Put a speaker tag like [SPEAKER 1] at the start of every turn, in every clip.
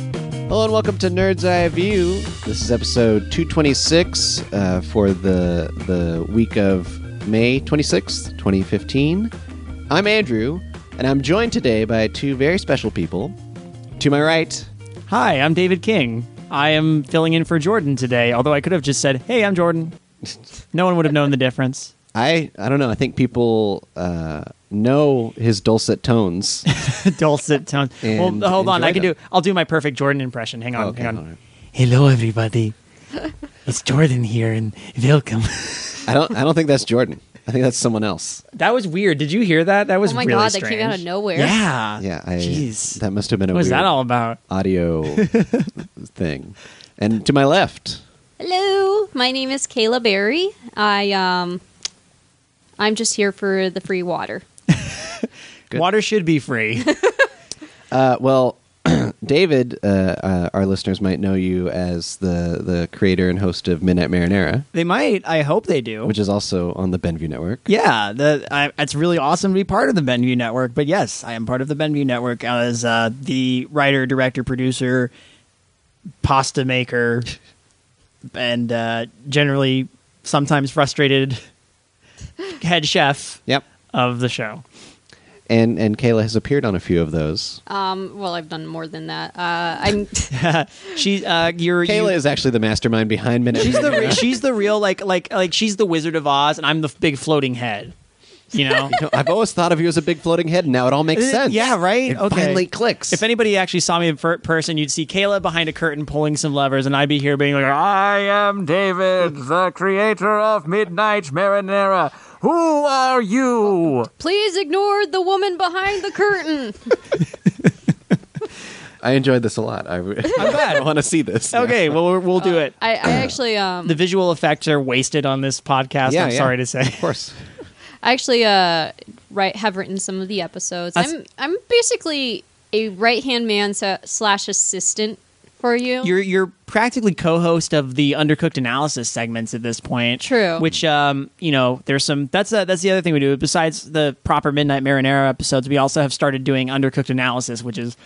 [SPEAKER 1] and welcome to Nerd's Eye View. This is episode 226 uh, for the the week of May 26th, 2015. I'm Andrew, and I'm joined today by two very special people. To my right,
[SPEAKER 2] Hi, I'm David King. I am filling in for Jordan today, although I could have just said, Hey, I'm Jordan. No one would have known the difference.
[SPEAKER 1] I I don't know. I think people uh, know his dulcet tones.
[SPEAKER 2] Dulcet tone.
[SPEAKER 1] And
[SPEAKER 2] well, hold on.
[SPEAKER 1] enjoy
[SPEAKER 2] I can
[SPEAKER 1] them.
[SPEAKER 2] do, I'll do my perfect Jordan impression. Hang on.
[SPEAKER 1] Okay,
[SPEAKER 2] hang
[SPEAKER 1] all right.
[SPEAKER 2] on. Hello, everybody. It's Jordan here, and welcome.
[SPEAKER 1] I don't I don't think that's Jordan. I think that's someone else.
[SPEAKER 2] that was weird. Did you hear that? That was
[SPEAKER 3] Oh my
[SPEAKER 2] really
[SPEAKER 3] god, that
[SPEAKER 2] strange.
[SPEAKER 3] came out of nowhere.
[SPEAKER 2] Yeah.
[SPEAKER 1] Yeah, I,
[SPEAKER 2] Uh, Jeez.
[SPEAKER 1] that must have been a
[SPEAKER 2] what was
[SPEAKER 1] weird
[SPEAKER 2] that all about?
[SPEAKER 1] audio thing. And to my left,
[SPEAKER 3] Hello, my name is Kayla Berry. I um, I'm just here for the free water.
[SPEAKER 1] Good.
[SPEAKER 2] Water should be free.
[SPEAKER 1] Uh, well, David, uh, uh, our listeners might know you as the the creator and host of Midnight Marinera,
[SPEAKER 2] they might. I hope they do.
[SPEAKER 1] which is also on the Benview Network.
[SPEAKER 2] Yeah, the, I, it's really awesome to be part of the Benview Network. But yes, I am part of the Benview Network as uh, the writer, director, producer, pasta maker, and uh, generally sometimes frustrated head chef
[SPEAKER 1] Yep.
[SPEAKER 2] of the show.
[SPEAKER 1] And and Kayla has appeared on a few of those.
[SPEAKER 3] Um, well, I've done more than that. Uh, I'm
[SPEAKER 2] She, uh, you're
[SPEAKER 1] Kayla
[SPEAKER 2] you-
[SPEAKER 1] is actually the mastermind behind Midnight.
[SPEAKER 2] she's the
[SPEAKER 1] Marinera.
[SPEAKER 2] re- she's the real like like like she's the Wizard of Oz, and I'm the f- big floating head. You know.
[SPEAKER 1] You know, I've always thought of you as a big floating head, and now it all makes
[SPEAKER 2] Uh,
[SPEAKER 1] sense.
[SPEAKER 2] yeah, right?
[SPEAKER 1] It
[SPEAKER 2] Okay.
[SPEAKER 1] finally clicks.
[SPEAKER 2] If anybody actually saw me in per- person, you'd see Kayla behind a curtain pulling some levers, and I'd be here being like, I am David, the creator of Midnight Marinera. Who are you?
[SPEAKER 3] please ignore the woman behind the curtain.
[SPEAKER 1] I enjoyed this a lot. I,
[SPEAKER 2] glad.
[SPEAKER 1] I want to see this. now.
[SPEAKER 2] Okay, well, we're- we'll do it.
[SPEAKER 3] I, I actually um,
[SPEAKER 2] The visual effects are wasted on this podcast,
[SPEAKER 1] Yeah,
[SPEAKER 2] I'm
[SPEAKER 1] yeah.
[SPEAKER 2] sorry to say.
[SPEAKER 1] Of course.
[SPEAKER 3] I actually uh, write have written some of the episodes.
[SPEAKER 2] That's-
[SPEAKER 3] I'm I'm basically a right hand man sa- slash assistant for you.
[SPEAKER 2] You're you're practically co-host of the undercooked analysis segments at this point.
[SPEAKER 3] True.
[SPEAKER 2] Which um you know there's some that's uh that's the other thing we do besides the proper midnight marinara episodes we also have started doing undercooked analysis which is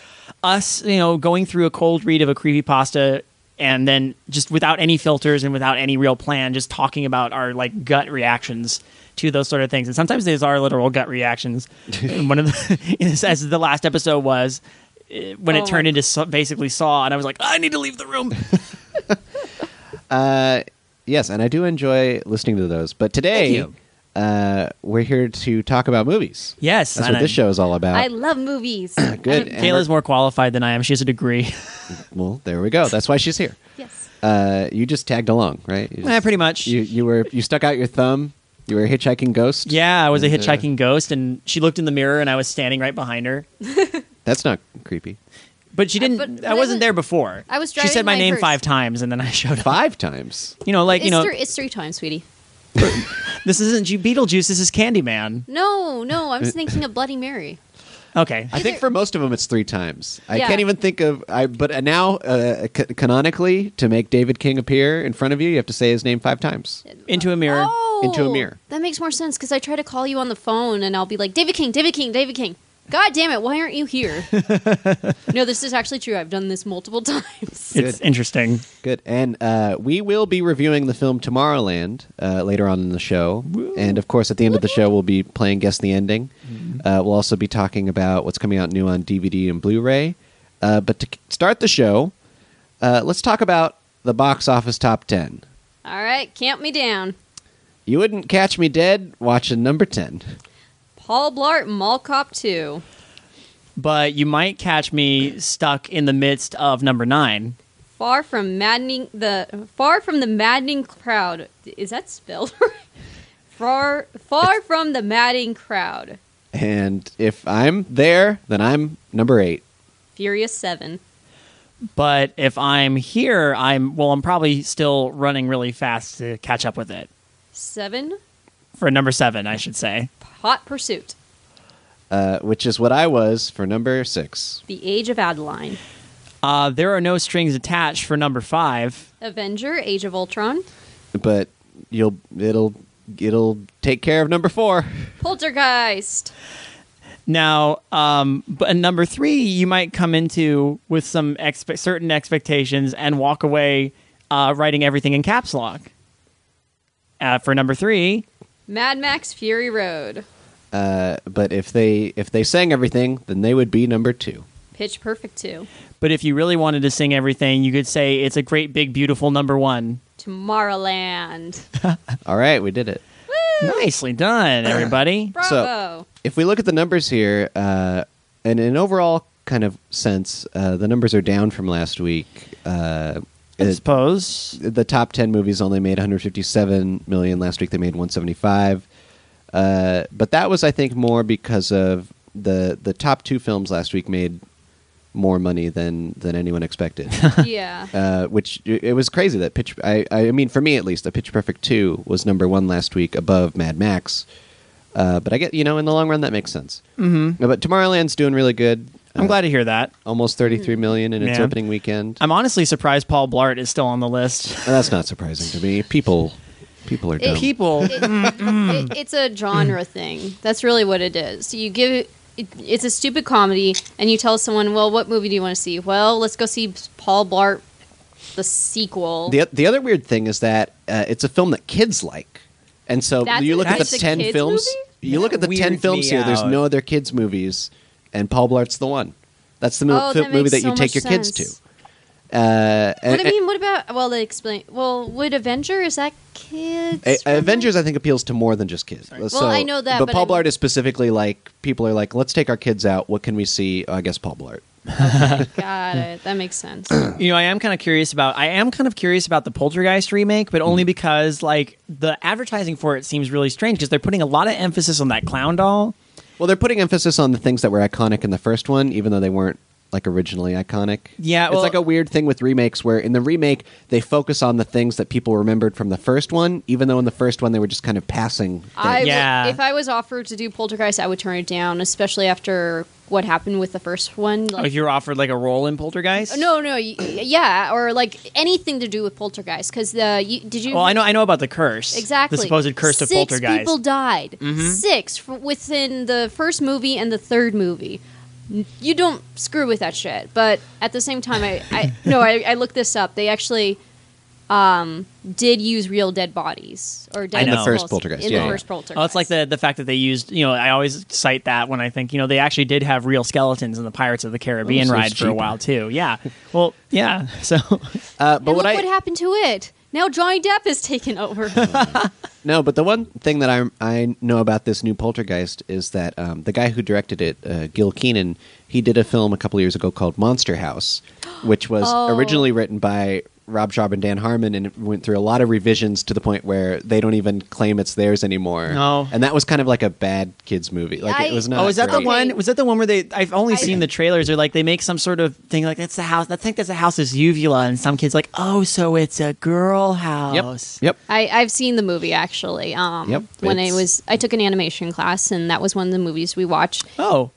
[SPEAKER 2] us you know going through a cold read of a creepy pasta and then just without any filters and without any real plan just talking about our like gut reactions to those sort of things and sometimes these are literal gut reactions And one of the as the last episode was eh, when
[SPEAKER 3] Oh
[SPEAKER 2] it
[SPEAKER 3] my
[SPEAKER 2] turned into so- basically saw and i was like i need to leave the room
[SPEAKER 1] Yes, and I do enjoy listening to those. But today,
[SPEAKER 2] Thank
[SPEAKER 1] uh, we're here to talk about movies.
[SPEAKER 2] Yes,
[SPEAKER 1] That's
[SPEAKER 2] and
[SPEAKER 1] what this
[SPEAKER 2] I'm-
[SPEAKER 1] show is all about.
[SPEAKER 3] I love movies.
[SPEAKER 1] Good.
[SPEAKER 3] I'm-
[SPEAKER 1] And
[SPEAKER 2] Kayla's
[SPEAKER 1] we're-
[SPEAKER 2] more qualified than I am. She has a degree.
[SPEAKER 1] well. There we go. That's why she's here.
[SPEAKER 3] yes.
[SPEAKER 1] Uh, you just tagged along, right? You just-
[SPEAKER 2] Eh, pretty much.
[SPEAKER 1] You you were you stuck out your thumb. You were a hitchhiking ghost.
[SPEAKER 2] yeah, I was a
[SPEAKER 1] And, uh,
[SPEAKER 2] hitchhiking ghost, and she looked in the mirror, and I was standing right behind her.
[SPEAKER 1] That's not creepy.
[SPEAKER 2] But she didn't.
[SPEAKER 3] but- but
[SPEAKER 2] I
[SPEAKER 3] I
[SPEAKER 2] wasn't
[SPEAKER 3] was-
[SPEAKER 2] there before.
[SPEAKER 3] I was
[SPEAKER 2] She said
[SPEAKER 3] driving
[SPEAKER 2] my
[SPEAKER 3] my
[SPEAKER 2] name
[SPEAKER 3] hearse.
[SPEAKER 2] five times, and then I showed up.
[SPEAKER 1] Five times.
[SPEAKER 2] You know, like
[SPEAKER 3] it's,
[SPEAKER 2] you know,
[SPEAKER 3] three, it's three times, sweetie.
[SPEAKER 2] this isn't G- Beetlejuice. This is Candyman.
[SPEAKER 3] No, no, I was thinking of Bloody Mary.
[SPEAKER 2] Okay.
[SPEAKER 1] I think
[SPEAKER 3] there-
[SPEAKER 1] for most of them it's three times. I
[SPEAKER 3] Yeah.
[SPEAKER 1] can't even think of I. But uh, now, uh, ca- canonically, to make David King appear in front of you, you have to say his name five times.
[SPEAKER 2] Into a mirror.
[SPEAKER 3] Oh,
[SPEAKER 1] Into a mirror.
[SPEAKER 3] That makes more sense because I try to call you on the phone and I'll be like, David King, David King, David King. God damn it, why aren't you here? no, this is actually true. I've done this multiple times.
[SPEAKER 2] it's
[SPEAKER 1] good.
[SPEAKER 2] interesting.
[SPEAKER 1] Good. And uh, we will be reviewing the film Tomorrowland uh, later on in the show. And of course, at the end of the show, we'll be playing Guess the Ending. Uh, we'll also be talking about what's coming out new on DVD and Blu ray. Uh, but to k- start the show, uh, let's talk about the box office top 10.
[SPEAKER 3] All right, count me down.
[SPEAKER 1] You wouldn't catch me dead watching number 10.
[SPEAKER 3] Paul Blart, Mall Cop 2.
[SPEAKER 2] But you might catch me stuck in the midst of number nine.
[SPEAKER 3] Far from maddening the far from the maddening crowd. Is that spelled right? Far far from the madding crowd.
[SPEAKER 1] And if I'm there, then I'm number 8.
[SPEAKER 3] Furious 7.
[SPEAKER 2] But if I'm here, I'm well. I'm probably still running really fast to catch up with it
[SPEAKER 3] 7.
[SPEAKER 2] for number seven, I should say.
[SPEAKER 3] Hot Pursuit.
[SPEAKER 1] Uh, which is what I was for number six.
[SPEAKER 3] The Age of Adeline.
[SPEAKER 2] Uh, there are no strings attached for number five.
[SPEAKER 3] Avenger, Age of Ultron,
[SPEAKER 1] But you'll it'll it'll take care of number four.
[SPEAKER 3] Poltergeist,
[SPEAKER 2] Now, um, but and number three, you might come into with some expe- certain expectations and walk away uh, writing everything in caps lock. Uh, for number three,
[SPEAKER 3] Mad Max Fury Road.
[SPEAKER 1] Uh, but if they if they sang everything, then they would be number two.
[SPEAKER 3] Pitch Perfect 2.
[SPEAKER 2] but if you really wanted to sing everything, you could say it's a great, big, beautiful number one.
[SPEAKER 3] Tomorrowland.
[SPEAKER 1] All right, we did it.
[SPEAKER 2] Nicely done, everybody.
[SPEAKER 3] Bravo.
[SPEAKER 1] If we look at the numbers here, uh, and in an overall kind of sense, uh, the numbers are down from last week. Uh,
[SPEAKER 2] I
[SPEAKER 1] it-
[SPEAKER 2] suppose.
[SPEAKER 1] the top 10 movies only made 157 million last week they made 175 uh, but that was i think more because of the the top two films last week made more money than than anyone expected
[SPEAKER 3] yeah.
[SPEAKER 1] uh, which it it was crazy that pitch I, I mean for me at least a pitch perfect 2 was number one last week above mad max uh, but i get you know in the long run that makes sense mm-hmm. but tomorrowland's doing really good
[SPEAKER 3] Mm.
[SPEAKER 2] I'm glad to hear that.
[SPEAKER 1] almost 33 million in its
[SPEAKER 2] Yeah.
[SPEAKER 1] opening weekend
[SPEAKER 2] I'm honestly surprised Paul Blart is still on the list.
[SPEAKER 1] Well, that's not surprising to me. People, people are dumb.
[SPEAKER 2] People,
[SPEAKER 3] It- it- it's a genre thing. That's really what it is. You give it, it's a stupid comedy, and you tell someone, "Well, what movie do you want to see?" Well, let's go see Paul Blart, the sequel.
[SPEAKER 1] the the other weird thing is that uh, it's a film that kids like, and so
[SPEAKER 3] That's
[SPEAKER 1] you
[SPEAKER 3] it?
[SPEAKER 1] look at
[SPEAKER 3] That's
[SPEAKER 1] the
[SPEAKER 3] a
[SPEAKER 1] ten
[SPEAKER 3] kids
[SPEAKER 1] films.
[SPEAKER 2] movie?
[SPEAKER 1] You look at the
[SPEAKER 2] That
[SPEAKER 1] ten
[SPEAKER 2] weirds
[SPEAKER 1] films
[SPEAKER 2] me
[SPEAKER 1] here. There's
[SPEAKER 2] out.
[SPEAKER 1] no other kids movies, and Paul Blart's the one. That's the mo-
[SPEAKER 3] Oh,
[SPEAKER 1] fil-
[SPEAKER 3] that
[SPEAKER 1] movie
[SPEAKER 3] makes
[SPEAKER 1] that you
[SPEAKER 3] so
[SPEAKER 1] take your
[SPEAKER 3] much
[SPEAKER 1] kids
[SPEAKER 3] sense.
[SPEAKER 1] to. Uh,
[SPEAKER 3] what
[SPEAKER 1] and-
[SPEAKER 3] I mean, what about? Well, they explain. Well, would Avenger is that kids?
[SPEAKER 1] A-
[SPEAKER 3] friendly?
[SPEAKER 1] Avengers, I think, appeals to more than just kids. Well,
[SPEAKER 3] I know that,
[SPEAKER 1] but,
[SPEAKER 3] but
[SPEAKER 1] Paul
[SPEAKER 3] I mean-
[SPEAKER 1] Blart is specifically like people are like, let's take our kids out. What can we see? Oh, I guess Paul Blart.
[SPEAKER 3] Got it. That makes sense.
[SPEAKER 2] you know, I am kind of curious about. I am kind of curious about the Poltergeist remake, but only because like the advertising for it seems really strange because they're putting a lot of emphasis on that clown doll.
[SPEAKER 1] Well, they're putting emphasis on the things that were iconic in the first one, even though they weren't like originally iconic.
[SPEAKER 2] Yeah, well-
[SPEAKER 1] it's like a weird thing with remakes where in the remake they focus on the things that people remembered from the first one, even though in the first one they were just kind of passing. Things.
[SPEAKER 3] I would-
[SPEAKER 2] Yeah.
[SPEAKER 3] if I was offered to do Poltergeist, I would turn it down, especially after what happened with the first one.
[SPEAKER 2] Oh,
[SPEAKER 3] Like,
[SPEAKER 2] if you're offered like a role in Poltergeist,
[SPEAKER 3] no, no, y- yeah, or like anything to do with Poltergeist, because the you, did you?
[SPEAKER 2] Well, I know, I know about the curse.
[SPEAKER 3] Exactly.
[SPEAKER 2] the supposed curse
[SPEAKER 3] Six
[SPEAKER 2] of Poltergeist. Mm-hmm.
[SPEAKER 3] people died. Six fr- within the first movie and the third movie. N- You don't screw with that shit. But at the same time, I, I no, I, I looked this up. They actually um, did use real dead bodies or dead
[SPEAKER 2] In the
[SPEAKER 1] first
[SPEAKER 3] animals
[SPEAKER 1] Poltergeist,
[SPEAKER 3] In
[SPEAKER 1] yeah,
[SPEAKER 3] the
[SPEAKER 1] yeah.
[SPEAKER 3] first Poltergeist.
[SPEAKER 2] Oh, it's like the the fact that they used. You know, I always cite that when I think you know they actually did have real skeletons in the Pirates of the Caribbean
[SPEAKER 1] so it's
[SPEAKER 2] ride for a
[SPEAKER 1] cheaper.
[SPEAKER 2] while too. Yeah. Well, yeah. So
[SPEAKER 1] Uh, but
[SPEAKER 3] And
[SPEAKER 1] what
[SPEAKER 3] look
[SPEAKER 1] I
[SPEAKER 3] what happened to it. Now Johnny Depp has taken over.
[SPEAKER 1] no, but the one thing that I I know about this new Poltergeist is that um, the guy who directed it, uh, Gil Keenan, he did a film a couple years ago called Monster House, which was
[SPEAKER 3] Oh.
[SPEAKER 1] originally written by Rob Schaub and Dan Harmon, and it went through a lot of revisions to the point where they don't even claim it's theirs anymore.
[SPEAKER 2] No.
[SPEAKER 1] and that was kind of like a bad kids movie. Like it
[SPEAKER 3] I-
[SPEAKER 1] was not.
[SPEAKER 2] Oh, is that
[SPEAKER 1] great.
[SPEAKER 2] the one?
[SPEAKER 3] Okay.
[SPEAKER 2] Was that the one where they? I've only
[SPEAKER 3] I-
[SPEAKER 2] seen the trailers. They're like they make some sort of thing like that's the house. I think that's a house's uvula, and some kids like, oh, so it's a girl house.
[SPEAKER 1] Yep.
[SPEAKER 3] I, I've seen the movie actually. Um,
[SPEAKER 1] Yep,
[SPEAKER 3] when I
[SPEAKER 1] it's-
[SPEAKER 3] was, I took an animation class, and that was one of the movies we watched.
[SPEAKER 2] Oh,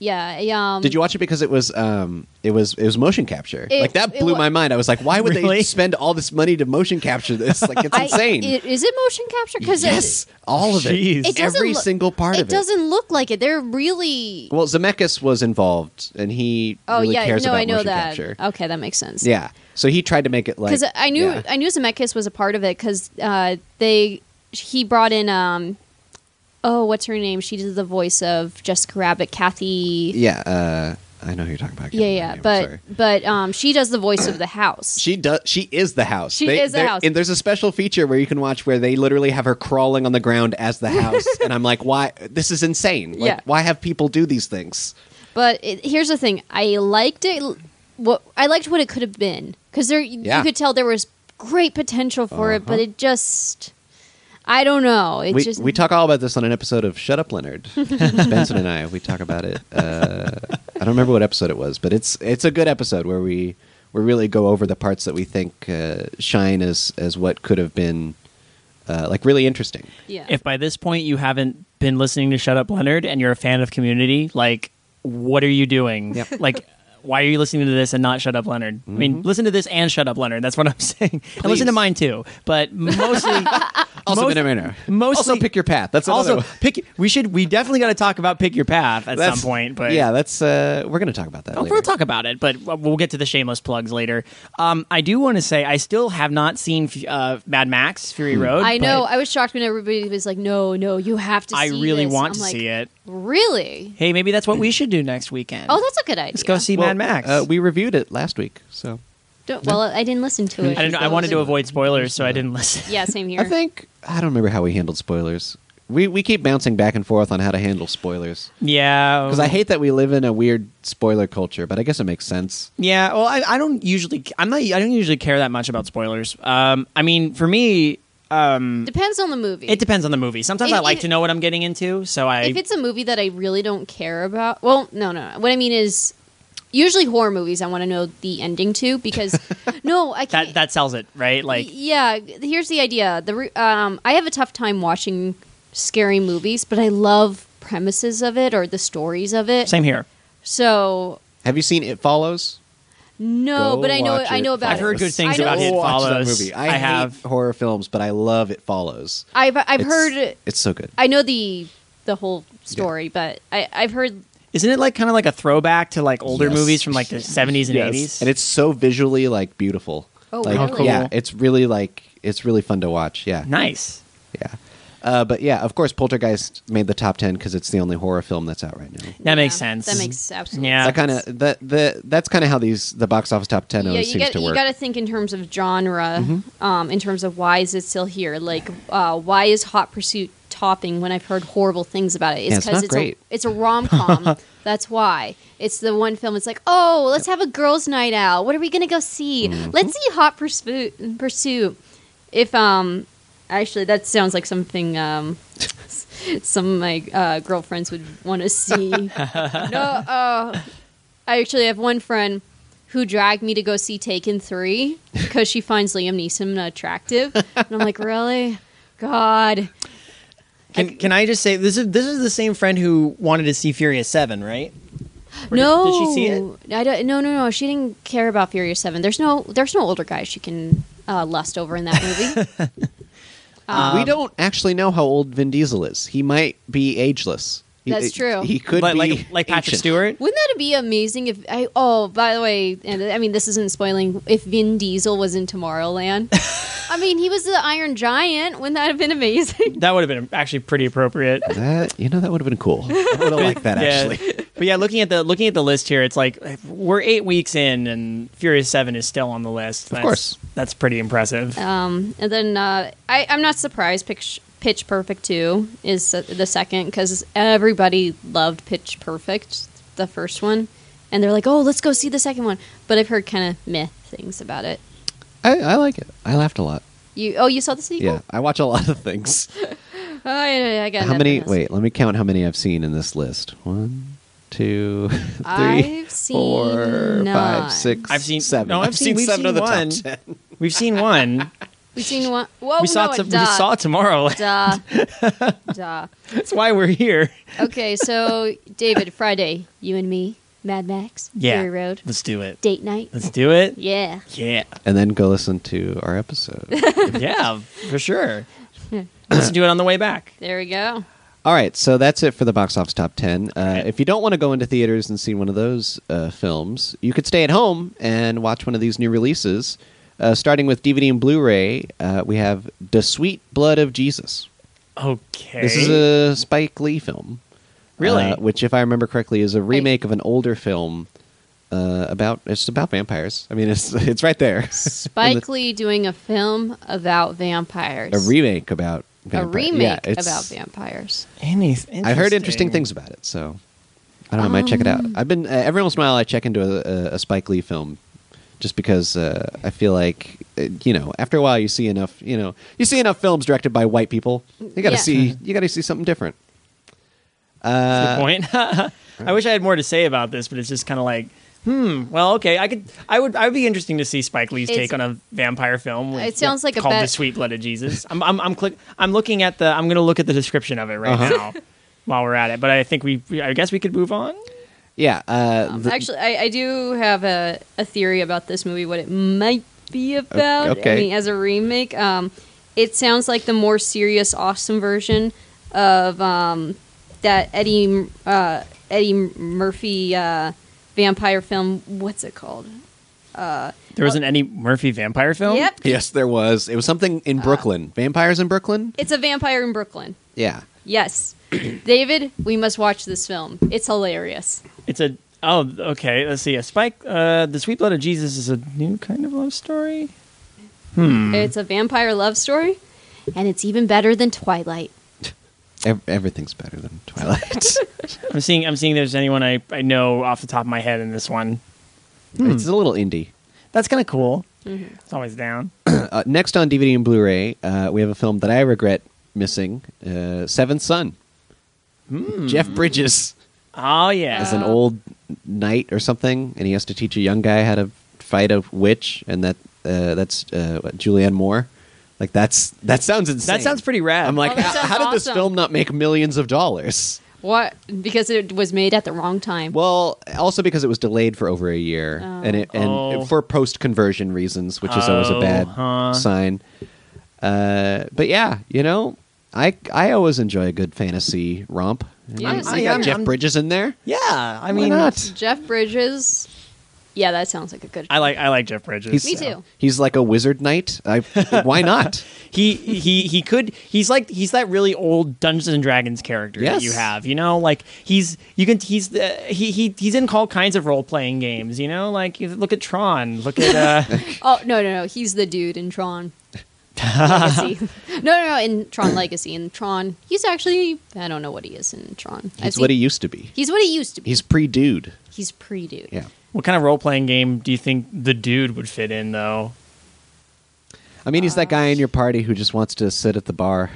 [SPEAKER 3] Yeah. yeah, Um,
[SPEAKER 1] Did you watch it because it was um it was it was motion capture?
[SPEAKER 3] It-
[SPEAKER 1] like that
[SPEAKER 3] it
[SPEAKER 1] blew
[SPEAKER 3] wa-
[SPEAKER 1] my mind. I was like, why would
[SPEAKER 2] Really?
[SPEAKER 1] they spend all this money to motion capture this? Like it's
[SPEAKER 3] I-
[SPEAKER 1] insane.
[SPEAKER 3] it- Is it motion capture? Because
[SPEAKER 1] yes, all of
[SPEAKER 2] Jeez.
[SPEAKER 1] it.
[SPEAKER 3] It doesn't
[SPEAKER 1] Every
[SPEAKER 3] look-
[SPEAKER 1] single part
[SPEAKER 3] it,
[SPEAKER 1] of it.
[SPEAKER 3] doesn't look like it. They're really.
[SPEAKER 1] Well, Zemeckis was involved, and he
[SPEAKER 3] oh
[SPEAKER 1] really
[SPEAKER 3] yeah,
[SPEAKER 1] cares
[SPEAKER 3] no,
[SPEAKER 1] about
[SPEAKER 3] I know
[SPEAKER 1] motion
[SPEAKER 3] that.
[SPEAKER 1] capture.
[SPEAKER 3] Okay, that makes sense.
[SPEAKER 1] Yeah, so he tried to make it like
[SPEAKER 3] because I knew
[SPEAKER 1] yeah.
[SPEAKER 3] I knew Zemeckis was a part of it because uh, they he brought in um oh what's her name? She did the voice of Jessica Rabbit, Kathy.
[SPEAKER 1] yeah. Uh, I know who you're talking about. I can't
[SPEAKER 3] Yeah,
[SPEAKER 1] remember
[SPEAKER 3] yeah,
[SPEAKER 1] her name,
[SPEAKER 3] but
[SPEAKER 1] sorry.
[SPEAKER 3] but um, she does the voice of the house.
[SPEAKER 1] She does. She is the house.
[SPEAKER 3] She is the
[SPEAKER 1] they're-
[SPEAKER 3] house.
[SPEAKER 1] And there's a special feature where you can watch where they literally have her crawling on the ground as the house. and I'm like, why? This is insane. Like,
[SPEAKER 3] Yeah.
[SPEAKER 1] Why have people do these things?
[SPEAKER 3] But it, here's the thing: I liked it. What I liked what it could have been because there
[SPEAKER 1] Yeah. Uh-huh.
[SPEAKER 3] you could tell there was great potential for it, but it just I don't know. It
[SPEAKER 1] We,
[SPEAKER 3] just
[SPEAKER 1] we talk all about this on an episode of Shut Up, Leonard. Benson and I we talk about it. Uh, I don't remember what episode it was, but it's it's a good episode where we we really go over the parts that we think uh, shine as as what could have been uh, like really interesting.
[SPEAKER 3] yeah.
[SPEAKER 2] if by this point you haven't been listening to Shut Up Leonard and you're a fan of Community, like, what are you doing?
[SPEAKER 1] Yep.
[SPEAKER 2] Like, why are you listening to this and not Shut Up Leonard? I mean, listen to this and Shut Up Leonard. That's what I'm saying. and listen to mine too. But mostly,
[SPEAKER 1] Also,
[SPEAKER 2] most-
[SPEAKER 1] Minute Maid.
[SPEAKER 2] mostly-
[SPEAKER 1] also pick your path. That's another
[SPEAKER 2] also
[SPEAKER 1] one.
[SPEAKER 2] pick. We should. We definitely got to talk about pick your path at
[SPEAKER 1] That's-
[SPEAKER 2] some point. But
[SPEAKER 1] yeah, that's uh, we're gonna talk about that.
[SPEAKER 2] Oh,
[SPEAKER 1] later.
[SPEAKER 2] We'll talk about it, but we'll get to the shameless plugs later. Um, I do want to say I still have not seen uh, Mad Max Fury
[SPEAKER 1] Hmm.
[SPEAKER 2] Road.
[SPEAKER 3] I know.
[SPEAKER 2] but
[SPEAKER 3] I was shocked when everybody was like, "No, no, you have to."
[SPEAKER 2] I,
[SPEAKER 3] see
[SPEAKER 2] really
[SPEAKER 3] this."
[SPEAKER 2] want
[SPEAKER 3] I'm
[SPEAKER 2] to
[SPEAKER 3] like,
[SPEAKER 2] see it.
[SPEAKER 3] Really?
[SPEAKER 2] Hey, maybe that's what we should do next weekend.
[SPEAKER 3] Oh, that's a good idea.
[SPEAKER 2] let's go see
[SPEAKER 1] Well,
[SPEAKER 2] Mad Max.
[SPEAKER 1] Uh, we reviewed it last week, so
[SPEAKER 3] Don't, well, I didn't listen to it.
[SPEAKER 2] I don't know. I wanted to avoid spoilers, so I didn't listen.
[SPEAKER 3] Yeah, same here.
[SPEAKER 1] I think I don't remember how we handled spoilers. We we keep bouncing back and forth on how to handle spoilers
[SPEAKER 2] Yeah,
[SPEAKER 1] because I hate that we live in a weird spoiler culture, but I guess it makes sense.
[SPEAKER 2] Yeah, well, I, I don't usually. I'm not. I don't usually care that much about spoilers. Um, I mean, for me,
[SPEAKER 3] Depends on the movie.
[SPEAKER 2] it depends on the movie. Sometimes
[SPEAKER 3] If-
[SPEAKER 2] I like
[SPEAKER 3] if-
[SPEAKER 2] to know what I'm getting into, so I.
[SPEAKER 3] if it's a movie that I really don't care about, well, no, no. no. What I mean is, usually horror movies, I want to know the ending to because no, I can't.
[SPEAKER 2] that that sells it, right? Like,
[SPEAKER 3] yeah. Here's the idea. The re- um, I have a tough time watching scary movies, but I love premises of it or the stories of it.
[SPEAKER 2] same here.
[SPEAKER 3] So
[SPEAKER 1] Have you seen It Follows?
[SPEAKER 3] no,
[SPEAKER 1] Go
[SPEAKER 3] but I know
[SPEAKER 1] watch
[SPEAKER 3] I
[SPEAKER 1] It
[SPEAKER 3] know about.
[SPEAKER 2] I've
[SPEAKER 3] it.
[SPEAKER 2] heard good things
[SPEAKER 3] I know-
[SPEAKER 2] about It
[SPEAKER 1] Go watch that
[SPEAKER 2] Follows.
[SPEAKER 1] movie. I,
[SPEAKER 2] I
[SPEAKER 1] hate
[SPEAKER 2] have-
[SPEAKER 1] horror films, but I love It Follows.
[SPEAKER 3] I've I've
[SPEAKER 1] It's-
[SPEAKER 3] heard.
[SPEAKER 1] it's so good.
[SPEAKER 3] I know the the whole story, but I I've heard.
[SPEAKER 2] Isn't it like kind of like a throwback to like older
[SPEAKER 1] Yes.
[SPEAKER 2] movies from like the 70s and 80s?
[SPEAKER 1] and it's so visually like beautiful.
[SPEAKER 3] Oh,
[SPEAKER 1] like,
[SPEAKER 3] really? Oh, cool.
[SPEAKER 1] Yeah, it's really like it's really fun to watch. Yeah,
[SPEAKER 2] nice.
[SPEAKER 1] yeah. Uh, but yeah, of course, Poltergeist made the top ten because it's the only horror film that's out right now.
[SPEAKER 2] That makes
[SPEAKER 3] yeah,
[SPEAKER 2] sense.
[SPEAKER 3] That makes absolutely.
[SPEAKER 2] Yeah.
[SPEAKER 1] That kind of that the that's kind of how these the box office top ten
[SPEAKER 3] yeah,
[SPEAKER 1] always
[SPEAKER 3] you
[SPEAKER 1] seems
[SPEAKER 3] got
[SPEAKER 1] to work. Mm-hmm.
[SPEAKER 3] you got to think in terms of genre, um, in terms of why is it still here? Like, uh, why is Hot Pursuit topping when I've heard horrible things about it?
[SPEAKER 1] Yeah, it's not
[SPEAKER 3] it's,
[SPEAKER 1] great.
[SPEAKER 3] a it's a rom com. That's why it's the one film. It's like, oh, let's have a girls' night out. What are we gonna go see?
[SPEAKER 1] Mm-hmm.
[SPEAKER 3] Let's see Hot Pursuit. Pursuit. If um, actually, that sounds like something um. Some of my uh, girlfriends would want to see. no, uh, I actually have one friend who dragged me to go see Taken 3 because she finds Liam Neeson attractive. And I'm like, really? God.
[SPEAKER 2] Can, can I just say this is this is the same friend who wanted to see Furious 7, right? Or did-
[SPEAKER 3] no.
[SPEAKER 2] Did she see it?
[SPEAKER 3] I don't, no, no, no. She didn't care about Furious 7. There's no there's no older guy she can uh, lust over in that movie.
[SPEAKER 1] we don't actually know how old Vin Diesel is. He might be ageless. He-
[SPEAKER 3] That's true.
[SPEAKER 1] He could
[SPEAKER 2] like,
[SPEAKER 1] be
[SPEAKER 2] like like Patrick
[SPEAKER 1] ancient.
[SPEAKER 2] Stewart?
[SPEAKER 3] Wouldn't that be amazing if I oh, by the way, and I mean this isn't spoiling if Vin Diesel was in Tomorrowland. I mean, he was the Iron Giant. Wouldn't that have been amazing?
[SPEAKER 2] That would have been actually pretty appropriate.
[SPEAKER 1] That you know that would have been cool. I would have liked that actually.
[SPEAKER 2] Yeah. But yeah, looking at the looking at the list here, it's like we're eight weeks in, and Furious Seven is still on the list. Of
[SPEAKER 1] course.
[SPEAKER 2] that's pretty impressive.
[SPEAKER 3] Um, and then uh, I, I'm not surprised. Pitch, Pitch Perfect Two is uh, the second because everybody loved Pitch Perfect, the first one, and they're like, "Oh, let's go see the second one." But I've heard kind of meh things about it.
[SPEAKER 1] I, I like it. I laughed a lot.
[SPEAKER 3] You oh, you saw the sequel?
[SPEAKER 1] Yeah, I watch a lot of things.
[SPEAKER 3] Oh, yeah, yeah, I got
[SPEAKER 1] How
[SPEAKER 3] nothing
[SPEAKER 1] many?
[SPEAKER 3] else.
[SPEAKER 1] Wait, let me count how many I've seen in this list. One, two, three,
[SPEAKER 3] I've seen
[SPEAKER 1] four,
[SPEAKER 3] nine.
[SPEAKER 1] five, six,
[SPEAKER 2] I've seen-
[SPEAKER 1] seven.
[SPEAKER 2] no, I've seen- we've
[SPEAKER 1] seven of the
[SPEAKER 2] seen one.
[SPEAKER 1] top ten.
[SPEAKER 2] We've seen one.
[SPEAKER 3] We seen one. Well,
[SPEAKER 2] we saw
[SPEAKER 3] Oh, no,
[SPEAKER 2] it. We
[SPEAKER 3] duh,
[SPEAKER 2] saw it tomorrow.
[SPEAKER 3] Duh. duh.
[SPEAKER 2] That's why we're here.
[SPEAKER 3] Okay, so David, Friday, you and me, Mad Max,
[SPEAKER 2] Yeah,
[SPEAKER 3] Fury Road,
[SPEAKER 2] Let's do it.
[SPEAKER 3] date night.
[SPEAKER 2] Let's do it.
[SPEAKER 3] Yeah.
[SPEAKER 2] Yeah,
[SPEAKER 1] And then go listen to our episode.
[SPEAKER 2] yeah, for sure. Listen to it on the way back.
[SPEAKER 3] There we go.
[SPEAKER 1] All right, so that's it for the box office top 10. Uh, if you don't want to go into theaters and see one of those uh, films, you could stay at home and watch one of these new releases. Uh, starting with DVD and Blu ray, uh, we have The Sweet Blood of Jesus.
[SPEAKER 2] Okay.
[SPEAKER 1] This is a Spike Lee film.
[SPEAKER 2] Really?
[SPEAKER 1] Uh, which, if I remember correctly, is a remake of an older film uh, about it's about vampires. I mean, it's it's right there.
[SPEAKER 3] Spike Lee doing a film about vampires.
[SPEAKER 1] a remake about
[SPEAKER 3] A
[SPEAKER 1] vampires.
[SPEAKER 3] remake
[SPEAKER 1] Yeah, it's-
[SPEAKER 3] about vampires.
[SPEAKER 2] Any-
[SPEAKER 1] I've heard interesting things about it, so I don't know. I might check it out. I've been uh, every once in a while I check into a, a, a Spike Lee film, just because uh, I feel like uh, you know after a while you see enough you know you see enough films directed by white people. You got to
[SPEAKER 3] Yeah.
[SPEAKER 1] see you got to see something different. uh,
[SPEAKER 2] That's the point. I wish I had more to say about this, but it's just kind of like, hmm. Well, okay. I could. I would. I would be interesting to see Spike Lee's
[SPEAKER 3] It's-
[SPEAKER 2] take on a vampire film. with-
[SPEAKER 3] It sounds like a
[SPEAKER 2] called
[SPEAKER 3] bet-
[SPEAKER 2] the Sweet Blood of Jesus. I'm. I'm. I'm, click, I'm looking at the. I'm
[SPEAKER 1] Uh-huh.
[SPEAKER 2] going to look at the description of it right now while we're at it. But I think we. I guess we could move on.
[SPEAKER 1] Yeah. Uh, the-
[SPEAKER 3] Um, Actually, I, I do have a, a theory about this movie, what it might be about.
[SPEAKER 1] okay.
[SPEAKER 3] I mean, as a remake, um, it sounds like the more serious, awesome version of um, that Eddie uh, Eddie Murphy uh, vampire film. What's it called?
[SPEAKER 2] There wasn't any Murphy vampire film.
[SPEAKER 3] Yep.
[SPEAKER 1] yes, there was. It was something in Brooklyn. Vampires in Brooklyn?
[SPEAKER 3] It's a vampire in Brooklyn.
[SPEAKER 1] Yeah.
[SPEAKER 3] Yes. David, we must watch this film. It's hilarious.
[SPEAKER 2] It's a oh okay. Let's see. A spike. Uh, the sweet blood of Jesus is a new kind of love story.
[SPEAKER 3] It's a vampire love story, and it's even better than Twilight.
[SPEAKER 1] Ev- everything's better than Twilight.
[SPEAKER 2] I'm seeing. I'm seeing. There's anyone I I know off the top of my head in this one.
[SPEAKER 1] It's a little indie.
[SPEAKER 2] That's kind of cool.
[SPEAKER 3] Mm-hmm.
[SPEAKER 2] It's always down.
[SPEAKER 1] Uh, next on DVD and Blu-ray, uh, we have a film that I regret missing: uh, Seventh Son.
[SPEAKER 2] Hmm.
[SPEAKER 1] Jeff Bridges
[SPEAKER 2] Oh yeah.
[SPEAKER 3] Uh.
[SPEAKER 1] as an old knight or something, and he has to teach a young guy how to fight a witch, and that uh, that's uh, what, Julianne Moore. Like that's that sounds insane.
[SPEAKER 2] that sounds pretty rad.
[SPEAKER 1] I'm like,
[SPEAKER 3] Oh, that
[SPEAKER 1] "How-
[SPEAKER 3] sounds
[SPEAKER 1] how did this
[SPEAKER 3] awesome."
[SPEAKER 1] film not make millions of dollars?
[SPEAKER 3] What? Because it was made at the wrong time.
[SPEAKER 1] Well, also because it was delayed for over a year,
[SPEAKER 3] Oh.
[SPEAKER 1] and it and
[SPEAKER 2] Oh.
[SPEAKER 1] for post conversion reasons, which is always a
[SPEAKER 2] Oh,
[SPEAKER 1] bad
[SPEAKER 2] huh.
[SPEAKER 1] sign. Uh, but yeah, you know, I I always enjoy a good fantasy romp.
[SPEAKER 3] Yeah,
[SPEAKER 1] And
[SPEAKER 3] it's
[SPEAKER 1] you
[SPEAKER 3] like
[SPEAKER 1] got
[SPEAKER 3] a-
[SPEAKER 1] Jeff Bridges in there.
[SPEAKER 2] yeah.
[SPEAKER 1] Why
[SPEAKER 2] I mean,
[SPEAKER 1] not?
[SPEAKER 3] Jeff Bridges. Yeah, that sounds like a good.
[SPEAKER 2] I like I like Jeff Bridges.
[SPEAKER 1] He's,
[SPEAKER 3] Me too.
[SPEAKER 1] He's like a wizard knight. I, why not?
[SPEAKER 2] He he he could. He's like he's that really old Dungeons and Dragons character
[SPEAKER 1] Yes.
[SPEAKER 2] that you have. You know, like he's you can he's the, he he he's in all kinds of role playing games. You know, like you look at Tron, look at uh,
[SPEAKER 3] Oh no no no! He's the dude in Tron. Legacy. No, no, no, in Tron Legacy. In Tron, he's actually, I don't know what he is in Tron. I've
[SPEAKER 1] He's
[SPEAKER 3] seen-
[SPEAKER 1] what he used to be.
[SPEAKER 3] he's what he used to be.
[SPEAKER 1] He's pre dude.
[SPEAKER 3] He's pre dude.
[SPEAKER 1] Yeah.
[SPEAKER 2] what kind of role playing game do you think the dude would fit in though?
[SPEAKER 1] I mean, he's that guy in your party who just wants to sit at the bar.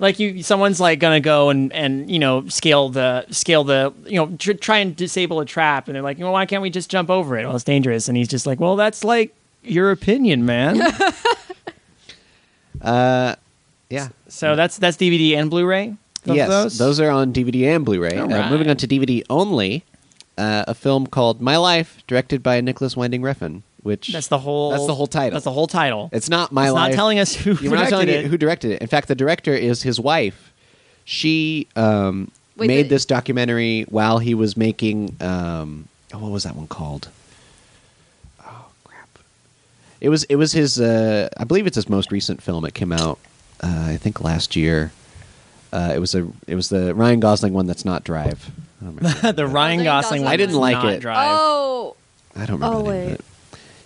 [SPEAKER 2] Like you, someone's like gonna go and and you know scale the scale the you know tr- try and disable a trap, and they're like, you know, why can't we just jump over it? Well, it's dangerous, and he's just like, well, that's like your opinion, man.
[SPEAKER 1] Yeah.
[SPEAKER 2] so that's that's DVD and Blu-ray. Both of
[SPEAKER 1] yes,
[SPEAKER 2] those?
[SPEAKER 1] are on DVD and Blu-ray.
[SPEAKER 2] All
[SPEAKER 1] Uh,
[SPEAKER 2] right.
[SPEAKER 1] moving on to DVD only, uh, a film called My Life, directed by Nicholas Winding Refn, which
[SPEAKER 2] That's the whole.
[SPEAKER 1] that's the whole title.
[SPEAKER 2] That's the whole title.
[SPEAKER 1] It's not My
[SPEAKER 2] It's
[SPEAKER 1] Life.
[SPEAKER 2] not telling us who
[SPEAKER 1] You're not
[SPEAKER 2] directed
[SPEAKER 1] telling
[SPEAKER 2] it.
[SPEAKER 1] you who directed it. In fact, the director is his wife. She um,
[SPEAKER 3] Wait,
[SPEAKER 1] made
[SPEAKER 3] the-
[SPEAKER 1] this documentary while he was making um, oh, what was that one called? Oh crap! It was it was his uh, I believe it's his most recent film. It came out uh, I think last year. Uh, it was a it was the Ryan Gosling one that's not Drive. I don't remember,
[SPEAKER 2] the Ryan
[SPEAKER 3] Gosling
[SPEAKER 2] Gosling.
[SPEAKER 3] one.
[SPEAKER 2] one
[SPEAKER 3] I
[SPEAKER 1] didn't
[SPEAKER 2] does
[SPEAKER 1] like
[SPEAKER 2] not
[SPEAKER 1] it.
[SPEAKER 2] Drive.
[SPEAKER 3] Oh
[SPEAKER 1] I don't remember
[SPEAKER 3] Oh,
[SPEAKER 1] the name of
[SPEAKER 3] wait.
[SPEAKER 1] it.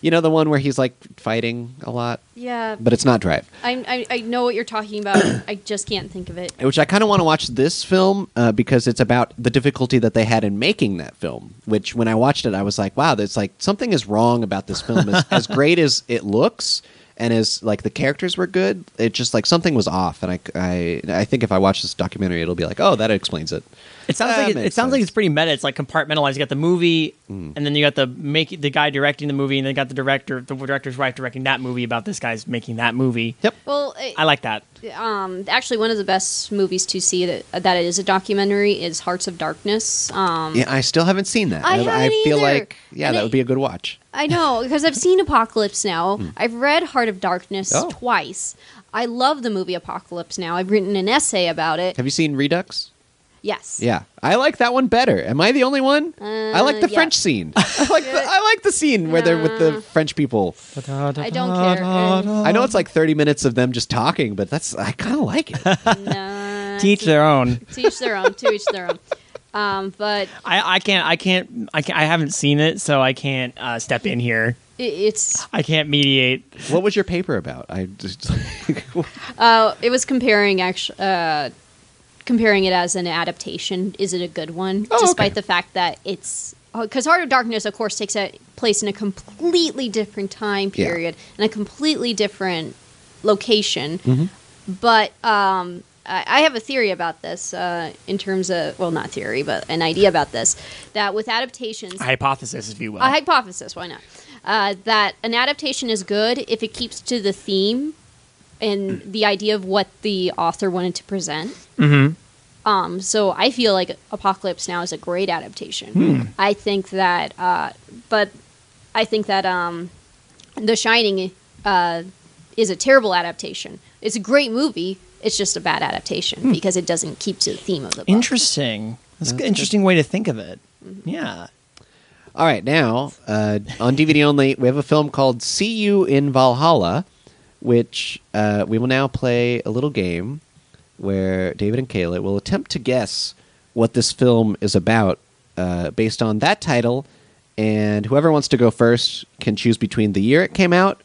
[SPEAKER 1] You know the one where he's like fighting a lot,
[SPEAKER 3] yeah.
[SPEAKER 1] but it's not Drive.
[SPEAKER 3] I, I I know what you're talking about. I just can't think of it.
[SPEAKER 1] which I kind of want to watch this film uh, because it's about the difficulty that they had in making that film. Which, when I watched it, I was like, "Wow, that's like something is wrong about this film." As, as great as it looks, and as like the characters were good, it just like something was off. And I, I, I think if I watch this documentary, it'll be like, "Oh, that explains it."
[SPEAKER 2] It sounds
[SPEAKER 1] That
[SPEAKER 2] like it,
[SPEAKER 1] makes
[SPEAKER 2] it sounds like
[SPEAKER 1] sense. Mm.
[SPEAKER 2] it's pretty meta. It's like compartmentalized. You got the movie, and then you got the make the guy directing the movie, and then you got the director, the director's wife directing that movie about this guy's making that movie.
[SPEAKER 1] Yep.
[SPEAKER 3] Well, it,
[SPEAKER 2] I like that.
[SPEAKER 3] um, actually one of the best movies to see that that it is a documentary is Hearts of Darkness. Um,
[SPEAKER 1] Yeah, I still haven't seen that.
[SPEAKER 3] I
[SPEAKER 1] I
[SPEAKER 3] haven't
[SPEAKER 1] feel
[SPEAKER 3] either.
[SPEAKER 1] like yeah,
[SPEAKER 3] And
[SPEAKER 1] that
[SPEAKER 3] it-
[SPEAKER 1] would be a good watch.
[SPEAKER 3] I know because I've seen Apocalypse Now. I've read Heart of Darkness
[SPEAKER 1] Hmm. Oh.
[SPEAKER 3] twice. I love the movie Apocalypse Now. I've written an essay about it.
[SPEAKER 1] Have you seen Redux?
[SPEAKER 3] yes.
[SPEAKER 1] Yeah, I like that one better. Am I the only one? I like the
[SPEAKER 3] Uh, yeah. Uh.
[SPEAKER 1] French scene. I like the, I like the scene where they're with the French people.
[SPEAKER 3] I don't care.
[SPEAKER 1] I know it's like 30 minutes of them just talking, but that's I kind of like it.
[SPEAKER 3] And, uh,
[SPEAKER 2] Teach their own.
[SPEAKER 3] to each their own. To each their own. Um, but
[SPEAKER 2] I, I can't. I can't. I can't. I haven't seen it, so I can't uh, step in here.
[SPEAKER 3] it, it's
[SPEAKER 2] I can't mediate.
[SPEAKER 1] what was your paper about? I just
[SPEAKER 3] uh, it was comparing actually uh, comparing it as an adaptation. Is it a good one?
[SPEAKER 1] Oh,
[SPEAKER 3] Despite
[SPEAKER 1] okay.
[SPEAKER 3] the fact that it's because Heart of Darkness, of course, takes a place in a completely different time
[SPEAKER 1] Yeah.
[SPEAKER 3] period and a completely different location.
[SPEAKER 1] Mm-hmm.
[SPEAKER 3] But um, I, I have a theory about this uh, in terms of well, not theory, but an idea about this that with adaptations,
[SPEAKER 2] Hypothesis, if you will.
[SPEAKER 3] a hypothesis, why not? Uh, that an adaptation is good if it keeps to the theme and the idea of what the author wanted to present. Um, so I feel like Apocalypse Now is a great adaptation. I think that, uh, but I think that um, The Shining uh, is a terrible adaptation. It's a great movie. It's just a bad adaptation because it doesn't keep to the theme of the book.
[SPEAKER 2] Interesting. That's an interesting way to think of it.
[SPEAKER 3] Mm-hmm.
[SPEAKER 2] Yeah.
[SPEAKER 1] All right, now uh, on DVD only, we have a film called "See You in Valhalla," which uh, we will now play a little game where David and Kayla will attempt to guess what this film is about uh, based on that title, and whoever wants to go first can choose between the year it came out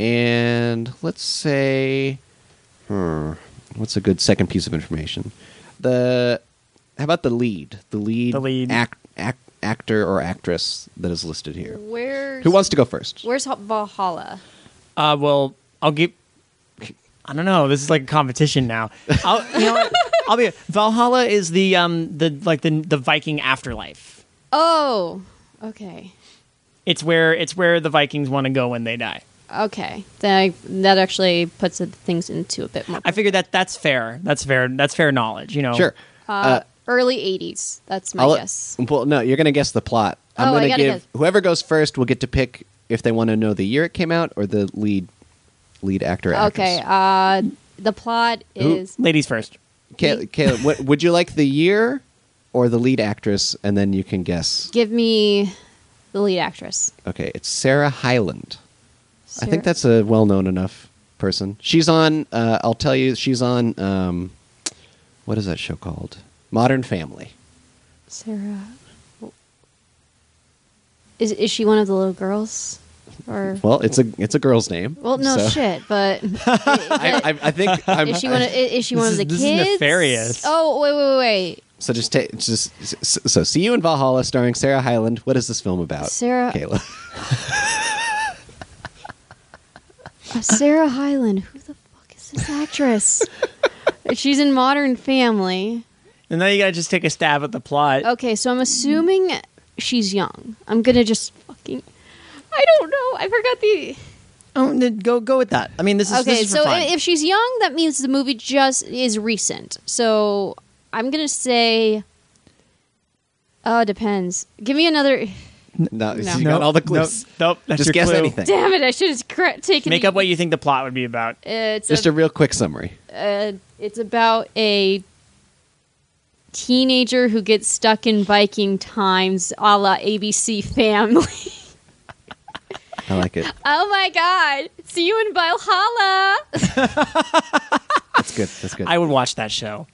[SPEAKER 1] and let's say, hmm, what's a good second piece of information? The how about the lead? The lead,
[SPEAKER 2] The lead.
[SPEAKER 1] act, act, actor or actress that is listed here.
[SPEAKER 3] Where's
[SPEAKER 1] Who wants to go first?
[SPEAKER 3] Where's Ha- Valhalla?
[SPEAKER 2] Uh, well, I'll give. I don't know. This is like a competition now. I'll, you know, what? I'll be. Valhalla is the um the like the the Viking afterlife.
[SPEAKER 3] Oh, okay,
[SPEAKER 2] It's where it's where the Vikings want to go when they die.
[SPEAKER 3] okay. That that actually puts the things into a bit more.
[SPEAKER 2] I figured that that's fair. That's fair. That's fair knowledge. You know.
[SPEAKER 1] Sure.
[SPEAKER 3] uh, early '80s. That's my
[SPEAKER 1] I'll let-
[SPEAKER 3] guess.
[SPEAKER 1] Well, no, you're gonna guess the plot. I'm
[SPEAKER 3] Oh, I
[SPEAKER 1] gonna
[SPEAKER 3] gotta
[SPEAKER 1] give
[SPEAKER 3] guess.
[SPEAKER 1] whoever goes first will get to pick if they want to know the year it came out or the lead lead actor.
[SPEAKER 3] Okay.
[SPEAKER 1] Actress.
[SPEAKER 3] Uh, the plot
[SPEAKER 1] Who-
[SPEAKER 3] is
[SPEAKER 2] Ladies first.
[SPEAKER 1] Kay- Kayla, what, would you like the year or the lead actress? And then you can guess.
[SPEAKER 3] give me the lead actress.
[SPEAKER 1] Okay, it's Sarah Hyland. I
[SPEAKER 3] Sarah-
[SPEAKER 1] think that's a well-known enough person. She's on. Uh, I'll tell you. She's on. Um, what is that show called? Modern Family.
[SPEAKER 3] Sarah. Is is she one of the little girls? Or well,
[SPEAKER 1] Well, it's a it's a girl's name.
[SPEAKER 3] no
[SPEAKER 1] so-
[SPEAKER 3] shit, but
[SPEAKER 1] I, I, I think I'm,
[SPEAKER 3] is she one? Of, is she one
[SPEAKER 2] This
[SPEAKER 3] of the
[SPEAKER 2] is- this
[SPEAKER 3] kids?
[SPEAKER 2] is nefarious.
[SPEAKER 3] Oh wait, wait, wait.
[SPEAKER 1] So just take just so, so see you in Valhalla, starring Sarah Hyland. What is this film about?
[SPEAKER 3] Sarah-
[SPEAKER 1] Kayla.
[SPEAKER 3] Uh, Sarah Hyland. Who the fuck is this actress? She's in Modern Family.
[SPEAKER 2] And now you gotta just take a stab at the plot.
[SPEAKER 3] Okay, so I'm assuming she's young. I'm gonna just fucking. I don't know. I forgot the.
[SPEAKER 2] Oh, then go go with that. I mean, this is
[SPEAKER 3] Okay,
[SPEAKER 2] This is for
[SPEAKER 3] so
[SPEAKER 2] fun.
[SPEAKER 3] i- if she's young, that means the movie just is recent. So I'm gonna say. Oh, it depends. Give me another.
[SPEAKER 1] No, you
[SPEAKER 3] No.
[SPEAKER 1] got all the
[SPEAKER 2] Nope,
[SPEAKER 1] clues.
[SPEAKER 2] nope, that's
[SPEAKER 1] just
[SPEAKER 2] your
[SPEAKER 1] guess
[SPEAKER 2] clue.
[SPEAKER 1] anything.
[SPEAKER 3] Damn it! I should have cr- taken.
[SPEAKER 2] Make
[SPEAKER 3] the-
[SPEAKER 2] up what you think the plot would be about.
[SPEAKER 3] It's
[SPEAKER 1] Just
[SPEAKER 3] a-
[SPEAKER 1] a real quick summary.
[SPEAKER 3] uh, it's about a teenager who gets stuck in Viking times, a la ABC Family.
[SPEAKER 1] I like it.
[SPEAKER 3] oh my God! See you in Valhalla.
[SPEAKER 1] That's good. That's good.
[SPEAKER 2] I would watch that show.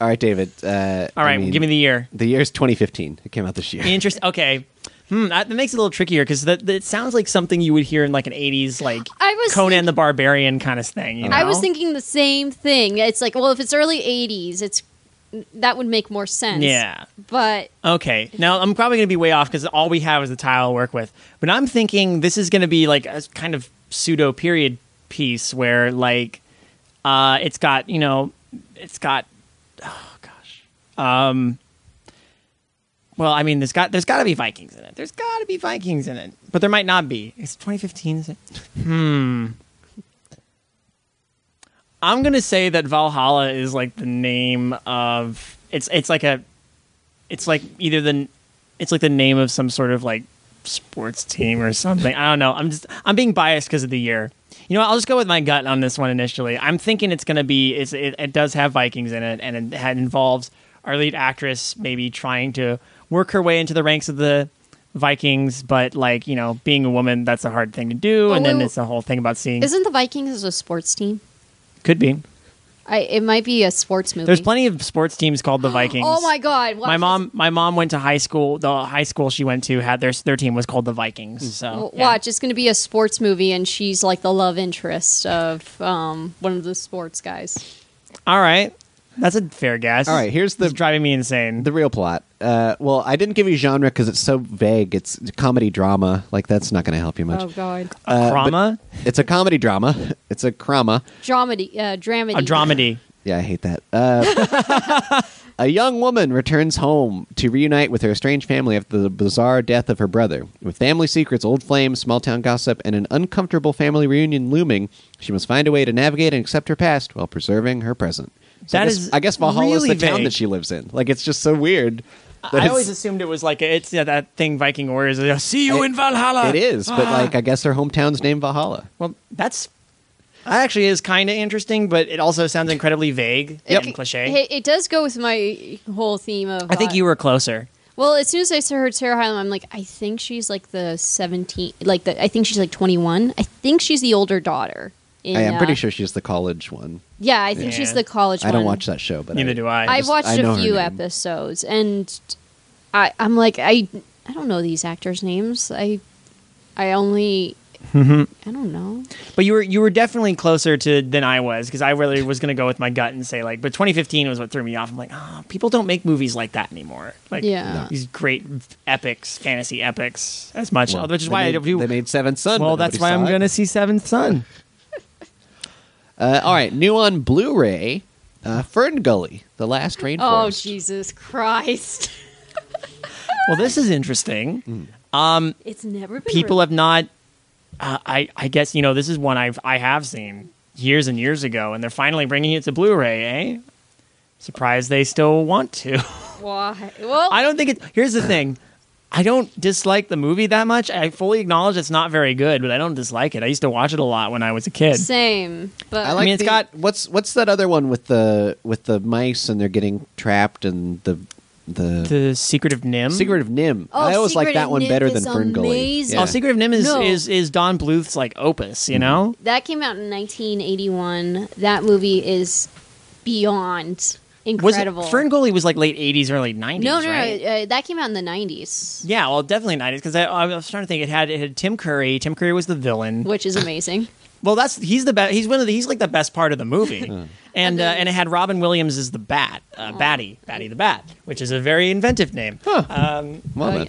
[SPEAKER 1] all right, David. Uh,
[SPEAKER 2] All right, give me the year.
[SPEAKER 1] the year's 2015. It came out this year.
[SPEAKER 2] Interest. Okay. Hmm, that that makes it a little trickier because that, that sounds like something you would hear in like an '80s like
[SPEAKER 3] I was
[SPEAKER 2] Conan
[SPEAKER 3] thinking-
[SPEAKER 2] the Barbarian kind of thing. You know?
[SPEAKER 3] I was thinking the same thing. It's like, well, if it's early '80s, it's that would make more sense.
[SPEAKER 2] Yeah.
[SPEAKER 3] but
[SPEAKER 2] Okay. Now I'm probably going to be way off because all we have is the tile to work with. But I'm thinking this is going to be like a kind of pseudo period piece where like uh, it's got you know it's got oh gosh um well I mean there's got there's got to be Vikings in it. There's got to be Vikings in it, but there might not be. It's 2015. Is it? Hmm. I'm gonna say that Valhalla is like the name of it's it's like a it's like either the it's like the name of some sort of like sports team or something. I don't know. I'm just I'm being biased because of the year. You know, what? I'll just go with my gut on this one initially. I'm thinking it's gonna be it's, it, it does have Vikings in it, and it had, involves our lead actress maybe trying to work her way into the ranks of the Vikings, but like you know, being a woman that's a hard thing to do, and
[SPEAKER 3] Well,
[SPEAKER 2] then
[SPEAKER 3] we-
[SPEAKER 2] it's a whole thing about seeing.
[SPEAKER 3] isn't the Vikings a sports team?
[SPEAKER 2] Could be.
[SPEAKER 3] I, it might be a sports movie.
[SPEAKER 2] There's plenty of sports teams called the Vikings.
[SPEAKER 3] Oh my God! watch
[SPEAKER 2] my
[SPEAKER 3] this.
[SPEAKER 2] mom my mom went to high school the high school she went to had their their team was called the
[SPEAKER 1] Mm.
[SPEAKER 2] vikings so
[SPEAKER 3] W-
[SPEAKER 2] yeah.
[SPEAKER 3] Watch, it's going to be a sports movie, and she's like the love interest of um, one of the sports guys.
[SPEAKER 2] all right that's a fair guess
[SPEAKER 1] All right, here's the-
[SPEAKER 2] This is driving me insane
[SPEAKER 1] The real plot. Uh, well, I didn't give you genre because it's so vague. It's comedy drama. Like that's not going to help you much.
[SPEAKER 3] Oh God,
[SPEAKER 1] Uh, but
[SPEAKER 2] drama
[SPEAKER 1] It's a comedy drama. It's a crama.
[SPEAKER 3] dramedy, uh, dramedy,
[SPEAKER 2] a dramedy
[SPEAKER 1] Yeah, I hate that. Uh, a young woman returns home to reunite with her estranged family after the bizarre death of her brother. With family secrets, old flames, small town gossip, and an uncomfortable family reunion looming, she must find a way to navigate and accept her past while preserving her present. So I
[SPEAKER 2] That
[SPEAKER 1] guess,
[SPEAKER 2] is
[SPEAKER 1] I guess Valhalla
[SPEAKER 2] really
[SPEAKER 1] is the town
[SPEAKER 2] vague.
[SPEAKER 1] that she lives in. Like it's just so weird. that
[SPEAKER 2] I always
[SPEAKER 1] it's-
[SPEAKER 2] assumed it was like a, it's yeah, that thing Viking warriors. Like, See you in Valhalla.
[SPEAKER 1] it is, but like I guess her hometown's named Valhalla.
[SPEAKER 2] Well, that's that actually is kind of interesting, but it also sounds incredibly vague
[SPEAKER 1] Yep.
[SPEAKER 2] and cliche.
[SPEAKER 3] It, it does go with my whole theme of.
[SPEAKER 2] I think
[SPEAKER 3] uh,
[SPEAKER 2] you were closer.
[SPEAKER 3] Well, as soon as I saw her Sarah Hyland, I'm like, I think she's like the 17, like the, I think she's like 21. I think she's the older daughter. in,
[SPEAKER 1] I am
[SPEAKER 3] uh,
[SPEAKER 1] pretty sure she's the college one.
[SPEAKER 3] Yeah, I think
[SPEAKER 2] Yeah.
[SPEAKER 3] she's the college.
[SPEAKER 1] I don't
[SPEAKER 3] one.
[SPEAKER 1] watch that show, but
[SPEAKER 2] Neither do I.
[SPEAKER 1] I
[SPEAKER 3] I've
[SPEAKER 1] just-
[SPEAKER 3] watched
[SPEAKER 1] I know
[SPEAKER 3] a
[SPEAKER 1] her
[SPEAKER 3] few
[SPEAKER 1] name.
[SPEAKER 3] episodes, and I, I'm like, I, I don't know these actors' names. I, I only,
[SPEAKER 1] Mm-hmm.
[SPEAKER 3] I don't know.
[SPEAKER 2] But you were you were definitely closer to than I was because I really was going to go with my gut and say like, but 2015 was what threw me off. I'm like, ah, people don't make movies like that anymore. Like,
[SPEAKER 3] Yeah.
[SPEAKER 2] these great epics, fantasy epics, as much,
[SPEAKER 1] Well,
[SPEAKER 2] which is
[SPEAKER 1] they
[SPEAKER 2] why
[SPEAKER 1] made,
[SPEAKER 2] I do.
[SPEAKER 1] They made Seventh Son.
[SPEAKER 2] well,
[SPEAKER 1] but
[SPEAKER 2] that's why
[SPEAKER 1] nobody
[SPEAKER 2] I'm
[SPEAKER 1] saw it.
[SPEAKER 2] going to see Seventh Son.
[SPEAKER 1] Uh, all right, new on Blu-ray, uh, Fern Gully, The Last Rainforest.
[SPEAKER 3] Oh Jesus Christ!
[SPEAKER 2] Well, this is
[SPEAKER 1] Mm.
[SPEAKER 2] interesting.
[SPEAKER 3] It's never been
[SPEAKER 2] people
[SPEAKER 3] re-
[SPEAKER 2] have not. Uh, I I guess you know this is one I've I have seen years and years ago, and they're finally bringing it to Blu-ray. Eh? Surprised they still want to.
[SPEAKER 3] Why? Well,
[SPEAKER 2] I don't think it. Here's the thing. I don't dislike the movie that much. I fully acknowledge it's not very good, but I don't dislike it. I used to watch it a lot when I was a kid.
[SPEAKER 3] same. But
[SPEAKER 1] I like.
[SPEAKER 2] mean, it's
[SPEAKER 1] the-
[SPEAKER 2] got-
[SPEAKER 1] what's what's that other one with the with the mice and they're getting trapped and the the,
[SPEAKER 2] The Secret of Nim.
[SPEAKER 1] Secret of Nim.
[SPEAKER 3] Oh,
[SPEAKER 1] I always
[SPEAKER 3] Secret
[SPEAKER 1] like that
[SPEAKER 3] of
[SPEAKER 1] one
[SPEAKER 3] Nim
[SPEAKER 1] better
[SPEAKER 3] is
[SPEAKER 1] than Fern Gully.
[SPEAKER 3] amazing.
[SPEAKER 1] Yeah.
[SPEAKER 2] Oh, Secret of Nim is,
[SPEAKER 3] No.
[SPEAKER 2] is is Don Bluth's like opus. You know.
[SPEAKER 3] that came out in 1981. That movie is beyond
[SPEAKER 2] Was
[SPEAKER 3] Mm-hmm. incredible.
[SPEAKER 2] it Fern Gully was like late '80s, early '90s?
[SPEAKER 3] no, no,
[SPEAKER 2] right?
[SPEAKER 3] no. Uh, that came out in the 90s,
[SPEAKER 2] Yeah, well, definitely not because I, I was trying to think. It had it had Tim Curry. Tim Curry was the villain.
[SPEAKER 3] which is amazing.
[SPEAKER 2] Well, that's he's the best. He's one of the he's like the best part of the movie.
[SPEAKER 1] Hmm.
[SPEAKER 2] and uh, and it had Robin Williams as the bat, uh, Batty, Batty the Bat, which is a very inventive name. Um,
[SPEAKER 1] Well,
[SPEAKER 3] Oh,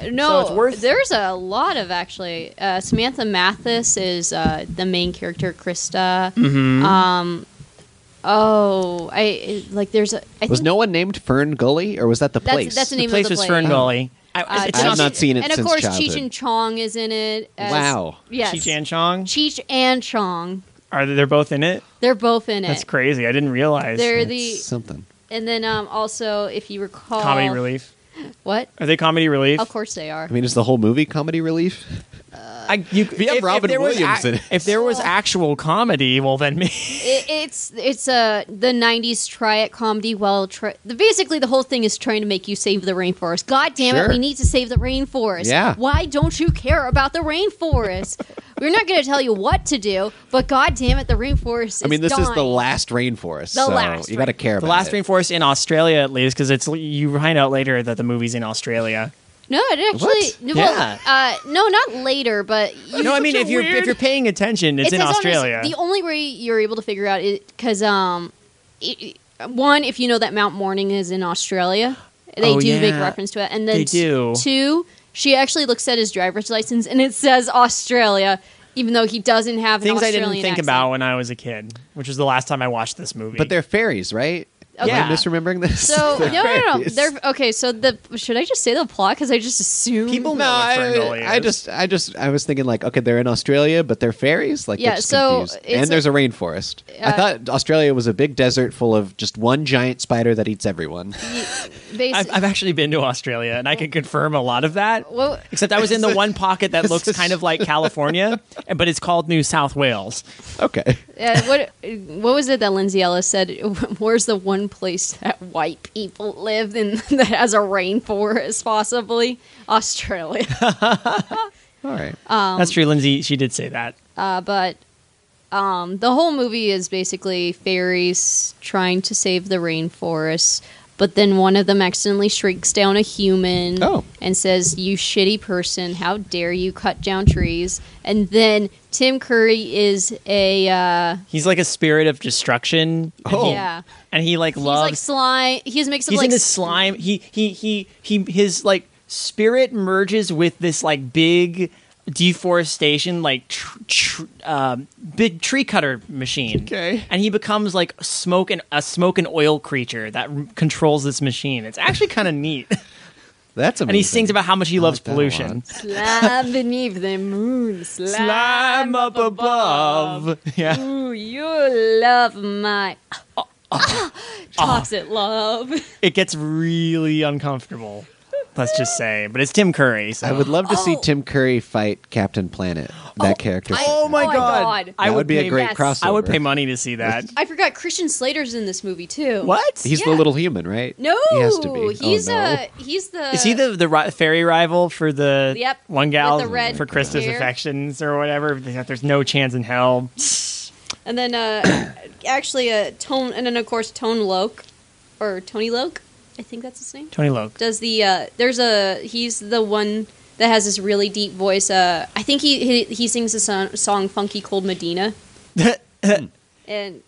[SPEAKER 1] then.
[SPEAKER 3] No,
[SPEAKER 2] it's worth-
[SPEAKER 3] there's a lot of actually. Uh, Samantha Mathis is uh, the main character, Krista. Um,
[SPEAKER 2] Mm-hmm.
[SPEAKER 3] oh, I like. There's a. I
[SPEAKER 1] Was
[SPEAKER 3] think uh,
[SPEAKER 1] no one named Fern Gully, or was that the
[SPEAKER 3] That's-
[SPEAKER 1] place?
[SPEAKER 3] that's the
[SPEAKER 2] the
[SPEAKER 3] name of
[SPEAKER 2] place
[SPEAKER 3] the
[SPEAKER 2] was
[SPEAKER 3] play.
[SPEAKER 2] Fern Gully. I,
[SPEAKER 3] uh,
[SPEAKER 2] it's
[SPEAKER 1] I
[SPEAKER 2] not
[SPEAKER 1] have not seen it
[SPEAKER 3] And of
[SPEAKER 1] since
[SPEAKER 3] course,
[SPEAKER 1] childhood.
[SPEAKER 3] Cheech and Chong is in it. as-
[SPEAKER 1] Wow.
[SPEAKER 3] Yes.
[SPEAKER 2] Cheech and Chong.
[SPEAKER 3] Cheech and Chong.
[SPEAKER 2] Are they, they're both in it?
[SPEAKER 3] They're both in it.
[SPEAKER 2] That's crazy. I didn't realize.
[SPEAKER 3] They're the
[SPEAKER 1] something.
[SPEAKER 3] and then um, also if you recall
[SPEAKER 2] comedy relief.
[SPEAKER 3] What?
[SPEAKER 2] Are they comedy relief?
[SPEAKER 3] Of course they are.
[SPEAKER 1] I mean, is the whole movie comedy relief?
[SPEAKER 2] I, you, if,
[SPEAKER 1] have
[SPEAKER 2] if
[SPEAKER 1] Robin
[SPEAKER 2] there was
[SPEAKER 1] Williams in it.
[SPEAKER 2] If there was actual comedy, well then me.
[SPEAKER 3] it, it's it's a the '90s try it comedy. Well, try, the, basically the whole thing is trying to make you save the rainforest. God damn
[SPEAKER 1] Sure.
[SPEAKER 3] it, we need to save the rainforest.
[SPEAKER 1] Yeah.
[SPEAKER 3] Why don't you care about the rainforest? We're not going to tell you what to do, but god damn it, the rainforest. Is
[SPEAKER 1] I mean, this is the
[SPEAKER 3] dying.
[SPEAKER 1] last rainforest.
[SPEAKER 3] The
[SPEAKER 1] so
[SPEAKER 3] last
[SPEAKER 1] you got to
[SPEAKER 3] rainforest.
[SPEAKER 1] care
[SPEAKER 2] The
[SPEAKER 1] about
[SPEAKER 2] last
[SPEAKER 1] it.
[SPEAKER 2] rainforest in Australia, at least, because it's you find out later that the movie's in Australia.
[SPEAKER 3] No, it actually.
[SPEAKER 1] What?
[SPEAKER 3] No,
[SPEAKER 2] Yeah.
[SPEAKER 3] well, uh, no, not later, but you,
[SPEAKER 2] no, I mean if you're if you're paying attention, it's,
[SPEAKER 3] It
[SPEAKER 2] in
[SPEAKER 3] says on this-
[SPEAKER 2] Australia.
[SPEAKER 3] the only way you're able to figure out it because um, it, it- one if you know that Mount Morning is in Australia, they
[SPEAKER 2] Oh,
[SPEAKER 3] do make
[SPEAKER 2] yeah.
[SPEAKER 3] reference to it, and then
[SPEAKER 2] They do.
[SPEAKER 3] two. She actually looks at his driver's license and it says Australia, even though he doesn't have an
[SPEAKER 2] Things I
[SPEAKER 3] Australian
[SPEAKER 2] didn't think
[SPEAKER 3] accent.
[SPEAKER 2] about when I was a kid, which was the last time I watched this movie.
[SPEAKER 1] But they're fairies, right?
[SPEAKER 2] Yeah.
[SPEAKER 1] Am I misremembering this?
[SPEAKER 3] So no,
[SPEAKER 1] They're
[SPEAKER 3] no, no.
[SPEAKER 1] fairies.
[SPEAKER 3] They're okay. So the should I just say the plot because I just assumed
[SPEAKER 2] People
[SPEAKER 1] No,
[SPEAKER 2] know what Ferngully
[SPEAKER 1] I, I
[SPEAKER 2] is.
[SPEAKER 1] just, I just, I was thinking like, okay, they're in Australia, but they're fairies. Like,
[SPEAKER 3] Yeah,
[SPEAKER 1] Just
[SPEAKER 3] so
[SPEAKER 1] confused.
[SPEAKER 3] it's
[SPEAKER 1] and
[SPEAKER 3] like-
[SPEAKER 1] there's a rainforest. I
[SPEAKER 3] Uh,
[SPEAKER 1] thought Australia was a big desert full of just one giant spider that eats everyone.
[SPEAKER 3] basi-
[SPEAKER 2] I've, I've actually been to Australia, and I can confirm a lot of that.
[SPEAKER 3] Well-
[SPEAKER 2] Except I was in the one pocket that looks
[SPEAKER 1] is-
[SPEAKER 2] kind of like California, but it's called New South Wales.
[SPEAKER 1] okay.
[SPEAKER 3] uh, what what was it that Lindsay Ellis said? Where's the one place that white people live in that has a rainforest? Possibly Australia.
[SPEAKER 1] All right.
[SPEAKER 3] Um,
[SPEAKER 2] That's true, Lindsay. She did say that.
[SPEAKER 3] Uh, but um, the whole movie is basically fairies trying to save the rainforest. But then one of them accidentally shrinks down a human
[SPEAKER 1] Oh.
[SPEAKER 3] and says, You shitty person, how dare you cut down trees? And then Tim Curry is a. Uh,
[SPEAKER 2] He's like a spirit of destruction. and
[SPEAKER 1] Oh.
[SPEAKER 2] he-
[SPEAKER 3] Yeah.
[SPEAKER 2] and he like
[SPEAKER 3] He's like
[SPEAKER 2] loves
[SPEAKER 3] slime. He's mixed up
[SPEAKER 2] he's
[SPEAKER 3] like
[SPEAKER 2] in this slime. He he he he his like spirit merges with this like big deforestation like tr- tr- um, big tree cutter machine.
[SPEAKER 1] Okay.
[SPEAKER 2] and he becomes like smoke and a smoke and oil creature that r- controls this machine. It's actually kind of neat.
[SPEAKER 1] That's amazing.
[SPEAKER 2] and he sings about how much he loves
[SPEAKER 1] like that a
[SPEAKER 2] pollution.
[SPEAKER 1] lot.
[SPEAKER 3] Slime beneath the moon, slime,
[SPEAKER 2] Slime up above. Yeah.
[SPEAKER 3] Ooh, you love my. Toxic love.
[SPEAKER 2] It gets really uncomfortable. Let's just say, but it's Tim Curry. So.
[SPEAKER 1] I would love to see
[SPEAKER 3] Oh.
[SPEAKER 1] Tim Curry fight Captain Planet. That character.
[SPEAKER 3] I-
[SPEAKER 2] Oh my
[SPEAKER 3] Oh my
[SPEAKER 2] god!
[SPEAKER 3] God.
[SPEAKER 2] I
[SPEAKER 1] That would be a
[SPEAKER 2] pay-
[SPEAKER 1] great
[SPEAKER 3] Yes.
[SPEAKER 1] crossover.
[SPEAKER 2] I would pay money to see that.
[SPEAKER 3] I forgot Christian Slater's in this movie too.
[SPEAKER 2] what?
[SPEAKER 1] He's the
[SPEAKER 3] Yeah.
[SPEAKER 1] little human, right?
[SPEAKER 3] No,
[SPEAKER 1] he has to be.
[SPEAKER 3] He's
[SPEAKER 1] oh, no.
[SPEAKER 3] uh he's the
[SPEAKER 2] Is he the the ri- fairy rival for the
[SPEAKER 3] Yep,
[SPEAKER 2] one gal
[SPEAKER 3] with the red
[SPEAKER 2] for Krista's
[SPEAKER 3] hair.
[SPEAKER 2] affections or whatever? There's no chance in hell.
[SPEAKER 3] and then uh actually uh Tone and then of course Tone Loke or Tony Loke, I think that's his name.
[SPEAKER 2] Tony Loke.
[SPEAKER 3] Does the uh there's a he's the one that has this really deep voice. Uh I think he he, he sings the song, song Funky Cold Medina and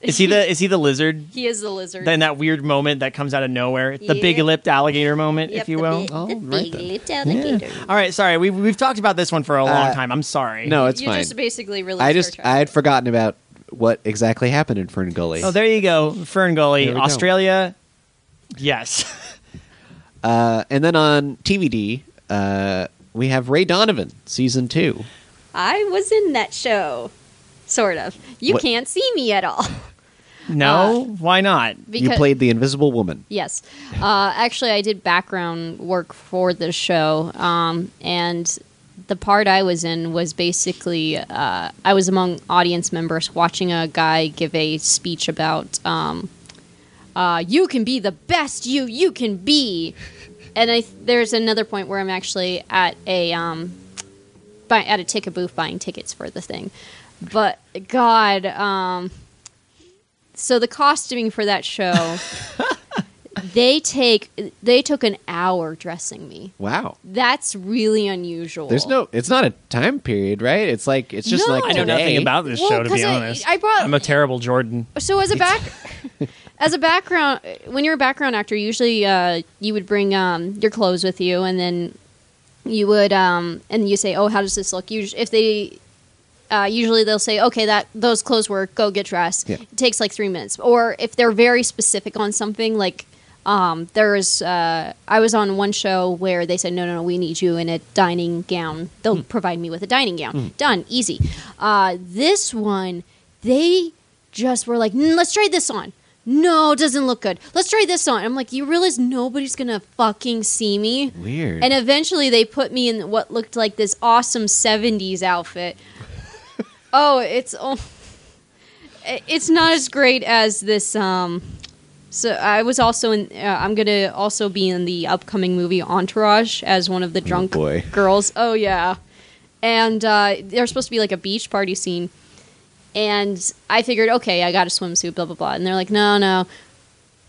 [SPEAKER 2] is he the is he the lizard?
[SPEAKER 3] he is the lizard.
[SPEAKER 2] Then that weird moment that comes out of nowhere, It's the
[SPEAKER 3] Yeah.
[SPEAKER 2] big lipped alligator moment,
[SPEAKER 3] Yep,
[SPEAKER 2] if you
[SPEAKER 3] the
[SPEAKER 2] will.
[SPEAKER 3] big-
[SPEAKER 1] Oh,
[SPEAKER 3] the
[SPEAKER 1] right
[SPEAKER 3] big
[SPEAKER 1] then.
[SPEAKER 3] little alligator.
[SPEAKER 2] All right, sorry, we've we've talked about this one for a long
[SPEAKER 1] Uh,
[SPEAKER 2] time. I'm sorry.
[SPEAKER 1] No, it's
[SPEAKER 3] you
[SPEAKER 1] fine.
[SPEAKER 3] just basically really
[SPEAKER 1] I just I had forgotten about what exactly happened in Fern Gully.
[SPEAKER 2] Oh, there you go, Fern
[SPEAKER 1] There
[SPEAKER 2] Gully,
[SPEAKER 1] we go.
[SPEAKER 2] Australia. Yes.
[SPEAKER 1] uh, and then on TVD, uh, we have Ray Donovan season two.
[SPEAKER 3] I was in that show. Sort of. You
[SPEAKER 1] What-
[SPEAKER 3] can't see me at all.
[SPEAKER 2] No, why not?
[SPEAKER 1] you played the Invisible Woman.
[SPEAKER 3] Yes. Uh, actually, I did background work for the show, um, and the part I was in was basically uh, I was among audience members watching a guy give a speech about um, uh, you can be the best you you can be, and I there's another point where I'm actually at a um, buy, at a ticket booth buying tickets for the thing, but God. Um, so the costuming for that show they take they took an hour dressing me
[SPEAKER 1] Wow.
[SPEAKER 3] that's really unusual
[SPEAKER 1] There's no. It's not a time period, right? It's like it's just
[SPEAKER 3] No.
[SPEAKER 1] like
[SPEAKER 2] I know
[SPEAKER 1] today.
[SPEAKER 2] nothing about this
[SPEAKER 3] Well,
[SPEAKER 2] show to be
[SPEAKER 3] 'cause I-
[SPEAKER 2] honest.
[SPEAKER 3] I brought-
[SPEAKER 2] I'm a terrible Jordan.
[SPEAKER 3] so as a back as a background when you're a background actor usually uh, you would bring um, your clothes with you and then you would um, and you say oh how does this look Usu if they uh, usually they'll say okay that those clothes work go get dressed
[SPEAKER 1] Yeah.
[SPEAKER 3] it takes like three minutes or if they're very specific on something like um, there is uh, i was on one show where they said no no no we need you in a dining gown they'll provide me with a dining gown done easy uh, this one they just were like "Mm, let's try this on no it doesn't look good let's try this on i'm like you realize nobody's gonna fucking see me
[SPEAKER 1] Weird.
[SPEAKER 3] and eventually they put me in what looked like this awesome 70s outfit. oh, it's oh, it- it's not as great as this um so I was also in uh, I'm going to also be in the upcoming movie Entourage as one of the drunk
[SPEAKER 1] boy.
[SPEAKER 3] girls. Oh yeah. And uh there's supposed to be like a beach party scene. And I figured, okay, I got a swimsuit, blah blah blah. And they're like, no, no.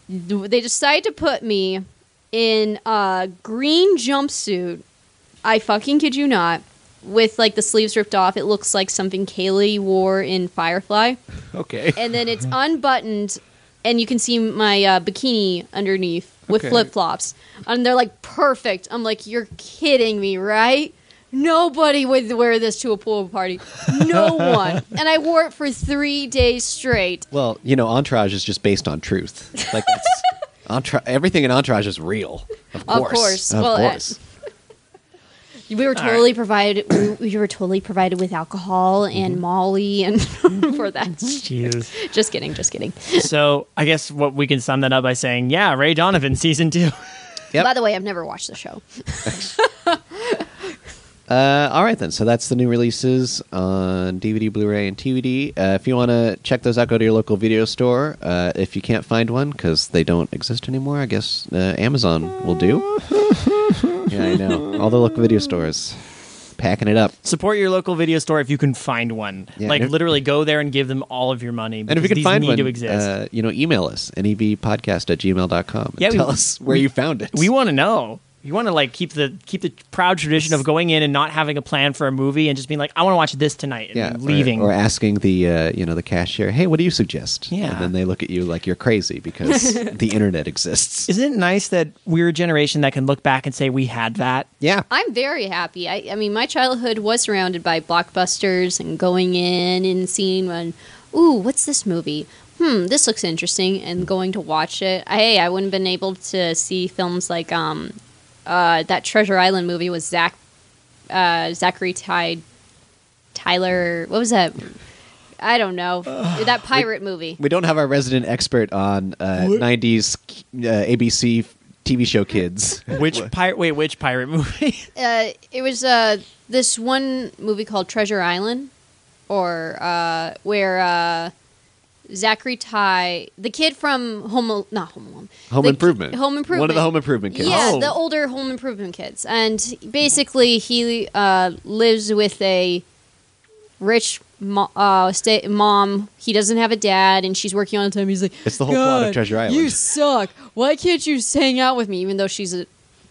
[SPEAKER 3] They decide to put me in a green jumpsuit. I fucking kid you not. With like the sleeves ripped off, it looks like something Kaylee wore in Firefly,
[SPEAKER 1] okay.
[SPEAKER 3] and then it's
[SPEAKER 1] Mm-hmm.
[SPEAKER 3] unbuttoned, and you can see my uh, bikini underneath with
[SPEAKER 1] Okay.
[SPEAKER 3] flip flops, and they're like perfect. I'm like, you're kidding me, right? Nobody would wear this to a pool party. No one. And I wore it for three days straight.
[SPEAKER 1] Well, you know, Entourage is just based on truth. Like that's Entourage. Everything in Entourage is real. Of
[SPEAKER 3] Of
[SPEAKER 1] course.
[SPEAKER 3] course.
[SPEAKER 1] Of
[SPEAKER 3] Well, uh,
[SPEAKER 1] course.
[SPEAKER 3] We were
[SPEAKER 2] right.
[SPEAKER 3] totally provided. We, we were totally provided with alcohol
[SPEAKER 1] Mm-hmm.
[SPEAKER 3] and Molly, and for that.
[SPEAKER 2] Jeez.
[SPEAKER 3] Just kidding. Just kidding.
[SPEAKER 2] so I guess what we can sum that up by saying, yeah, Ray Donovan season two.
[SPEAKER 1] Yep.
[SPEAKER 3] By the way, I've never watched the show.
[SPEAKER 1] Uh, all right, then. So that's the new releases on DVD, Blu ray, and TVD. Uh, if you want to check those out, go to your local video store. Uh, if you can't find one because they don't exist anymore, I guess uh, Amazon will do. yeah, I know. All the local video stores packing it up.
[SPEAKER 2] Support your local video store if you can find one.
[SPEAKER 1] Yeah,
[SPEAKER 2] like
[SPEAKER 1] and if-
[SPEAKER 2] literally go there and give them all of your money.
[SPEAKER 1] And if you
[SPEAKER 2] because
[SPEAKER 1] can
[SPEAKER 2] these
[SPEAKER 1] find
[SPEAKER 2] need
[SPEAKER 1] one,
[SPEAKER 2] to exist.
[SPEAKER 1] Uh, you know, email us, nevpodcast at gmail.com. And
[SPEAKER 2] Yeah, we-
[SPEAKER 1] tell us where you found it.
[SPEAKER 2] we want to know. You want to like keep the keep the proud tradition of going in and not having a plan for a movie and just being like, I want to watch this tonight and
[SPEAKER 1] yeah,
[SPEAKER 2] then
[SPEAKER 1] or-
[SPEAKER 2] leaving.
[SPEAKER 1] or, asking the uh, you know the cashier, hey, what do you suggest?
[SPEAKER 2] Yeah.
[SPEAKER 1] and then they look at you like you're crazy because the internet exists.
[SPEAKER 2] Isn't it nice that we're a generation that can look back and say we had that?
[SPEAKER 1] Yeah,
[SPEAKER 3] I'm very happy. I, I mean, my childhood was surrounded by blockbusters and going in and seeing one. Ooh, what's this movie? Hmm, this looks interesting, and going to watch it. Hey, I wouldn't have been able to see films like um, uh, that Treasure Island movie with Zach, uh, Zachary Ty, Tyler. What was that? I don't know that pirate movie.
[SPEAKER 1] We don't have our resident expert on uh,
[SPEAKER 2] What?
[SPEAKER 1] 90s uh, ABC TV show kids.
[SPEAKER 2] Which pirate? Wait, which pirate movie?
[SPEAKER 3] Uh, it was uh, this one movie called Treasure Island, or uh, where uh, Zachary Ty, the kid from Home, Al- not Home Alone,
[SPEAKER 1] Home
[SPEAKER 3] the ki-
[SPEAKER 1] Improvement.
[SPEAKER 3] Home Improvement,
[SPEAKER 1] One of the Home Improvement kids.
[SPEAKER 3] Yeah,
[SPEAKER 2] Oh.
[SPEAKER 3] the older Home Improvement kids, and basically he uh, lives with a rich mo- uh, sta- mom. He doesn't have a dad, and she's working on time. He's like,
[SPEAKER 1] It's the whole plot of Treasure Island."
[SPEAKER 3] You suck. Why can't you hang out with me? Even though she's a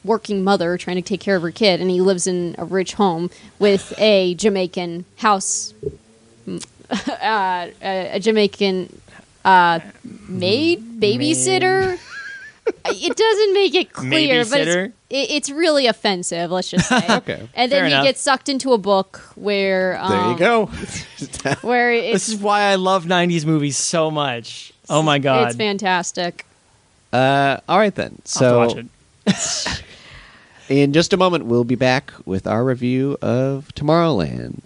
[SPEAKER 3] working mother trying to take care of her kid, and he lives in a rich home with a Jamaican house, mm, uh, a a Jamaican uh, maid babysitter. it doesn't make it clear, but
[SPEAKER 2] Babysitter?
[SPEAKER 3] it's, it, it's really offensive. Let's just say.
[SPEAKER 1] Okay.
[SPEAKER 3] And then
[SPEAKER 2] Fair
[SPEAKER 3] he
[SPEAKER 2] enough.
[SPEAKER 3] gets sucked into a book where um,
[SPEAKER 1] There you go.
[SPEAKER 3] Where it's,
[SPEAKER 2] This is why I love '90s movies so much. Oh my god!
[SPEAKER 3] it's fantastic.
[SPEAKER 1] Uh, all right then.
[SPEAKER 2] I'll have to
[SPEAKER 1] So
[SPEAKER 2] watch it.
[SPEAKER 1] in just a moment, we'll be back with our review of Tomorrowland.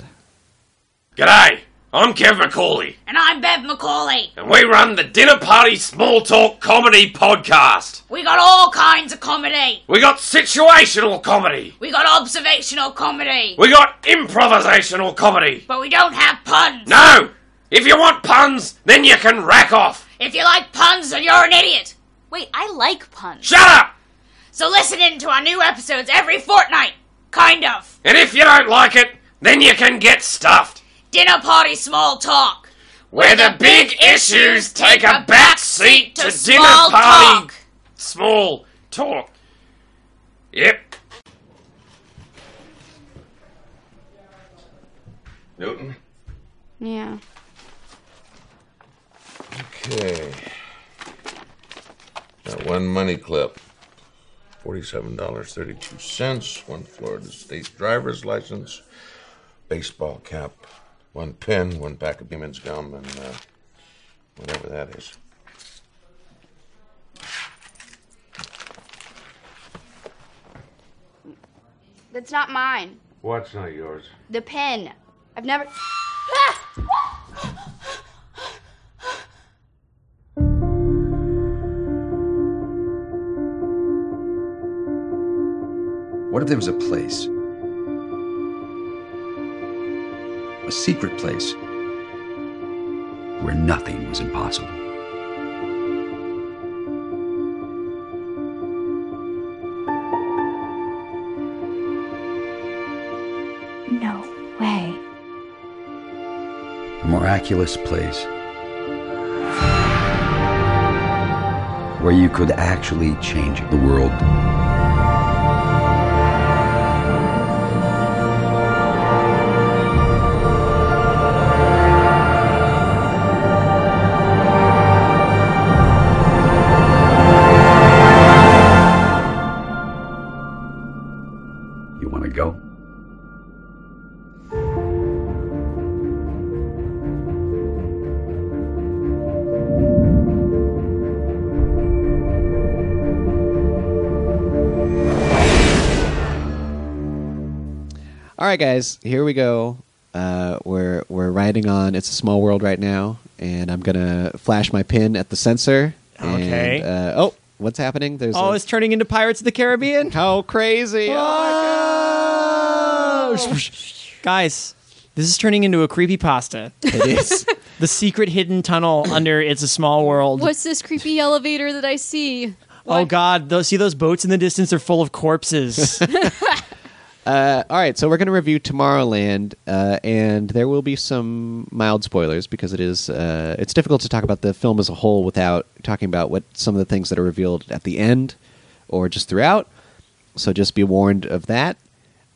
[SPEAKER 4] G'day, I'm Kev McCauley,
[SPEAKER 5] And I'm Bev Macaulay.
[SPEAKER 4] and we run the Dinner Party Small Talk Comedy Podcast.
[SPEAKER 5] We got all kinds of comedy.
[SPEAKER 4] We got situational comedy,
[SPEAKER 5] We got observational comedy.
[SPEAKER 4] we got improvisational comedy.
[SPEAKER 5] But we don't have puns.
[SPEAKER 4] No! If you want puns, then you can rack off.
[SPEAKER 5] If you like puns, then you're an idiot. Wait, I like puns.
[SPEAKER 4] Shut up!
[SPEAKER 5] So listen in to our new episodes every fortnight. Kind of.
[SPEAKER 4] And if you don't like it, then you can get stuffed.
[SPEAKER 5] Dinner party small talk.
[SPEAKER 4] Where the big issues take a back seat to dinner party
[SPEAKER 5] talk.
[SPEAKER 4] small talk. Yep. Newton?
[SPEAKER 5] Yeah.
[SPEAKER 6] Okay. Got one money clip. $47.32, one Florida State driver's license, baseball cap, one pin, one pack of Beeman's gum, and uh, whatever that is.
[SPEAKER 7] That's not mine.
[SPEAKER 6] What's not yours?
[SPEAKER 7] The pen. I've never.
[SPEAKER 8] What if there was a place? A secret place where nothing was impossible.
[SPEAKER 7] No way.
[SPEAKER 8] A miraculous place where you could actually change the world. You want to go?
[SPEAKER 1] All right, guys, here we go. Uh, we're we're riding on. It's a small world right now, and I'm gonna flash my pin at the sensor. and,
[SPEAKER 2] Okay.
[SPEAKER 1] uh, oh, what's happening? There's
[SPEAKER 2] Oh,
[SPEAKER 1] a-
[SPEAKER 2] it's Oh, turning into Pirates of the Caribbean.
[SPEAKER 1] how crazy!
[SPEAKER 2] Guys, this is turning into a creepy pasta.
[SPEAKER 1] it is.
[SPEAKER 2] The secret hidden tunnel under It's a Small World.
[SPEAKER 3] What's this creepy elevator that I see?
[SPEAKER 2] Oh God! Those, see those boats in the distance? They're full of corpses.
[SPEAKER 1] All right, so we're going to review Tomorrowland, uh, and there will be some mild spoilers because it is uh, it's difficult to talk about the film as a whole without talking about what some of the things that are revealed at the end or just throughout. So just be warned of that.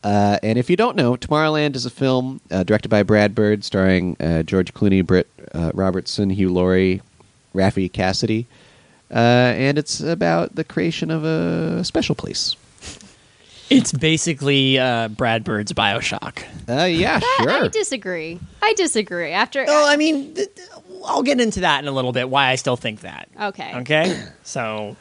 [SPEAKER 1] Uh, and if you don't know, Tomorrowland is a film uh, directed by Brad Bird, starring uh, George Clooney, Britt uh, Robertson, Hugh Laurie, Raffi Cassidy, uh, and it's about the creation of a special place.
[SPEAKER 2] it's basically uh, Brad Bird's Bioshock.
[SPEAKER 1] Uh, yeah,
[SPEAKER 3] I
[SPEAKER 1] sure.
[SPEAKER 3] disagree. I disagree. After
[SPEAKER 2] Oh, I mean, th- th- I'll get into that in a little bit. Why I still think that.
[SPEAKER 3] uh, okay,
[SPEAKER 2] Okay. So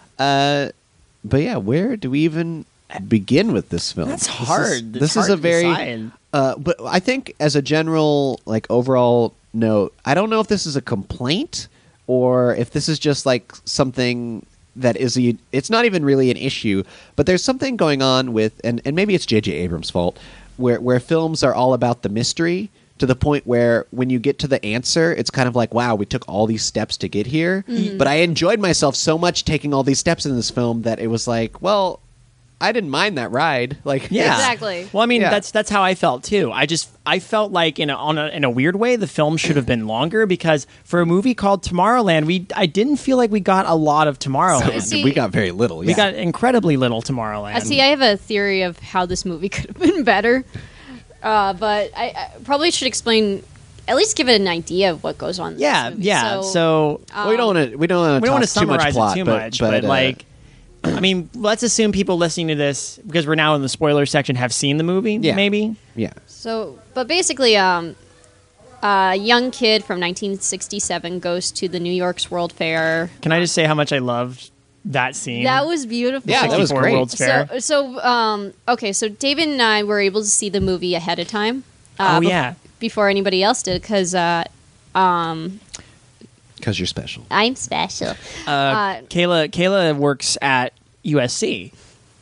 [SPEAKER 1] But yeah, where do we even begin with this film?
[SPEAKER 2] That's
[SPEAKER 1] This
[SPEAKER 2] hard.
[SPEAKER 1] is-
[SPEAKER 2] It's
[SPEAKER 1] This is,
[SPEAKER 2] hard
[SPEAKER 1] a
[SPEAKER 2] to
[SPEAKER 1] very.
[SPEAKER 2] decide.
[SPEAKER 1] Uh, but I think as a general, like overall note, I don't know if this is a complaint or if this is just like something that is a, it's not even really an issue, but there's something going on with and, and maybe it's JJ Abrams' fault where where films are all about the mystery to the point where when you get to the answer, it's kind of like, wow, we took all these steps to get here. But I enjoyed myself so much taking all these steps in this film that it was like, well, I didn't mind that ride. Like,
[SPEAKER 2] Yeah,
[SPEAKER 3] Exactly.
[SPEAKER 2] Well, I mean,
[SPEAKER 1] Yeah.
[SPEAKER 2] that's that's how I felt too. I just I felt like in a, on a, in a weird way, the film should have been longer because for a movie called Tomorrowland, we I didn't feel like we got a lot of Tomorrowland.
[SPEAKER 3] See-
[SPEAKER 1] we got very little.
[SPEAKER 2] we
[SPEAKER 1] yeah.
[SPEAKER 2] got incredibly little Tomorrowland.
[SPEAKER 3] Uh, see, I have a theory of how this movie could have been better, uh, but I, I probably should explain, at least give it an idea of what goes on. In this
[SPEAKER 2] yeah,
[SPEAKER 3] movie.
[SPEAKER 2] yeah.
[SPEAKER 3] So,
[SPEAKER 2] So,
[SPEAKER 1] we don't want to. We don't want
[SPEAKER 2] we don't want to
[SPEAKER 1] too much
[SPEAKER 2] summarize
[SPEAKER 1] plot,
[SPEAKER 2] it too
[SPEAKER 1] but,
[SPEAKER 2] much, but,
[SPEAKER 1] uh,
[SPEAKER 2] like, I mean, let's assume people listening to this because we're now in the spoiler section have seen the movie.
[SPEAKER 1] Yeah.
[SPEAKER 2] Maybe
[SPEAKER 1] yeah,
[SPEAKER 3] so, but basically, um, a young kid from 1967 goes to the New York's World Fair.
[SPEAKER 2] can I just say how much I loved that scene?
[SPEAKER 3] That was beautiful.
[SPEAKER 1] Yeah, that was
[SPEAKER 2] 64
[SPEAKER 1] great.
[SPEAKER 2] World's Fair.
[SPEAKER 3] So, so um, okay, so David and I were able to see the movie ahead of time. Uh,
[SPEAKER 2] oh
[SPEAKER 3] bef-
[SPEAKER 2] yeah.
[SPEAKER 3] Before anybody else did, because uh,
[SPEAKER 1] because you're special.
[SPEAKER 3] I'm special. uh,
[SPEAKER 2] Kayla Kayla works at USC.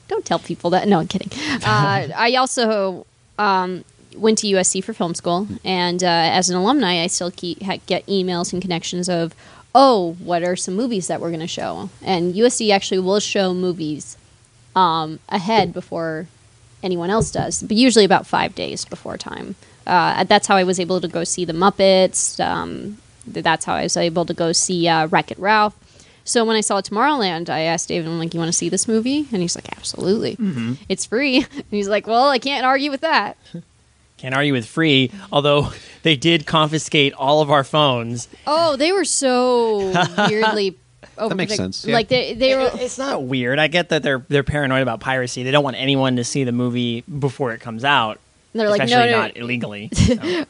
[SPEAKER 3] Don't tell people that. No, I'm kidding. Uh, I also um, went to USC for film school, and uh, as an alumni, I still keep, ha- get emails and connections of, oh, what are some movies that we're going to show? And USC actually will show movies um, ahead before anyone else does, but usually about five days before time. Uh, that's how I was able to go see The Muppets. Um, th- that's how I was able to go see uh, Wreck It Ralph. So when I saw Tomorrowland, I asked David, I'm like, you want to see this movie? And he's like, absolutely.
[SPEAKER 2] Mm-hmm.
[SPEAKER 3] It's free. And he's like, well, I can't argue with that.
[SPEAKER 2] Can't argue with free, although they did confiscate all of our phones.
[SPEAKER 3] Oh, they were so weirdly. Over,
[SPEAKER 1] makes
[SPEAKER 3] like,
[SPEAKER 1] sense, yeah.
[SPEAKER 3] Like they, they were.
[SPEAKER 2] It's not weird. I get that they're they're paranoid about piracy. They don't want anyone to see the movie before it comes out.
[SPEAKER 3] They're like,
[SPEAKER 2] especially
[SPEAKER 3] no, no.
[SPEAKER 2] not illegally.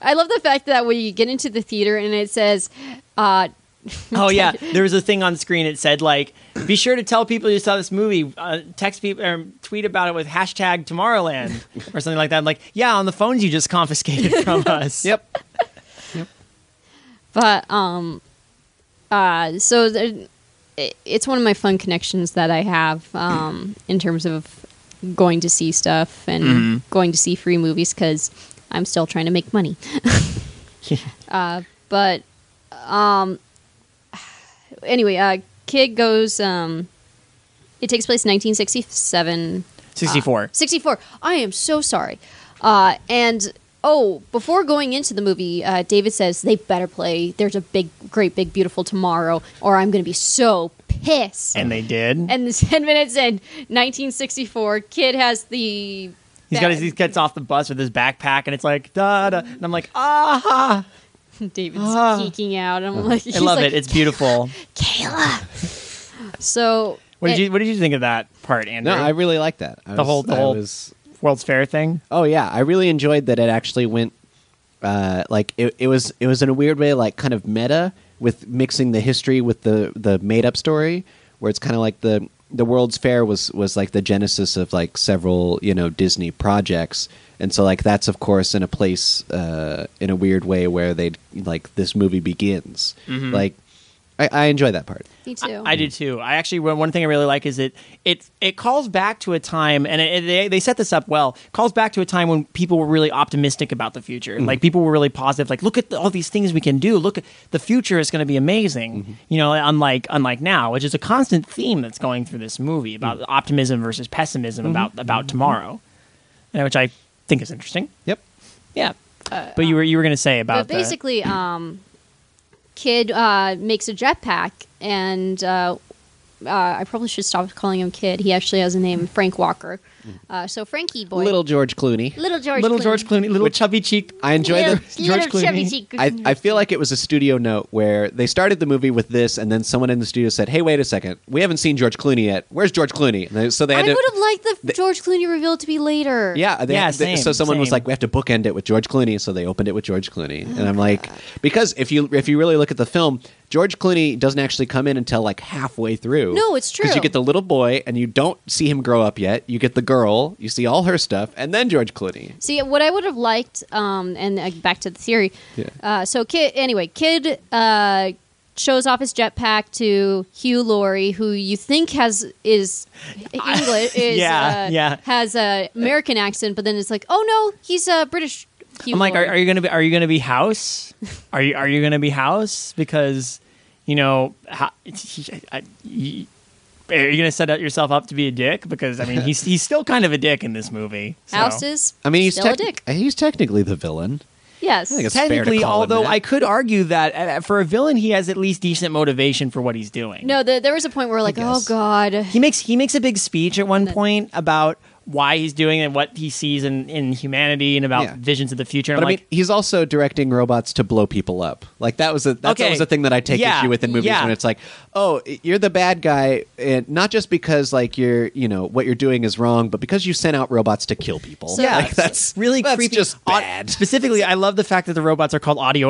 [SPEAKER 3] I love the fact that when you get into the theater and it says, uh,
[SPEAKER 2] oh yeah, there was a thing on screen. It said like, "Be sure to tell people you saw this movie. Uh, text people or tweet about it with hashtag Tomorrowland or something like that." I'm like, yeah, on the phones you just confiscated from us.
[SPEAKER 1] Yep.
[SPEAKER 3] but um, uh, so there, it, it's one of my fun connections that I have um in terms of going to see stuff and going to see free movies because I'm still trying to make money. Uh, but um anyway uh kid goes um it takes place in 1967
[SPEAKER 2] Sixty-four.
[SPEAKER 3] 64 i am so sorry uh and oh before going into the movie uh david says they better play there's a big great big beautiful tomorrow or i'm gonna be so pissed
[SPEAKER 2] and they did.
[SPEAKER 3] and the 10 minutes in 1964 kid has the
[SPEAKER 2] He's got
[SPEAKER 3] bag.
[SPEAKER 2] his, he gets off the bus with his backpack, and it's like da da, and I'm like ah,
[SPEAKER 3] david's geeking out i'm like
[SPEAKER 2] Uh-huh. I love it. It's beautiful.
[SPEAKER 3] kayla so
[SPEAKER 2] What did
[SPEAKER 3] it-
[SPEAKER 2] you What did you think of that part, Andrew?
[SPEAKER 1] No, I really like that. I
[SPEAKER 2] The whole- the
[SPEAKER 1] I
[SPEAKER 2] whole-
[SPEAKER 1] was-
[SPEAKER 2] World's Fair thing.
[SPEAKER 1] oh yeah, I really enjoyed that. It actually went uh, like it, it was. It was in a weird way, like kind of meta with mixing the history with the the made up story, where it's kind of like the the World's Fair was was like the genesis of like several you know Disney projects. And so, like that's of course in a place uh, in a weird way where they would like this movie begins. Like, I, I enjoy that part.
[SPEAKER 3] me too
[SPEAKER 2] I do too. I actually one one thing I really like is it it it calls back to a time, and it, it- they they set this up well. Calls back to a time when people were really optimistic about the future. Like people were really positive. Like look at the, all these things we can do. Look, at the future is going to be amazing. You know, unlike unlike now, which is a constant theme that's going through this movie about optimism versus pessimism about about tomorrow, and which I think is interesting.
[SPEAKER 1] Yep.
[SPEAKER 2] Yeah. but you were you were going to say about
[SPEAKER 3] but basically um kid uh makes a jetpack and uh uh, I probably should stop calling him kid. He actually has a name, Frank Walker. Uh, so Frankie boy,
[SPEAKER 1] Little George Clooney.
[SPEAKER 3] little
[SPEAKER 2] the,
[SPEAKER 3] George,
[SPEAKER 2] little
[SPEAKER 3] Clooney.
[SPEAKER 2] George Clooney, little chubby cheek.
[SPEAKER 1] I enjoy
[SPEAKER 3] little,
[SPEAKER 1] the
[SPEAKER 3] little
[SPEAKER 2] George
[SPEAKER 3] chubby
[SPEAKER 2] Clooney.
[SPEAKER 3] cheek.
[SPEAKER 1] I, I feel like it was a studio note where they started the movie with this, and then someone in the studio said, "Hey, wait a second, we haven't seen George Clooney yet. Where's George Clooney?" And they, so they
[SPEAKER 3] I
[SPEAKER 1] had
[SPEAKER 3] would
[SPEAKER 1] to,
[SPEAKER 3] have liked the, George Clooney reveal to be later.
[SPEAKER 1] yeah, they,
[SPEAKER 2] Yeah,
[SPEAKER 1] had- they-
[SPEAKER 2] same,
[SPEAKER 1] so someone was
[SPEAKER 2] same.
[SPEAKER 1] like, "We have to bookend it with George Clooney," so they opened it with George Clooney,
[SPEAKER 3] Oh
[SPEAKER 1] and I'm like, because if you if you really look at the film, George Clooney doesn't actually come in until like halfway through.
[SPEAKER 3] No, it's
[SPEAKER 1] Because
[SPEAKER 3] true.
[SPEAKER 1] you get the little boy, and you don't see him grow up yet. You get the girl. You see all her stuff, and then George Clooney.
[SPEAKER 3] See what I would have liked, um, and uh, back to the theory.
[SPEAKER 1] Yeah.
[SPEAKER 3] Uh, so kid, anyway, kid uh, shows off his jetpack to Hugh Laurie, who you think has is English, is,
[SPEAKER 2] Yeah,
[SPEAKER 3] uh,
[SPEAKER 2] yeah.
[SPEAKER 3] has a American accent, but then it's like, oh no, he's a British. Hugh
[SPEAKER 2] I'm like, are,
[SPEAKER 3] Laurie.
[SPEAKER 2] are you gonna be? Are you gonna be House? Are you are you gonna be House? Because you know, how, I- you- are you gonna set up yourself up to be a dick? Because I mean, he's he's still kind of a dick in this movie. so.
[SPEAKER 3] House is
[SPEAKER 1] I mean, he's
[SPEAKER 3] still
[SPEAKER 1] tec-
[SPEAKER 3] a dick.
[SPEAKER 1] He's technically the villain.
[SPEAKER 3] Yes,
[SPEAKER 1] think it's fair to
[SPEAKER 2] Technically,
[SPEAKER 1] call him
[SPEAKER 2] although
[SPEAKER 1] that.
[SPEAKER 2] I could argue that uh, for a villain, he has at least decent motivation for what he's doing.
[SPEAKER 3] no. The, there was a point where like, oh
[SPEAKER 1] guess.
[SPEAKER 3] god,
[SPEAKER 2] he makes he makes a big speech at one point about why he's doing it and what he sees in, in humanity and about
[SPEAKER 1] Yeah.
[SPEAKER 2] visions of the future. And
[SPEAKER 1] But
[SPEAKER 2] I'm
[SPEAKER 1] I mean,
[SPEAKER 2] like,
[SPEAKER 1] he's also directing robots to blow people up. Like that was a that's
[SPEAKER 2] Okay.
[SPEAKER 1] always a thing that I take
[SPEAKER 2] Yeah.
[SPEAKER 1] issue with in movies
[SPEAKER 2] Yeah.
[SPEAKER 1] when it's like, oh, you're the bad guy, and not just because like you're you know what you're doing is wrong, but because you sent out robots to kill people.
[SPEAKER 3] So-
[SPEAKER 1] Like,
[SPEAKER 3] Yeah.
[SPEAKER 1] that's
[SPEAKER 2] really
[SPEAKER 1] that's
[SPEAKER 2] creepy.
[SPEAKER 1] Just
[SPEAKER 2] Au-
[SPEAKER 1] bad.
[SPEAKER 2] specifically, I love the fact that the robots are called audio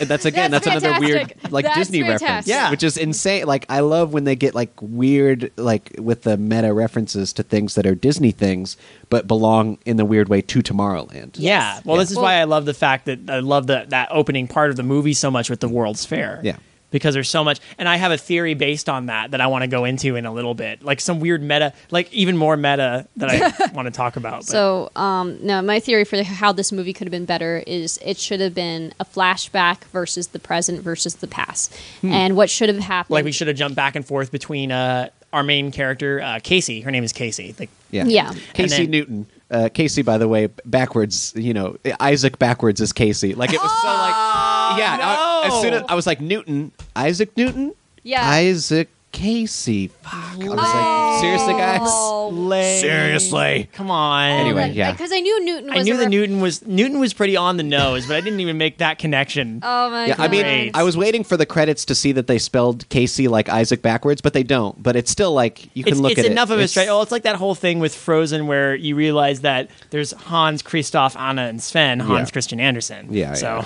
[SPEAKER 1] And that's again,
[SPEAKER 3] That's
[SPEAKER 1] that's, another
[SPEAKER 3] fantastic.
[SPEAKER 1] weird like
[SPEAKER 3] That's
[SPEAKER 1] Disney reference,
[SPEAKER 3] fantastic.
[SPEAKER 2] Yeah.
[SPEAKER 1] which is insane. Like I love when they get like weird, like with the meta references to things that are Disney things, but belong in the weird way to Tomorrowland.
[SPEAKER 2] Yeah. Well, this is
[SPEAKER 3] Well-
[SPEAKER 2] why I love the fact that I love the, that opening part of the movie so much with the World's Fair.
[SPEAKER 1] Yeah.
[SPEAKER 2] Because there's so much, and I have a theory based on that that I want to go into in a little bit, like some weird meta, like even more meta that I want to talk about. But
[SPEAKER 3] So, um, no, my theory for how this movie could have been better is it should have been a flashback versus the present versus the past, and what should have happened.
[SPEAKER 2] Hmm. like we should have jumped back and forth between uh, our main character, uh, Casey. Her name is Casey. Like,
[SPEAKER 1] Yeah.
[SPEAKER 3] Yeah.
[SPEAKER 1] Casey
[SPEAKER 2] And then-
[SPEAKER 1] Newton. Uh, Casey, by the way, backwards, you know, Isaac backwards is Casey. Like, it was so like, yeah. I,
[SPEAKER 2] Oh, no.
[SPEAKER 1] as soon as I was like, Newton, Isaac Newton?
[SPEAKER 3] Yeah.
[SPEAKER 1] Isaac Casey. Fuck. I was
[SPEAKER 3] Oh.
[SPEAKER 1] like, seriously, guys?
[SPEAKER 2] Lay-
[SPEAKER 1] Seriously.
[SPEAKER 2] come on.
[SPEAKER 1] Anyway, yeah.
[SPEAKER 3] because I knew Newton. Was
[SPEAKER 2] I knew
[SPEAKER 3] a
[SPEAKER 2] that
[SPEAKER 3] ref-
[SPEAKER 2] Newton was Newton was pretty on the nose, but I didn't even make that connection.
[SPEAKER 3] Oh my
[SPEAKER 1] Yeah,
[SPEAKER 3] god!
[SPEAKER 1] I mean,
[SPEAKER 2] Great.
[SPEAKER 1] I was waiting for the credits to see that they spelled Casey like Isaac backwards, but they don't. But it's still like, you can
[SPEAKER 2] it's,
[SPEAKER 1] look
[SPEAKER 2] it's
[SPEAKER 1] at
[SPEAKER 2] enough
[SPEAKER 1] it.
[SPEAKER 2] of a straight. Oh, it's like that whole thing with Frozen where you realize that there's Hans, Christoph, Anna, and Sven. Hans
[SPEAKER 1] Yeah.
[SPEAKER 2] Christian Andersen.
[SPEAKER 1] Yeah,
[SPEAKER 2] So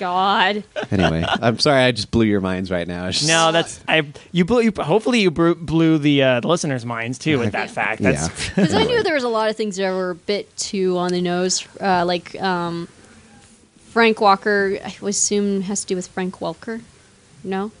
[SPEAKER 3] God.
[SPEAKER 1] Anyway, I'm sorry, I just blew your minds right now. It's just-
[SPEAKER 2] no, that's I. You blew. You, hopefully, you blew, blew the uh, the listeners' minds too with that fact. That's,
[SPEAKER 1] yeah.
[SPEAKER 3] Because I knew there was a lot of things that were a bit too on the nose, uh, like um, Frank Walker. I would assume has to do with Frank Welker. No,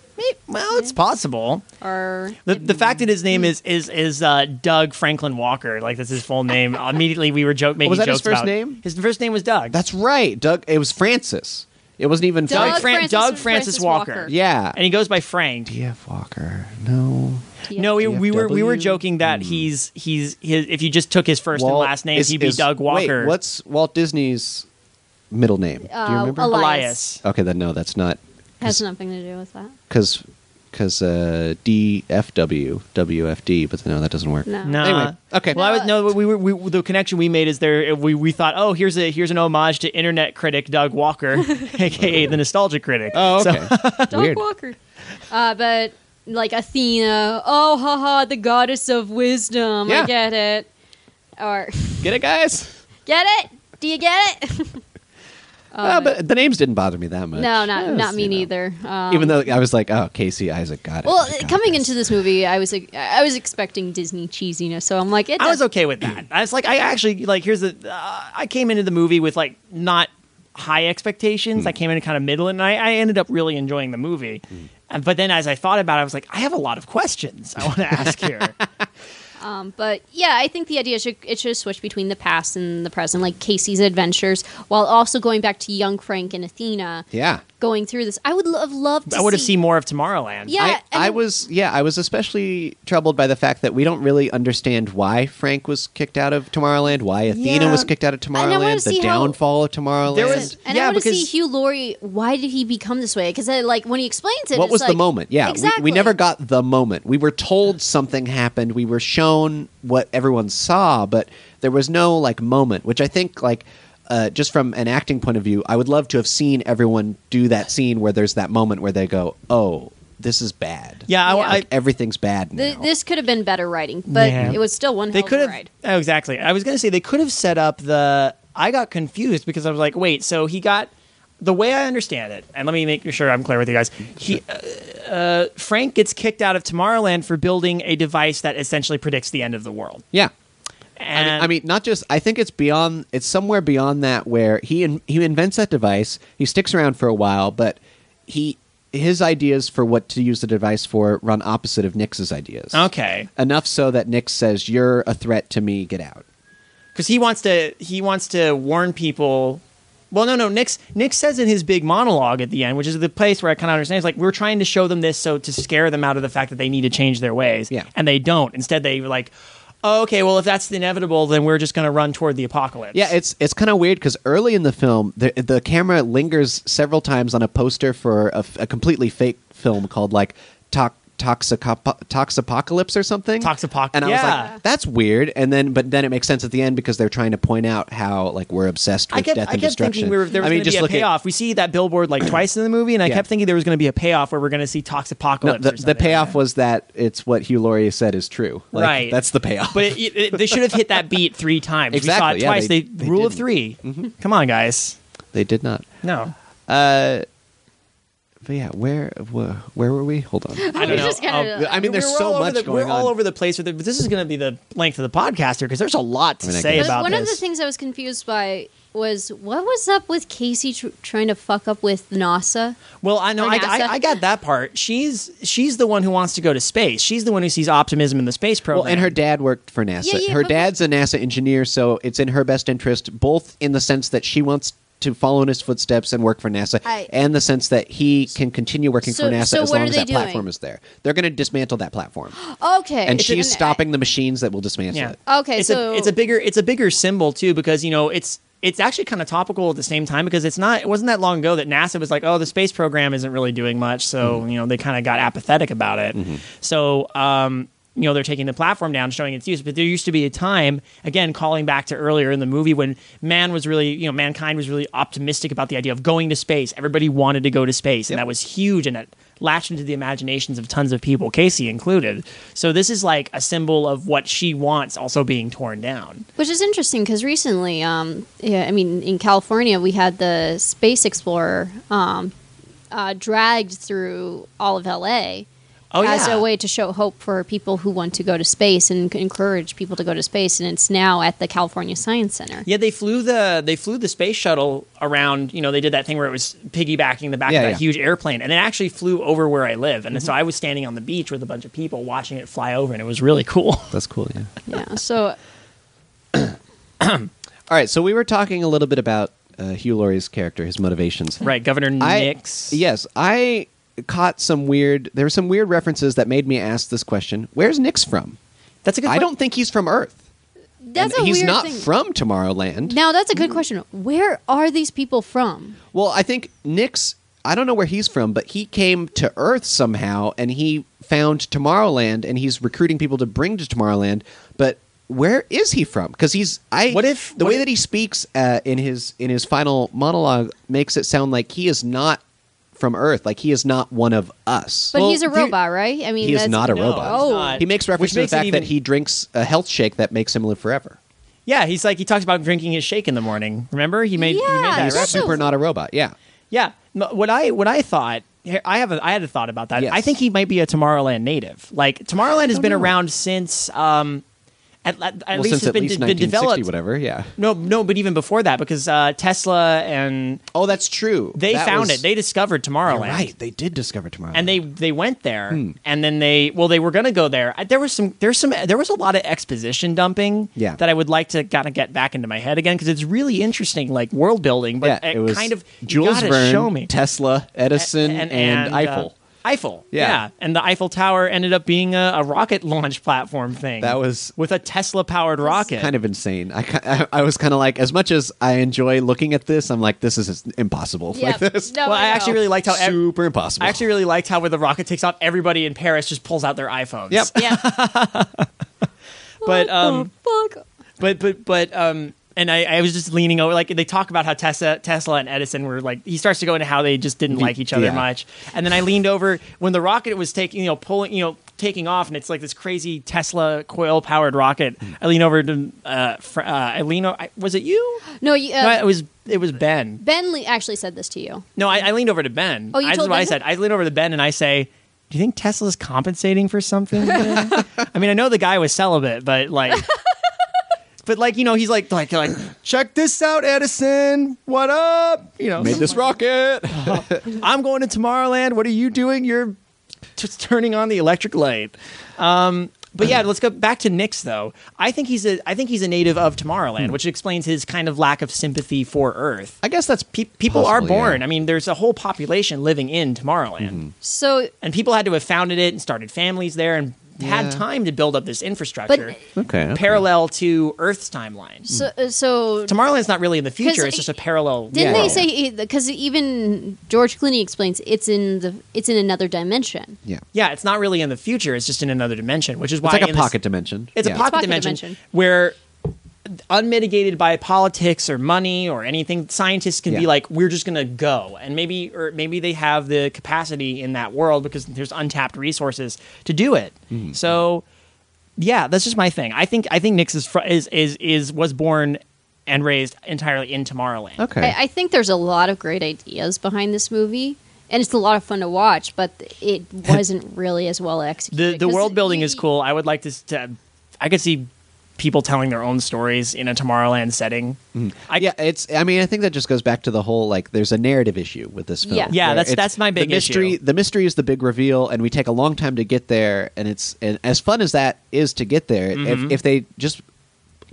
[SPEAKER 2] Well, it's possible.
[SPEAKER 3] or
[SPEAKER 2] The, the fact that his name is is is uh, Doug Franklin Walker, like that's his full name. Immediately, we were joke making
[SPEAKER 1] Was that his
[SPEAKER 2] jokes
[SPEAKER 1] first
[SPEAKER 2] about-
[SPEAKER 1] name?
[SPEAKER 2] His first name was Doug.
[SPEAKER 1] That's right. Doug, it was Francis. It wasn't even
[SPEAKER 3] Doug
[SPEAKER 1] Frank-
[SPEAKER 2] Fran-
[SPEAKER 3] Francis-
[SPEAKER 2] Doug Francis,
[SPEAKER 3] Francis
[SPEAKER 2] Walker.
[SPEAKER 3] Walker.
[SPEAKER 1] Yeah.
[SPEAKER 2] and he goes by Frank.
[SPEAKER 1] DF Walker. No.
[SPEAKER 2] No, we, we were we were
[SPEAKER 1] DFW?
[SPEAKER 2] joking that he's he's his, if you just took his first and last name,
[SPEAKER 1] Hmm. is-
[SPEAKER 2] he'd be
[SPEAKER 1] is-
[SPEAKER 2] Doug Walker.
[SPEAKER 1] Wait, what's Walt Disney's middle name? Do you
[SPEAKER 3] uh,
[SPEAKER 1] remember?
[SPEAKER 3] Elias
[SPEAKER 2] Elias?
[SPEAKER 1] okay, then no, that's not
[SPEAKER 3] has nothing to do with that.
[SPEAKER 1] because because uh, DFW WFD, but no, that doesn't work.
[SPEAKER 3] No.
[SPEAKER 2] No.
[SPEAKER 1] Anyway, okay.
[SPEAKER 2] Well, I was, no, we were we, the connection we made is there. We we thought, oh, here's a here's an homage to internet critic Doug Walker, aka the nostalgia critic.
[SPEAKER 1] Oh,
[SPEAKER 2] So-
[SPEAKER 1] okay.
[SPEAKER 3] Doug
[SPEAKER 1] Weird.
[SPEAKER 3] Walker. Uh, but like Athena, oh haha, the goddess of wisdom.
[SPEAKER 1] Yeah.
[SPEAKER 3] I get it. Or
[SPEAKER 1] Get it, guys?
[SPEAKER 3] get it? Do you get it?
[SPEAKER 1] Ah, but the names didn't bother me that much.
[SPEAKER 3] Oh, no, not
[SPEAKER 1] Yes,
[SPEAKER 3] not me
[SPEAKER 1] you know.
[SPEAKER 3] neither. Um,
[SPEAKER 1] Even though I was like, oh, Casey Isaac got it.
[SPEAKER 3] well,
[SPEAKER 1] I got
[SPEAKER 3] coming
[SPEAKER 1] this.
[SPEAKER 3] into this movie, I was like, I was expecting Disney cheesiness, so I'm like, it
[SPEAKER 2] I was
[SPEAKER 3] does-
[SPEAKER 2] okay with that. I was like, I actually like. Here's the. Uh, I came into the movie with like not high expectations.
[SPEAKER 1] Hmm.
[SPEAKER 2] I came in kind of middle, and I, I ended up really enjoying the movie. Uh, But then, as I thought about it, I was like, I have a lot of questions I want to ask here.
[SPEAKER 3] Um, but yeah, I think the idea should it should switch between the past and the present, like Casey's adventures, while also going back to young Frank and Athena,
[SPEAKER 1] Yeah.
[SPEAKER 3] going through this. I would lo- have loved. To
[SPEAKER 2] I would have
[SPEAKER 3] see-
[SPEAKER 2] seen more of Tomorrowland.
[SPEAKER 3] Yeah,
[SPEAKER 1] I,
[SPEAKER 3] and-
[SPEAKER 1] I was yeah I was especially troubled by the fact that we don't really understand why Frank was kicked out of Tomorrowland, why Athena
[SPEAKER 2] Yeah.
[SPEAKER 1] was kicked out of
[SPEAKER 3] wanna
[SPEAKER 1] Tomorrowland, the
[SPEAKER 3] see how-
[SPEAKER 1] downfall of Tomorrowland.
[SPEAKER 2] There was-
[SPEAKER 3] And I
[SPEAKER 2] Yeah,
[SPEAKER 3] want to see
[SPEAKER 2] because-
[SPEAKER 3] Hugh Laurie. Why did he become this way? Because like when he explains it,
[SPEAKER 1] what
[SPEAKER 3] it's
[SPEAKER 1] was the
[SPEAKER 3] like-
[SPEAKER 1] moment? Yeah, we-
[SPEAKER 3] exactly.
[SPEAKER 1] we, never got the moment. We were told something happened. We were shown what everyone saw, but there was no like moment. Which I think like uh, just from an acting point of view, I would love to have seen everyone do that scene where there's that moment where they go, "Oh, this is bad."
[SPEAKER 2] Yeah, I,
[SPEAKER 3] Yeah.
[SPEAKER 2] I-
[SPEAKER 1] like everything's bad now.
[SPEAKER 3] Th- this could have been better writing, but
[SPEAKER 2] Yeah.
[SPEAKER 3] it was still one.
[SPEAKER 2] they
[SPEAKER 3] hell of
[SPEAKER 2] could
[SPEAKER 3] a
[SPEAKER 2] have
[SPEAKER 3] ride.
[SPEAKER 2] oh, exactly. I was going to say they could have set up the. I got confused because I was like, wait, so he got the way I understand it, and let me make sure I'm clear with you guys. He uh, uh, Frank gets kicked out of Tomorrowland for building a device that essentially predicts the end of the world.
[SPEAKER 1] yeah. I mean-
[SPEAKER 2] And
[SPEAKER 1] I mean, not just. I think it's beyond. It's somewhere beyond that where he in, he invents that device. He sticks around for a while, but he his ideas for what to use the device for run opposite of Nix's ideas.
[SPEAKER 2] okay,
[SPEAKER 1] Enough so that Nix says, "You're a threat to me. Get out."
[SPEAKER 2] because he wants to he wants to warn people. Well, no, no. Nick Nick says in his big monologue at the end, which is the place where I kind of understand. It's like we're trying to show them this so to scare them out of the fact that they need to change their ways.
[SPEAKER 1] Yeah.
[SPEAKER 2] and they don't. Instead, they were like, oh, okay, well, if that's the inevitable, then we're just going to run toward the apocalypse.
[SPEAKER 1] Yeah, it's it's kind of weird because early in the film, the the camera lingers several times on a poster for a, a completely fake film called like Tox Toxicop- Toxapocalypse or something.
[SPEAKER 2] Toxapoc-
[SPEAKER 1] And I was
[SPEAKER 2] yeah.
[SPEAKER 1] like, that's weird. And then, but then it makes sense at the end because they're trying to point out how like we're obsessed with
[SPEAKER 2] I kept,
[SPEAKER 1] death
[SPEAKER 2] I
[SPEAKER 1] and
[SPEAKER 2] kept
[SPEAKER 1] destruction.
[SPEAKER 2] thinking we were, there was
[SPEAKER 1] I mean,
[SPEAKER 2] going to
[SPEAKER 1] just
[SPEAKER 2] be a
[SPEAKER 1] look at-
[SPEAKER 2] payoff. we see that billboard like twice in the movie, and I
[SPEAKER 1] Yeah.
[SPEAKER 2] kept thinking there was going to be a payoff where we're going to see Toxapocalypse.
[SPEAKER 1] no, the,
[SPEAKER 2] or
[SPEAKER 1] the
[SPEAKER 2] something.
[SPEAKER 1] payoff was that it's what Hugh Laurie said is true. Like,
[SPEAKER 2] Right.
[SPEAKER 1] That's the payoff.
[SPEAKER 2] But it, it, they should have hit that beat three times. We
[SPEAKER 1] Exactly,
[SPEAKER 2] saw it
[SPEAKER 1] yeah,
[SPEAKER 2] twice.
[SPEAKER 1] they-
[SPEAKER 2] they,
[SPEAKER 1] they
[SPEAKER 2] rule of
[SPEAKER 1] didn't. Mm-hmm.
[SPEAKER 2] 3 Come on, guys.
[SPEAKER 1] they did not.
[SPEAKER 2] No,
[SPEAKER 1] But yeah, where where, where were we? Hold on.
[SPEAKER 2] I don't know.
[SPEAKER 3] just kinda-
[SPEAKER 2] Uh,
[SPEAKER 1] I mean, there's
[SPEAKER 2] we're all
[SPEAKER 1] so
[SPEAKER 2] over
[SPEAKER 1] much
[SPEAKER 2] the-
[SPEAKER 1] going
[SPEAKER 2] We're all
[SPEAKER 1] on.
[SPEAKER 2] over the place with it, but this is going to be the length of the podcast here because there's a lot to
[SPEAKER 1] I mean, I
[SPEAKER 2] say
[SPEAKER 1] guess-
[SPEAKER 2] about
[SPEAKER 3] one
[SPEAKER 2] this.
[SPEAKER 3] of the things I was confused by was what was up with Casey tr- trying to fuck up with NASA?
[SPEAKER 2] Well, I know
[SPEAKER 3] Or
[SPEAKER 2] I, I,
[SPEAKER 3] NASA.
[SPEAKER 2] I got that part. She's she's the one who wants to go to space. She's the one who sees optimism in the space program.
[SPEAKER 1] Well, and her dad worked for NASA.
[SPEAKER 3] Yeah, yeah,
[SPEAKER 1] her
[SPEAKER 3] but-
[SPEAKER 1] dad's a NASA engineer, so it's in her best interest, both in the sense that she wants to follow in his footsteps and work for NASA,
[SPEAKER 3] I-
[SPEAKER 1] and the sense that he can continue working
[SPEAKER 3] So-
[SPEAKER 1] for NASA
[SPEAKER 3] so
[SPEAKER 1] as
[SPEAKER 3] what
[SPEAKER 1] long
[SPEAKER 3] are
[SPEAKER 1] as
[SPEAKER 3] they
[SPEAKER 1] that platform
[SPEAKER 3] doing?
[SPEAKER 1] is there. They're going to dismantle that platform,
[SPEAKER 3] Okay,
[SPEAKER 1] and
[SPEAKER 3] it's
[SPEAKER 1] she's
[SPEAKER 3] an-
[SPEAKER 1] stopping the machines that will dismantle
[SPEAKER 2] Yeah.
[SPEAKER 1] it.
[SPEAKER 3] Okay,
[SPEAKER 2] it's
[SPEAKER 3] so
[SPEAKER 2] a, it's a bigger it's a bigger symbol too because you know it's it's actually kind of topical at the same time because it's not it wasn't that long ago that NASA was like oh the space program isn't really doing much so you know they kind of got apathetic about it so um you know they're taking the platform down showing its use but there used to be a time again calling back to earlier in the movie when man was really you know mankind was really optimistic about the idea of going to space everybody wanted to go to space and that was huge and it latched into the imaginations of tons of people, Casey included. So this is like a symbol of what she wants also being torn down.
[SPEAKER 3] Which is interesting because recently, um, yeah, I mean, in California, we had the Space Explorer um, uh, dragged through all of LA
[SPEAKER 2] Oh
[SPEAKER 3] as
[SPEAKER 2] yeah.
[SPEAKER 3] a way to show hope for people who want to go to space and c- encourage people to go to space. And it's now at the California Science Center.
[SPEAKER 2] yeah, they flew the they flew the space shuttle around. You know, they did that thing where it was piggybacking the back
[SPEAKER 1] Yeah,
[SPEAKER 2] of that
[SPEAKER 1] yeah. Mm-hmm.
[SPEAKER 2] huge airplane, and it actually flew over where I live. And so I was standing on the beach with a bunch of people watching it fly over, and it was really cool.
[SPEAKER 1] That's cool. Yeah.
[SPEAKER 3] Yeah. So
[SPEAKER 1] All right, so we were talking a little bit about uh, Hugh Laurie's character, his motivations.
[SPEAKER 2] right, Governor
[SPEAKER 1] I,
[SPEAKER 2] Nix.
[SPEAKER 1] Yes, I caught some weird. There were some weird references that made me ask this question: Where's Nix from?
[SPEAKER 2] that's a good.
[SPEAKER 1] I
[SPEAKER 2] point.
[SPEAKER 1] don't think he's from Earth.
[SPEAKER 3] that's
[SPEAKER 1] and
[SPEAKER 3] a
[SPEAKER 1] he's
[SPEAKER 3] weird
[SPEAKER 1] not
[SPEAKER 3] thing.
[SPEAKER 1] from Mm. Tomorrowland.
[SPEAKER 3] now that's a good question. Where are these people from?
[SPEAKER 1] Well, I think Nick's. I don't know where he's from, but he came to Earth somehow, and he found Tomorrowland, and he's recruiting people to bring to Tomorrowland. But where is he from? Because he's I.
[SPEAKER 2] What if-
[SPEAKER 1] the
[SPEAKER 2] what
[SPEAKER 1] way
[SPEAKER 2] if-
[SPEAKER 1] that he speaks uh, in his in his final monologue makes it sound like he is not from Earth, like he is not one of us.
[SPEAKER 3] But
[SPEAKER 2] Well,
[SPEAKER 3] he's a
[SPEAKER 2] do-
[SPEAKER 3] robot, right? I mean,
[SPEAKER 1] he is
[SPEAKER 3] that's-
[SPEAKER 1] not a
[SPEAKER 2] No,
[SPEAKER 1] robot.
[SPEAKER 2] he's
[SPEAKER 3] Oh.
[SPEAKER 2] not.
[SPEAKER 1] He makes reference
[SPEAKER 2] Which
[SPEAKER 1] to the
[SPEAKER 2] makes it
[SPEAKER 1] fact
[SPEAKER 2] even-
[SPEAKER 1] that he drinks a health shake that makes him live forever.
[SPEAKER 2] Yeah, he's like he talks about drinking his shake in the morning. Remember, he made he made
[SPEAKER 3] Yeah,
[SPEAKER 2] that
[SPEAKER 1] He's
[SPEAKER 3] that's
[SPEAKER 2] reference.
[SPEAKER 3] so-
[SPEAKER 1] super not a robot. Yeah.
[SPEAKER 2] Yeah. M- What I what I thought here, I have a, I had a thought about that.
[SPEAKER 1] Yes.
[SPEAKER 2] I think he might be a Tomorrowland native. Like Tomorrowland has been
[SPEAKER 1] know.
[SPEAKER 2] around since um at, at, at
[SPEAKER 1] well,
[SPEAKER 2] least
[SPEAKER 1] since
[SPEAKER 2] it's
[SPEAKER 1] at
[SPEAKER 2] been,
[SPEAKER 1] least
[SPEAKER 2] been
[SPEAKER 1] 1960,
[SPEAKER 2] developed.
[SPEAKER 1] whatever. Yeah.
[SPEAKER 2] No, no, but even before that, because uh, Tesla and
[SPEAKER 1] Oh, that's true.
[SPEAKER 2] they
[SPEAKER 1] That
[SPEAKER 2] found
[SPEAKER 1] was-
[SPEAKER 2] it. They discovered Tomorrowland,
[SPEAKER 1] You're right. Hmm. They did discover tomorrow.
[SPEAKER 2] And they they went there, and then they well they were going to go there. I, there was some there's some there was a lot of exposition dumping.
[SPEAKER 1] Yeah.
[SPEAKER 2] that I would like to kind of get back into my head again because it's really interesting, like world building. But
[SPEAKER 1] yeah,
[SPEAKER 2] it
[SPEAKER 1] it was
[SPEAKER 2] kind of you
[SPEAKER 1] Jules
[SPEAKER 2] gotta
[SPEAKER 1] Verne,
[SPEAKER 2] show me.
[SPEAKER 1] Tesla, Edison, and,
[SPEAKER 2] uh,
[SPEAKER 1] Eiffel.
[SPEAKER 2] Eiffel, yeah.
[SPEAKER 1] Yeah.
[SPEAKER 2] and the Eiffel Tower ended up being a, a rocket launch platform thing.
[SPEAKER 1] That was-
[SPEAKER 2] with a Tesla-powered rocket.
[SPEAKER 1] kind of insane. I, ki- I, I was kind of like, as much as I enjoy looking at this, I'm like, this is impossible. Like
[SPEAKER 3] Yeah,
[SPEAKER 1] this,
[SPEAKER 3] no,
[SPEAKER 2] well, I
[SPEAKER 3] no.
[SPEAKER 2] actually really liked how ev-
[SPEAKER 1] super impossible.
[SPEAKER 2] I actually really liked how when the rocket takes off, everybody in Paris just pulls out their iPhones.
[SPEAKER 1] yep.
[SPEAKER 3] yeah.
[SPEAKER 2] But um,
[SPEAKER 3] What the fuck?
[SPEAKER 2] but but but um and I, I was just leaning over like they talk about how Tesla Tesla and Edison were like he starts to go into how they just didn't like each other
[SPEAKER 1] yeah.
[SPEAKER 2] much. And then I leaned over when the rocket was taking you know pulling you know taking off and it's like this crazy Tesla coil powered rocket. I lean over to uh, fr- uh I lean o- I, was it you?
[SPEAKER 3] No, you, uh,
[SPEAKER 2] No, it was it was Ben.
[SPEAKER 3] Ben Lee actually said this to you.
[SPEAKER 2] No, I, I leaned over to Ben.
[SPEAKER 3] Oh, you
[SPEAKER 2] I,
[SPEAKER 3] told
[SPEAKER 2] that's what I
[SPEAKER 3] Ben?
[SPEAKER 2] said. I leaned over to Ben and I say, "Do you think Tesla's compensating for something?" Ben?" I mean, I know the guy was celibate, but like, But like you know, he's like like like check this out, Edison. What up? You know,
[SPEAKER 1] Made this rocket.
[SPEAKER 2] I'm going to Tomorrowland. What are you doing? You're just turning on the electric light. Um, but yeah, let's go back to Nick's though. I think he's a I think he's a native of
[SPEAKER 1] Hmm.
[SPEAKER 2] Tomorrowland, which explains his kind of lack of sympathy for Earth.
[SPEAKER 1] I guess that's
[SPEAKER 2] Pe- people are
[SPEAKER 1] Possibly,
[SPEAKER 2] born.
[SPEAKER 1] yeah. Mm-hmm.
[SPEAKER 2] I mean, there's a whole population living in Tomorrowland,
[SPEAKER 1] Mm.
[SPEAKER 3] So,
[SPEAKER 2] and people had to have founded it and started families there and
[SPEAKER 1] Yeah.
[SPEAKER 2] had time to build up this infrastructure.
[SPEAKER 1] okay. okay.
[SPEAKER 2] Parallel to Earth's timeline.
[SPEAKER 3] so, uh, so
[SPEAKER 2] Tomorrowland's not really in the future;
[SPEAKER 3] 'Cause
[SPEAKER 2] it's
[SPEAKER 3] it-
[SPEAKER 2] just a parallel.
[SPEAKER 3] didn't
[SPEAKER 1] Yeah.
[SPEAKER 3] they say because even George Clooney explains it's in the it's in another dimension.
[SPEAKER 1] Yeah.
[SPEAKER 2] Yeah, it's not really in the future; it's just in another dimension, which is why
[SPEAKER 1] It's like a
[SPEAKER 2] in this-
[SPEAKER 1] pocket dimension.
[SPEAKER 2] It's
[SPEAKER 1] Yeah.
[SPEAKER 2] a pocket,
[SPEAKER 3] pocket
[SPEAKER 2] dimension,
[SPEAKER 3] dimension.
[SPEAKER 2] where unmitigated by politics or money or anything scientists can be
[SPEAKER 1] Yeah.
[SPEAKER 2] like we're just going to go and maybe or maybe they have the capacity in that world because there's untapped resources to do it
[SPEAKER 1] Mm-hmm.
[SPEAKER 2] so yeah that's just my thing i think i think nix is fr- is is, is was born and raised entirely in tomorrowland
[SPEAKER 1] Okay.
[SPEAKER 3] I, I think there's a lot of great ideas behind this movie, and it's a lot of fun to watch. But it wasn't really as well
[SPEAKER 2] the
[SPEAKER 3] executed.
[SPEAKER 2] the
[SPEAKER 3] 'Cause
[SPEAKER 2] world building is
[SPEAKER 3] you-
[SPEAKER 2] cool i would like to, s- to i could see people telling their own stories in a tomorrowland setting
[SPEAKER 1] Mm-hmm.
[SPEAKER 2] I,
[SPEAKER 1] yeah, it's. I mean, I think that just goes back to the whole like. There's a narrative issue with this film.
[SPEAKER 3] Yeah.
[SPEAKER 2] Yeah,
[SPEAKER 1] where
[SPEAKER 2] that's-
[SPEAKER 1] it's-
[SPEAKER 2] that's my big
[SPEAKER 1] the mystery.
[SPEAKER 2] issue.
[SPEAKER 1] The mystery is the big reveal, and we take a long time to get there. And it's and as fun as that is to get there,
[SPEAKER 2] Mm-hmm.
[SPEAKER 1] if, if they just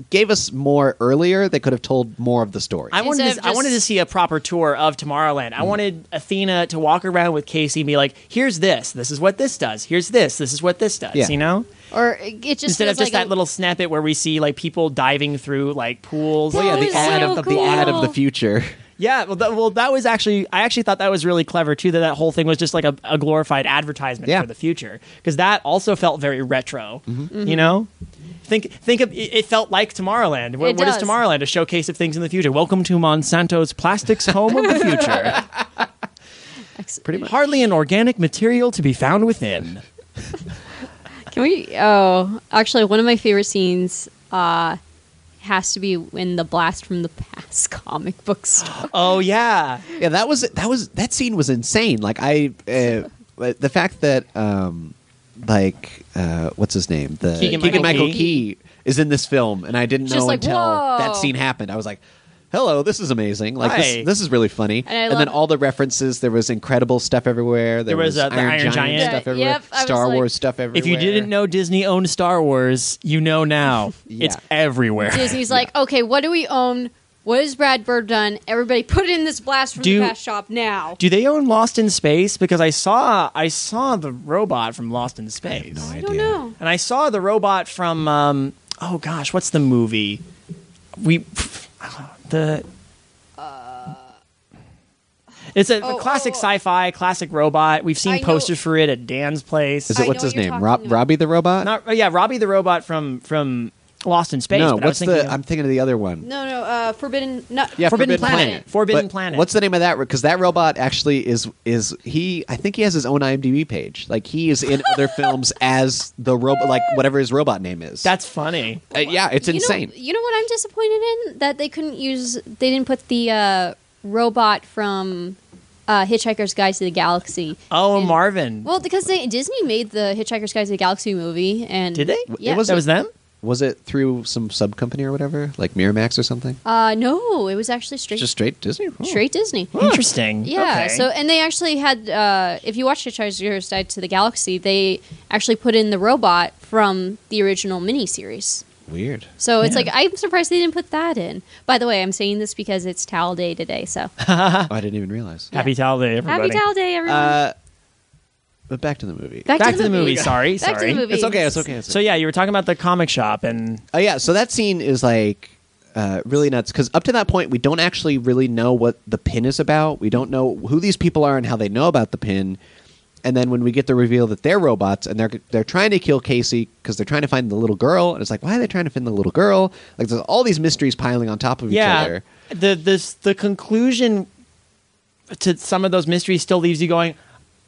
[SPEAKER 1] gave us more earlier, they could have told more of the story.
[SPEAKER 2] I wanted, to,
[SPEAKER 3] Instead of
[SPEAKER 2] I wanted to
[SPEAKER 3] just-
[SPEAKER 2] see a proper tour of Tomorrowland.
[SPEAKER 1] Mm.
[SPEAKER 2] I wanted Athena to walk around with Casey and be like, here's this. This is what this does. Here's this. This is what this does.
[SPEAKER 1] Yeah.
[SPEAKER 2] You know?
[SPEAKER 3] or it just
[SPEAKER 2] Instead of
[SPEAKER 3] feels
[SPEAKER 2] just
[SPEAKER 3] like
[SPEAKER 2] that
[SPEAKER 3] a-
[SPEAKER 2] little snippet where we see like people diving through like pools.
[SPEAKER 1] well, yeah,
[SPEAKER 3] That
[SPEAKER 1] the
[SPEAKER 3] was
[SPEAKER 1] ad
[SPEAKER 3] so
[SPEAKER 1] of the ad of
[SPEAKER 3] cool.
[SPEAKER 1] the future.
[SPEAKER 2] Yeah, well, that, well, that was actually I actually thought that was really clever too. That that whole thing was just like a, a glorified advertisement
[SPEAKER 1] Yeah. Mm-hmm.
[SPEAKER 2] for the future because that also felt very retro.
[SPEAKER 3] Mm-hmm.
[SPEAKER 2] You know, think think of it, it felt like Tomorrowland. What,
[SPEAKER 3] It
[SPEAKER 2] what is
[SPEAKER 3] does.
[SPEAKER 2] Tomorrowland? A showcase of things in the future. Welcome to Monsanto's plastics home of the future. Pretty much. Hardly an organic material to be found within.
[SPEAKER 3] Can we? Oh, actually, one of my favorite scenes uh, has to be when the blast from the past comic book store.
[SPEAKER 2] Oh yeah,
[SPEAKER 1] Yeah, that was that was that scene was insane. Like I, uh, like, the fact that um, like uh, what's his name, the
[SPEAKER 2] Keegan-Michael
[SPEAKER 1] Michael
[SPEAKER 2] Key.
[SPEAKER 1] Key is in this film, and I didn't
[SPEAKER 3] Just
[SPEAKER 1] know
[SPEAKER 3] like,
[SPEAKER 1] until
[SPEAKER 3] whoa.
[SPEAKER 1] that scene happened. I was like. Hello, this is amazing. Like
[SPEAKER 2] Right.
[SPEAKER 1] this, this is really funny.
[SPEAKER 3] And I
[SPEAKER 1] And, then
[SPEAKER 3] love-
[SPEAKER 1] all the references. There was incredible stuff everywhere. There,
[SPEAKER 2] There was, uh, the Iron Giant.
[SPEAKER 1] stuff
[SPEAKER 3] Yeah,
[SPEAKER 1] everywhere.
[SPEAKER 3] yep, I was
[SPEAKER 1] Star
[SPEAKER 3] like-
[SPEAKER 1] Wars stuff everywhere.
[SPEAKER 2] if you didn't know Disney owned Star Wars, you know now.
[SPEAKER 1] Yeah.
[SPEAKER 2] It's everywhere.
[SPEAKER 3] Disney's like, okay, what do we own? What has Brad Bird done? Everybody, put it in this blast from
[SPEAKER 2] Do-
[SPEAKER 3] the past shop now.
[SPEAKER 2] Do they own Lost in Space? Because I saw I saw the robot from Lost in Space,
[SPEAKER 1] no
[SPEAKER 3] I
[SPEAKER 1] idea.
[SPEAKER 3] don't know.
[SPEAKER 2] and I saw the robot from um, oh gosh, what's the movie? We the it's a, a
[SPEAKER 3] Oh,
[SPEAKER 2] classic
[SPEAKER 3] oh, oh.
[SPEAKER 2] sci-fi, classic robot. We've seen
[SPEAKER 3] I know-
[SPEAKER 2] posters for it at Dan's place.
[SPEAKER 1] Is it
[SPEAKER 3] I
[SPEAKER 1] what's
[SPEAKER 3] know
[SPEAKER 1] his
[SPEAKER 3] what you're
[SPEAKER 1] name?
[SPEAKER 3] talking
[SPEAKER 1] Rob,
[SPEAKER 3] about.
[SPEAKER 1] Robbie the robot?
[SPEAKER 2] Not uh, yeah, Robbie the robot from from Lost in Space.
[SPEAKER 1] no.
[SPEAKER 2] but I was
[SPEAKER 1] What's the?
[SPEAKER 2] thinking of-
[SPEAKER 1] I'm thinking of the other one.
[SPEAKER 3] No, no, uh, Forbidden. No,
[SPEAKER 1] Yeah,
[SPEAKER 2] Forbidden
[SPEAKER 1] Forbidden,
[SPEAKER 2] Planet.
[SPEAKER 1] Planet.
[SPEAKER 2] Forbidden
[SPEAKER 1] But
[SPEAKER 2] Planet.
[SPEAKER 1] What's the name of that? Because that robot actually is is he? I think he has his own IMDb page. Like he is in other films as the robot, like whatever his robot name is.
[SPEAKER 2] that's funny.
[SPEAKER 1] Uh, yeah, it's
[SPEAKER 3] You know-
[SPEAKER 1] insane.
[SPEAKER 3] you know what I'm disappointed in? That they couldn't use. They didn't put the uh, robot from uh, Hitchhiker's Guide to the Galaxy.
[SPEAKER 2] Oh, Marvin.
[SPEAKER 3] Well, because they, Disney made the Hitchhiker's Guide to the Galaxy movie, and
[SPEAKER 2] Did they?
[SPEAKER 3] Yeah.
[SPEAKER 1] It was-
[SPEAKER 2] that was them.
[SPEAKER 1] Was it through some sub company or whatever, like Miramax or something?
[SPEAKER 3] Uh, no, it was actually straight,
[SPEAKER 1] Just straight Disney. Oh.
[SPEAKER 3] straight Disney.
[SPEAKER 2] Interesting.
[SPEAKER 3] Yeah.
[SPEAKER 2] Okay.
[SPEAKER 3] So, and they actually had, uh, if you watch Hitchhiker's Guide to the Galaxy, they actually put in the robot from the original miniseries.
[SPEAKER 1] Weird.
[SPEAKER 3] So it's
[SPEAKER 2] Yeah.
[SPEAKER 3] like I'm surprised they didn't put that in. By the way, I'm saying this because it's Towel Day today. So
[SPEAKER 1] Oh, I didn't even realize.
[SPEAKER 2] happy towel day, everybody.
[SPEAKER 3] happy Towel Day, everyone!
[SPEAKER 1] Uh, but back to the movie.
[SPEAKER 2] back to the movie, sorry,
[SPEAKER 3] back
[SPEAKER 2] sorry.
[SPEAKER 3] to the movie.
[SPEAKER 1] It's okay. It's okay. It's
[SPEAKER 2] So yeah, you were talking about the comic shop, and
[SPEAKER 1] Oh yeah, so that scene is like uh, really nuts because up to that point we don't actually really know what the pin is about. We don't know who these people are and how they know about the pin. And then when we get the reveal that they're robots and they're they're trying to kill Casey because they're trying to find the little girl, and it's like why are they trying to find the little girl? Like there's all these mysteries piling on top of
[SPEAKER 2] yeah,
[SPEAKER 1] each other.
[SPEAKER 2] the this the conclusion to some of those mysteries still leaves you going,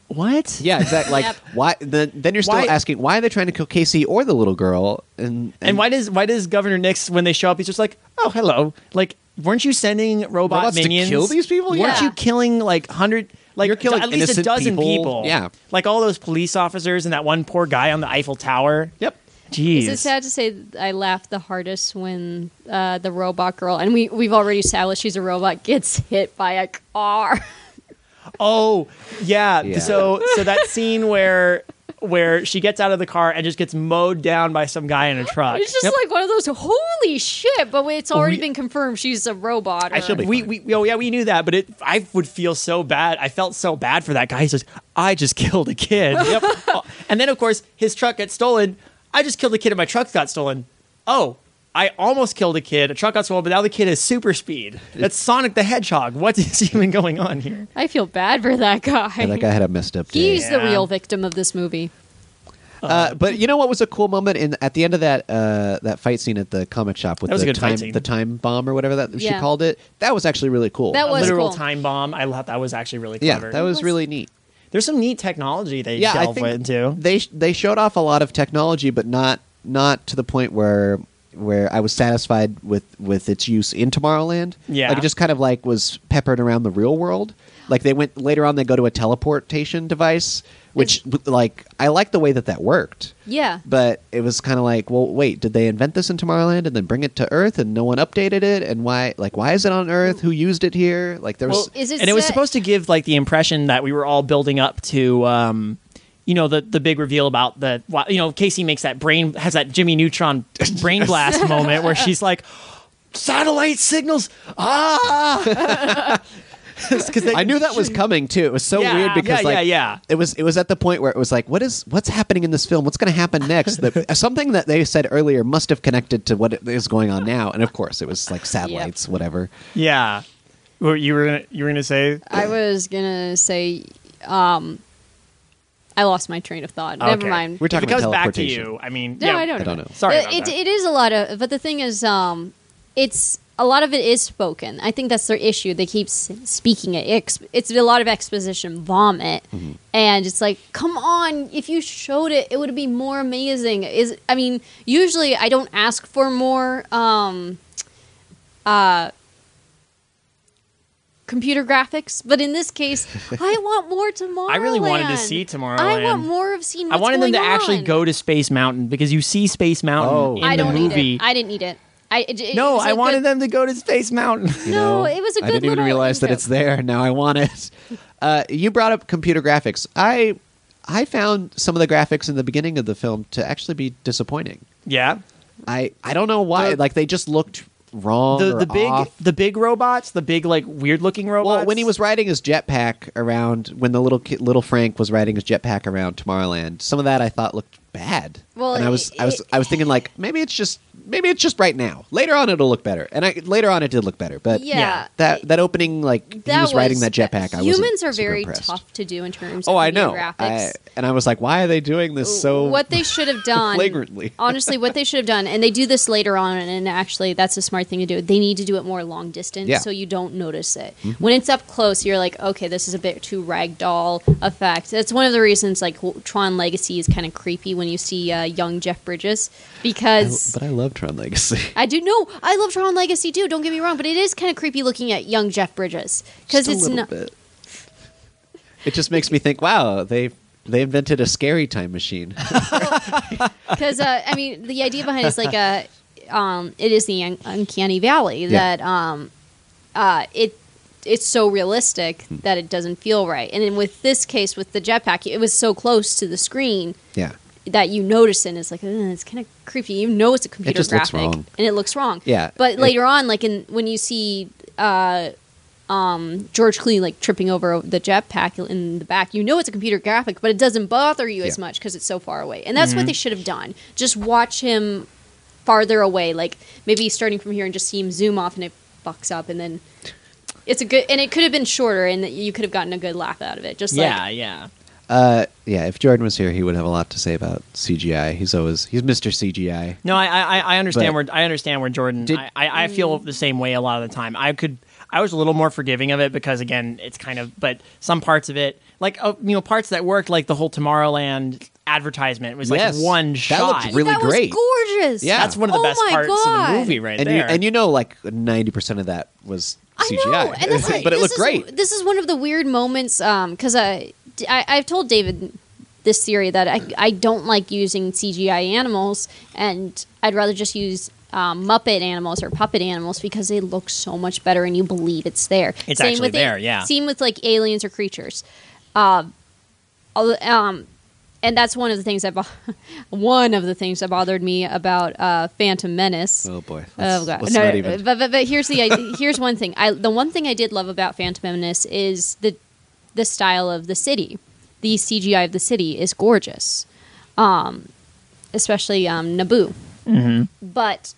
[SPEAKER 2] what?
[SPEAKER 1] Yeah, exactly. Like why? Then, then you're still
[SPEAKER 2] Why-
[SPEAKER 1] asking why are they trying to kill Casey or the little girl? And
[SPEAKER 2] And why does why does Governor Nix when they show up, he's just like, oh hello, like weren't you sending robot
[SPEAKER 1] Robots to
[SPEAKER 2] minions
[SPEAKER 1] kill these people?
[SPEAKER 2] Weren't
[SPEAKER 3] Yeah.
[SPEAKER 2] you killing like hundred? Like
[SPEAKER 1] You're killing
[SPEAKER 2] at least a
[SPEAKER 1] innocent
[SPEAKER 2] dozen
[SPEAKER 1] people.
[SPEAKER 2] people.
[SPEAKER 1] Yeah.
[SPEAKER 2] like all those police officers and that one poor guy on the Eiffel Tower.
[SPEAKER 1] Yep.
[SPEAKER 2] Jeez.
[SPEAKER 3] Is it sad to say that I laughed the hardest when uh, the robot girl, and we, we've already established she's a robot, gets hit by a car?
[SPEAKER 2] Oh, yeah.
[SPEAKER 1] Yeah.
[SPEAKER 2] So so that scene where where she gets out of the car and just gets mowed down by some guy in a truck.
[SPEAKER 3] It's just
[SPEAKER 2] Uh, Yep.
[SPEAKER 3] like one of those, holy shit, but it's already been confirmed she's a robot.
[SPEAKER 1] I should be-
[SPEAKER 2] we, we oh yeah we knew that, but it I would feel so bad. I felt so bad for that guy. He says, "I just killed a kid." Yep. Oh, and then of course his truck gets stolen. I just killed a kid and my truck got stolen. Oh, I almost killed a kid. A truck got stolen, but now the kid has super speed. That's Sonic the Hedgehog. What is even going on here?
[SPEAKER 3] I feel bad for that guy.
[SPEAKER 1] Yeah, that guy had a messed up day.
[SPEAKER 3] He's the
[SPEAKER 2] Yeah.
[SPEAKER 3] real victim of this movie.
[SPEAKER 1] Uh, but you know what was a cool moment in at the end of that uh, that fight scene at the comic shop with
[SPEAKER 2] That was
[SPEAKER 1] the
[SPEAKER 2] a good fight
[SPEAKER 1] time
[SPEAKER 2] scene.
[SPEAKER 1] the time bomb or whatever that she
[SPEAKER 3] Yeah.
[SPEAKER 1] called it. That was actually really cool.
[SPEAKER 3] That was
[SPEAKER 2] Literal
[SPEAKER 3] cool.
[SPEAKER 2] time bomb. I thought that was actually really
[SPEAKER 1] yeah,
[SPEAKER 2] clever.
[SPEAKER 1] that was
[SPEAKER 3] was-
[SPEAKER 1] really neat.
[SPEAKER 2] There's some neat technology they
[SPEAKER 1] Yeah, I
[SPEAKER 2] delve
[SPEAKER 1] think
[SPEAKER 2] into.
[SPEAKER 1] they sh- they showed off a lot of technology, but not not to the point where where I was satisfied with with its use in Tomorrowland.
[SPEAKER 2] Yeah.
[SPEAKER 1] like it just kind of like was peppered around the real world. Like they went later on, they go to a teleportation device, which like I like the way that that worked.
[SPEAKER 3] Yeah.
[SPEAKER 1] but it was kind of like, well, wait, did they invent this in Tomorrowland and then bring it to Earth and no one updated it? And why, like, why is it on Earth? Who used it here? Like, there was,
[SPEAKER 3] Well, Is it
[SPEAKER 2] and it was
[SPEAKER 3] set-
[SPEAKER 2] supposed to give like the impression that we were all building up to, um, you know, the the big reveal about the why- you know Casey makes that brain has that Jimmy Neutron brain blast moment where she's like satellite signals ah because
[SPEAKER 1] I knew that was coming too. It was so
[SPEAKER 2] Yeah,
[SPEAKER 1] weird because,
[SPEAKER 2] yeah,
[SPEAKER 1] like,
[SPEAKER 2] yeah, yeah.
[SPEAKER 1] it was, it was at the point where it was like, what is, what's happening in this film? What's going to happen next? That something that they said earlier must have connected to what is going on now. And of course, it was like satellites, whatever.
[SPEAKER 2] yeah. What you were gonna, you were gonna say
[SPEAKER 3] I was gonna say, um, I lost my train of thought. Never
[SPEAKER 2] Okay.
[SPEAKER 3] mind.
[SPEAKER 1] We're talking
[SPEAKER 2] if it comes
[SPEAKER 1] about
[SPEAKER 2] back to
[SPEAKER 1] teleportation.
[SPEAKER 2] you. I mean,
[SPEAKER 3] No,
[SPEAKER 2] yeah,
[SPEAKER 3] I don't.
[SPEAKER 1] I don't know.
[SPEAKER 2] Sorry,
[SPEAKER 3] Uh,
[SPEAKER 2] about
[SPEAKER 3] it
[SPEAKER 2] that.
[SPEAKER 3] it is a lot of, but the thing is, um, it's a lot of it is spoken. I think that's their issue. They keep s- speaking it. Ex- It's a lot of exposition vomit,
[SPEAKER 2] Mm-hmm.
[SPEAKER 3] and it's like, come on! If you showed it, it would be more amazing. Is I mean, usually I don't ask for more. Um, uh, computer graphics, but in this case, I want more tomorrow.
[SPEAKER 2] really wanted to see Tomorrowland.
[SPEAKER 3] I want more of seeing.
[SPEAKER 2] I
[SPEAKER 3] What's
[SPEAKER 2] wanted them to
[SPEAKER 3] going
[SPEAKER 2] actually
[SPEAKER 3] on.
[SPEAKER 2] go to Space Mountain because you see Space Mountain
[SPEAKER 1] Oh.
[SPEAKER 2] in
[SPEAKER 1] I
[SPEAKER 2] the
[SPEAKER 3] I don't
[SPEAKER 2] movie.
[SPEAKER 3] need it. I didn't need it. I it, it
[SPEAKER 2] no,
[SPEAKER 3] was a
[SPEAKER 2] I wanted
[SPEAKER 3] good-
[SPEAKER 2] them to go to Space Mountain.
[SPEAKER 1] You
[SPEAKER 3] No,
[SPEAKER 1] know,
[SPEAKER 3] it was a
[SPEAKER 1] I
[SPEAKER 3] good
[SPEAKER 1] didn't even
[SPEAKER 3] little
[SPEAKER 1] realize that
[SPEAKER 3] intro.
[SPEAKER 1] it's there. Now I want it. Uh, you brought up computer graphics. I I found some of the graphics in the beginning of the film to actually be disappointing.
[SPEAKER 2] yeah.
[SPEAKER 1] I I don't know why.
[SPEAKER 2] The-
[SPEAKER 1] like they just looked wrong.
[SPEAKER 2] the
[SPEAKER 1] or
[SPEAKER 2] the big
[SPEAKER 1] off.
[SPEAKER 2] the big robots, the big like weird looking robots.
[SPEAKER 1] Well, when he was riding his jetpack around, when the little kid, little Frank was riding his jetpack around Tomorrowland, some of that I thought looked bad.
[SPEAKER 3] Well,
[SPEAKER 1] and I was, I was,
[SPEAKER 3] it-
[SPEAKER 1] I was thinking like maybe it's just maybe it's just right now. Later on, it'll look better. And I later on, it did look better. But
[SPEAKER 3] Yeah. Yeah.
[SPEAKER 1] that that opening like he
[SPEAKER 3] That
[SPEAKER 1] was, riding that jetpack. I was
[SPEAKER 3] humans are very
[SPEAKER 1] impressed.
[SPEAKER 3] tough to do in terms.
[SPEAKER 1] Oh,
[SPEAKER 3] of
[SPEAKER 1] I know. I,
[SPEAKER 3] Graphics.
[SPEAKER 1] and I was like, why are they doing this so?
[SPEAKER 3] what they should have done
[SPEAKER 1] flagrantly.
[SPEAKER 3] honestly, what they should have done, and they do this later on, and actually, that's a smart thing to do. They need to do it more long distance,
[SPEAKER 1] Yeah. Mm-hmm.
[SPEAKER 3] so you don't notice it. When it's up close, you're like, okay, this is a bit too ragdoll effect. That's one of the reasons, like Tron Legacy is kind of creepy when you see uh, young Jeff Bridges because
[SPEAKER 1] but I love Tron Legacy.
[SPEAKER 3] I do know. I love Tron Legacy too. Don't get me wrong, but it is kind of creepy looking at young Jeff Bridges because
[SPEAKER 1] Just a
[SPEAKER 3] it's
[SPEAKER 1] little
[SPEAKER 3] not.
[SPEAKER 1] bit. It just makes me think. Wow, they they invented a scary time machine.
[SPEAKER 3] Because uh, I mean, the idea behind it is like a, um, it is the un- uncanny valley
[SPEAKER 1] Yeah.
[SPEAKER 3] that um, uh, it it's so realistic
[SPEAKER 1] Hmm.
[SPEAKER 3] that it doesn't feel right. And then with this case with the jetpack, it was so close to the screen
[SPEAKER 1] yeah,
[SPEAKER 3] that you notice it and it's like "Ugh, it's kind of creepy you know it's a computer
[SPEAKER 1] just looks
[SPEAKER 3] graphic
[SPEAKER 1] wrong.
[SPEAKER 3] and it looks wrong
[SPEAKER 1] Yeah.
[SPEAKER 3] but
[SPEAKER 1] It-
[SPEAKER 3] later on like in when you see uh um george clooney like tripping over the jetpack in the back you know it's a computer graphic but it doesn't bother you as
[SPEAKER 1] Yeah.
[SPEAKER 3] much because it's so far away and that's
[SPEAKER 2] Mm-hmm.
[SPEAKER 3] what they should have done just watch him farther away like maybe starting from here and just see him zoom off and it fucks up and then it's a good and it could have been shorter and you could have gotten a good laugh out of it just
[SPEAKER 2] yeah,
[SPEAKER 3] like
[SPEAKER 2] yeah.
[SPEAKER 1] uh, yeah. If Jordan was here, he would have a lot to say about CGI. He's always he's Mister CGI.
[SPEAKER 2] No, I I, I understand
[SPEAKER 1] But-
[SPEAKER 2] where I understand where Jordan.
[SPEAKER 1] Did-
[SPEAKER 2] I, I I feel the same way a lot of the time. I could I was a little more forgiving of it because again, it's kind of but some parts of it like oh, you know parts that worked like the whole Tomorrowland advertisement was like
[SPEAKER 1] Yes.
[SPEAKER 2] one
[SPEAKER 1] That
[SPEAKER 2] shot.
[SPEAKER 1] looked really
[SPEAKER 3] that
[SPEAKER 1] great.
[SPEAKER 3] was gorgeous
[SPEAKER 1] Yeah.
[SPEAKER 2] That's one of the
[SPEAKER 3] Oh
[SPEAKER 2] best
[SPEAKER 3] my
[SPEAKER 2] parts of
[SPEAKER 3] God.
[SPEAKER 2] the movie right
[SPEAKER 1] and you
[SPEAKER 2] there.
[SPEAKER 1] and you know like ninety percent of that was CGI.
[SPEAKER 3] I know, and that's
[SPEAKER 1] but it
[SPEAKER 3] this
[SPEAKER 1] looked
[SPEAKER 3] is-
[SPEAKER 1] great.
[SPEAKER 3] um, uh, This is one of the weird moments because I, I I've told David this theory that I, I don't like using CGI animals, and I'd rather just use um, Muppet animals or puppet animals because they look so much better, and you believe it's there.
[SPEAKER 2] It's actually
[SPEAKER 3] with a-
[SPEAKER 2] there, yeah.
[SPEAKER 3] Same with like aliens or creatures. Um, al- um, and that's one of the things that bo- one of the things that bothered me about uh, Phantom Menace.
[SPEAKER 1] Oh boy. Let's-
[SPEAKER 3] Oh god!
[SPEAKER 1] let's
[SPEAKER 3] no,
[SPEAKER 1] not even-
[SPEAKER 3] But, but, but here's the idea- here's one thing. I the one thing I did love about Phantom Menace is the the style of the city. The CGI of the city is gorgeous, um, especially um, Naboo.
[SPEAKER 1] Mm-hmm.
[SPEAKER 3] But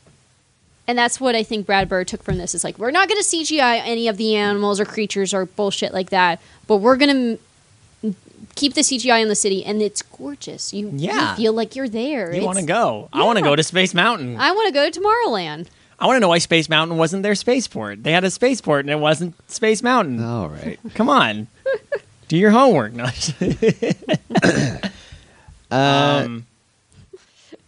[SPEAKER 3] and that's what I think Brad Bird took from this. Is like we're not going to CGI any of the animals or creatures or bullshit like that, but we're going to keep the CGI in the city, and it's gorgeous. You, you
[SPEAKER 2] Yeah.
[SPEAKER 3] feel like you're there.
[SPEAKER 2] You
[SPEAKER 3] It's-
[SPEAKER 2] want to go? I want to go to Space Mountain. I,
[SPEAKER 3] I want to go to Tomorrowland.
[SPEAKER 2] want to know why Space Mountain wasn't their spaceport. They had a spaceport and it wasn't Space Mountain.
[SPEAKER 1] All right.
[SPEAKER 2] Come on, do your homework. No,
[SPEAKER 1] Uh,
[SPEAKER 2] Um,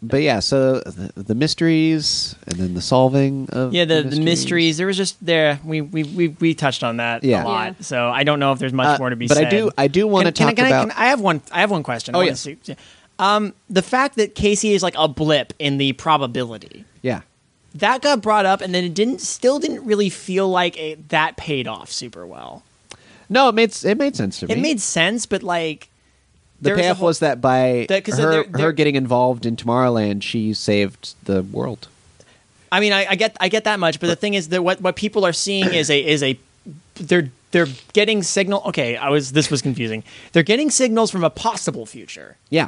[SPEAKER 1] But yeah, so the, the mysteries and then the solving of
[SPEAKER 2] yeah, the, the mysteries. There was just there. We we we, we touched on that
[SPEAKER 1] Yeah.
[SPEAKER 2] a lot.
[SPEAKER 3] Yeah.
[SPEAKER 2] So I don't know if there's
[SPEAKER 1] Uh,
[SPEAKER 2] much more to be.
[SPEAKER 1] but
[SPEAKER 2] said.
[SPEAKER 1] I do I do want to
[SPEAKER 2] Can- can I-
[SPEAKER 1] talk
[SPEAKER 2] can I-
[SPEAKER 1] about
[SPEAKER 2] can I, have one. I have one question. I
[SPEAKER 1] Oh,
[SPEAKER 2] wanna
[SPEAKER 1] yeah.
[SPEAKER 2] see- yeah. Um, the fact that Casey is like a blip in the probability
[SPEAKER 1] yeah.
[SPEAKER 2] that got brought up, and then it didn't. Still didn't really feel like it, that paid off super well.
[SPEAKER 1] No, it made it made sense to me.
[SPEAKER 2] It made sense, but like
[SPEAKER 1] the
[SPEAKER 2] there was a
[SPEAKER 1] payoff
[SPEAKER 2] whole-
[SPEAKER 1] was that by
[SPEAKER 2] That- 'cause
[SPEAKER 1] her,
[SPEAKER 2] so they're- they're-
[SPEAKER 1] her getting involved in Tomorrowland, she saved the world.
[SPEAKER 2] I mean, I, I get I get that much, but the thing is that what, what people are seeing is a is a they're they're getting signal. Okay, I was this was confusing. They're getting signals from a possible future.
[SPEAKER 1] Yeah,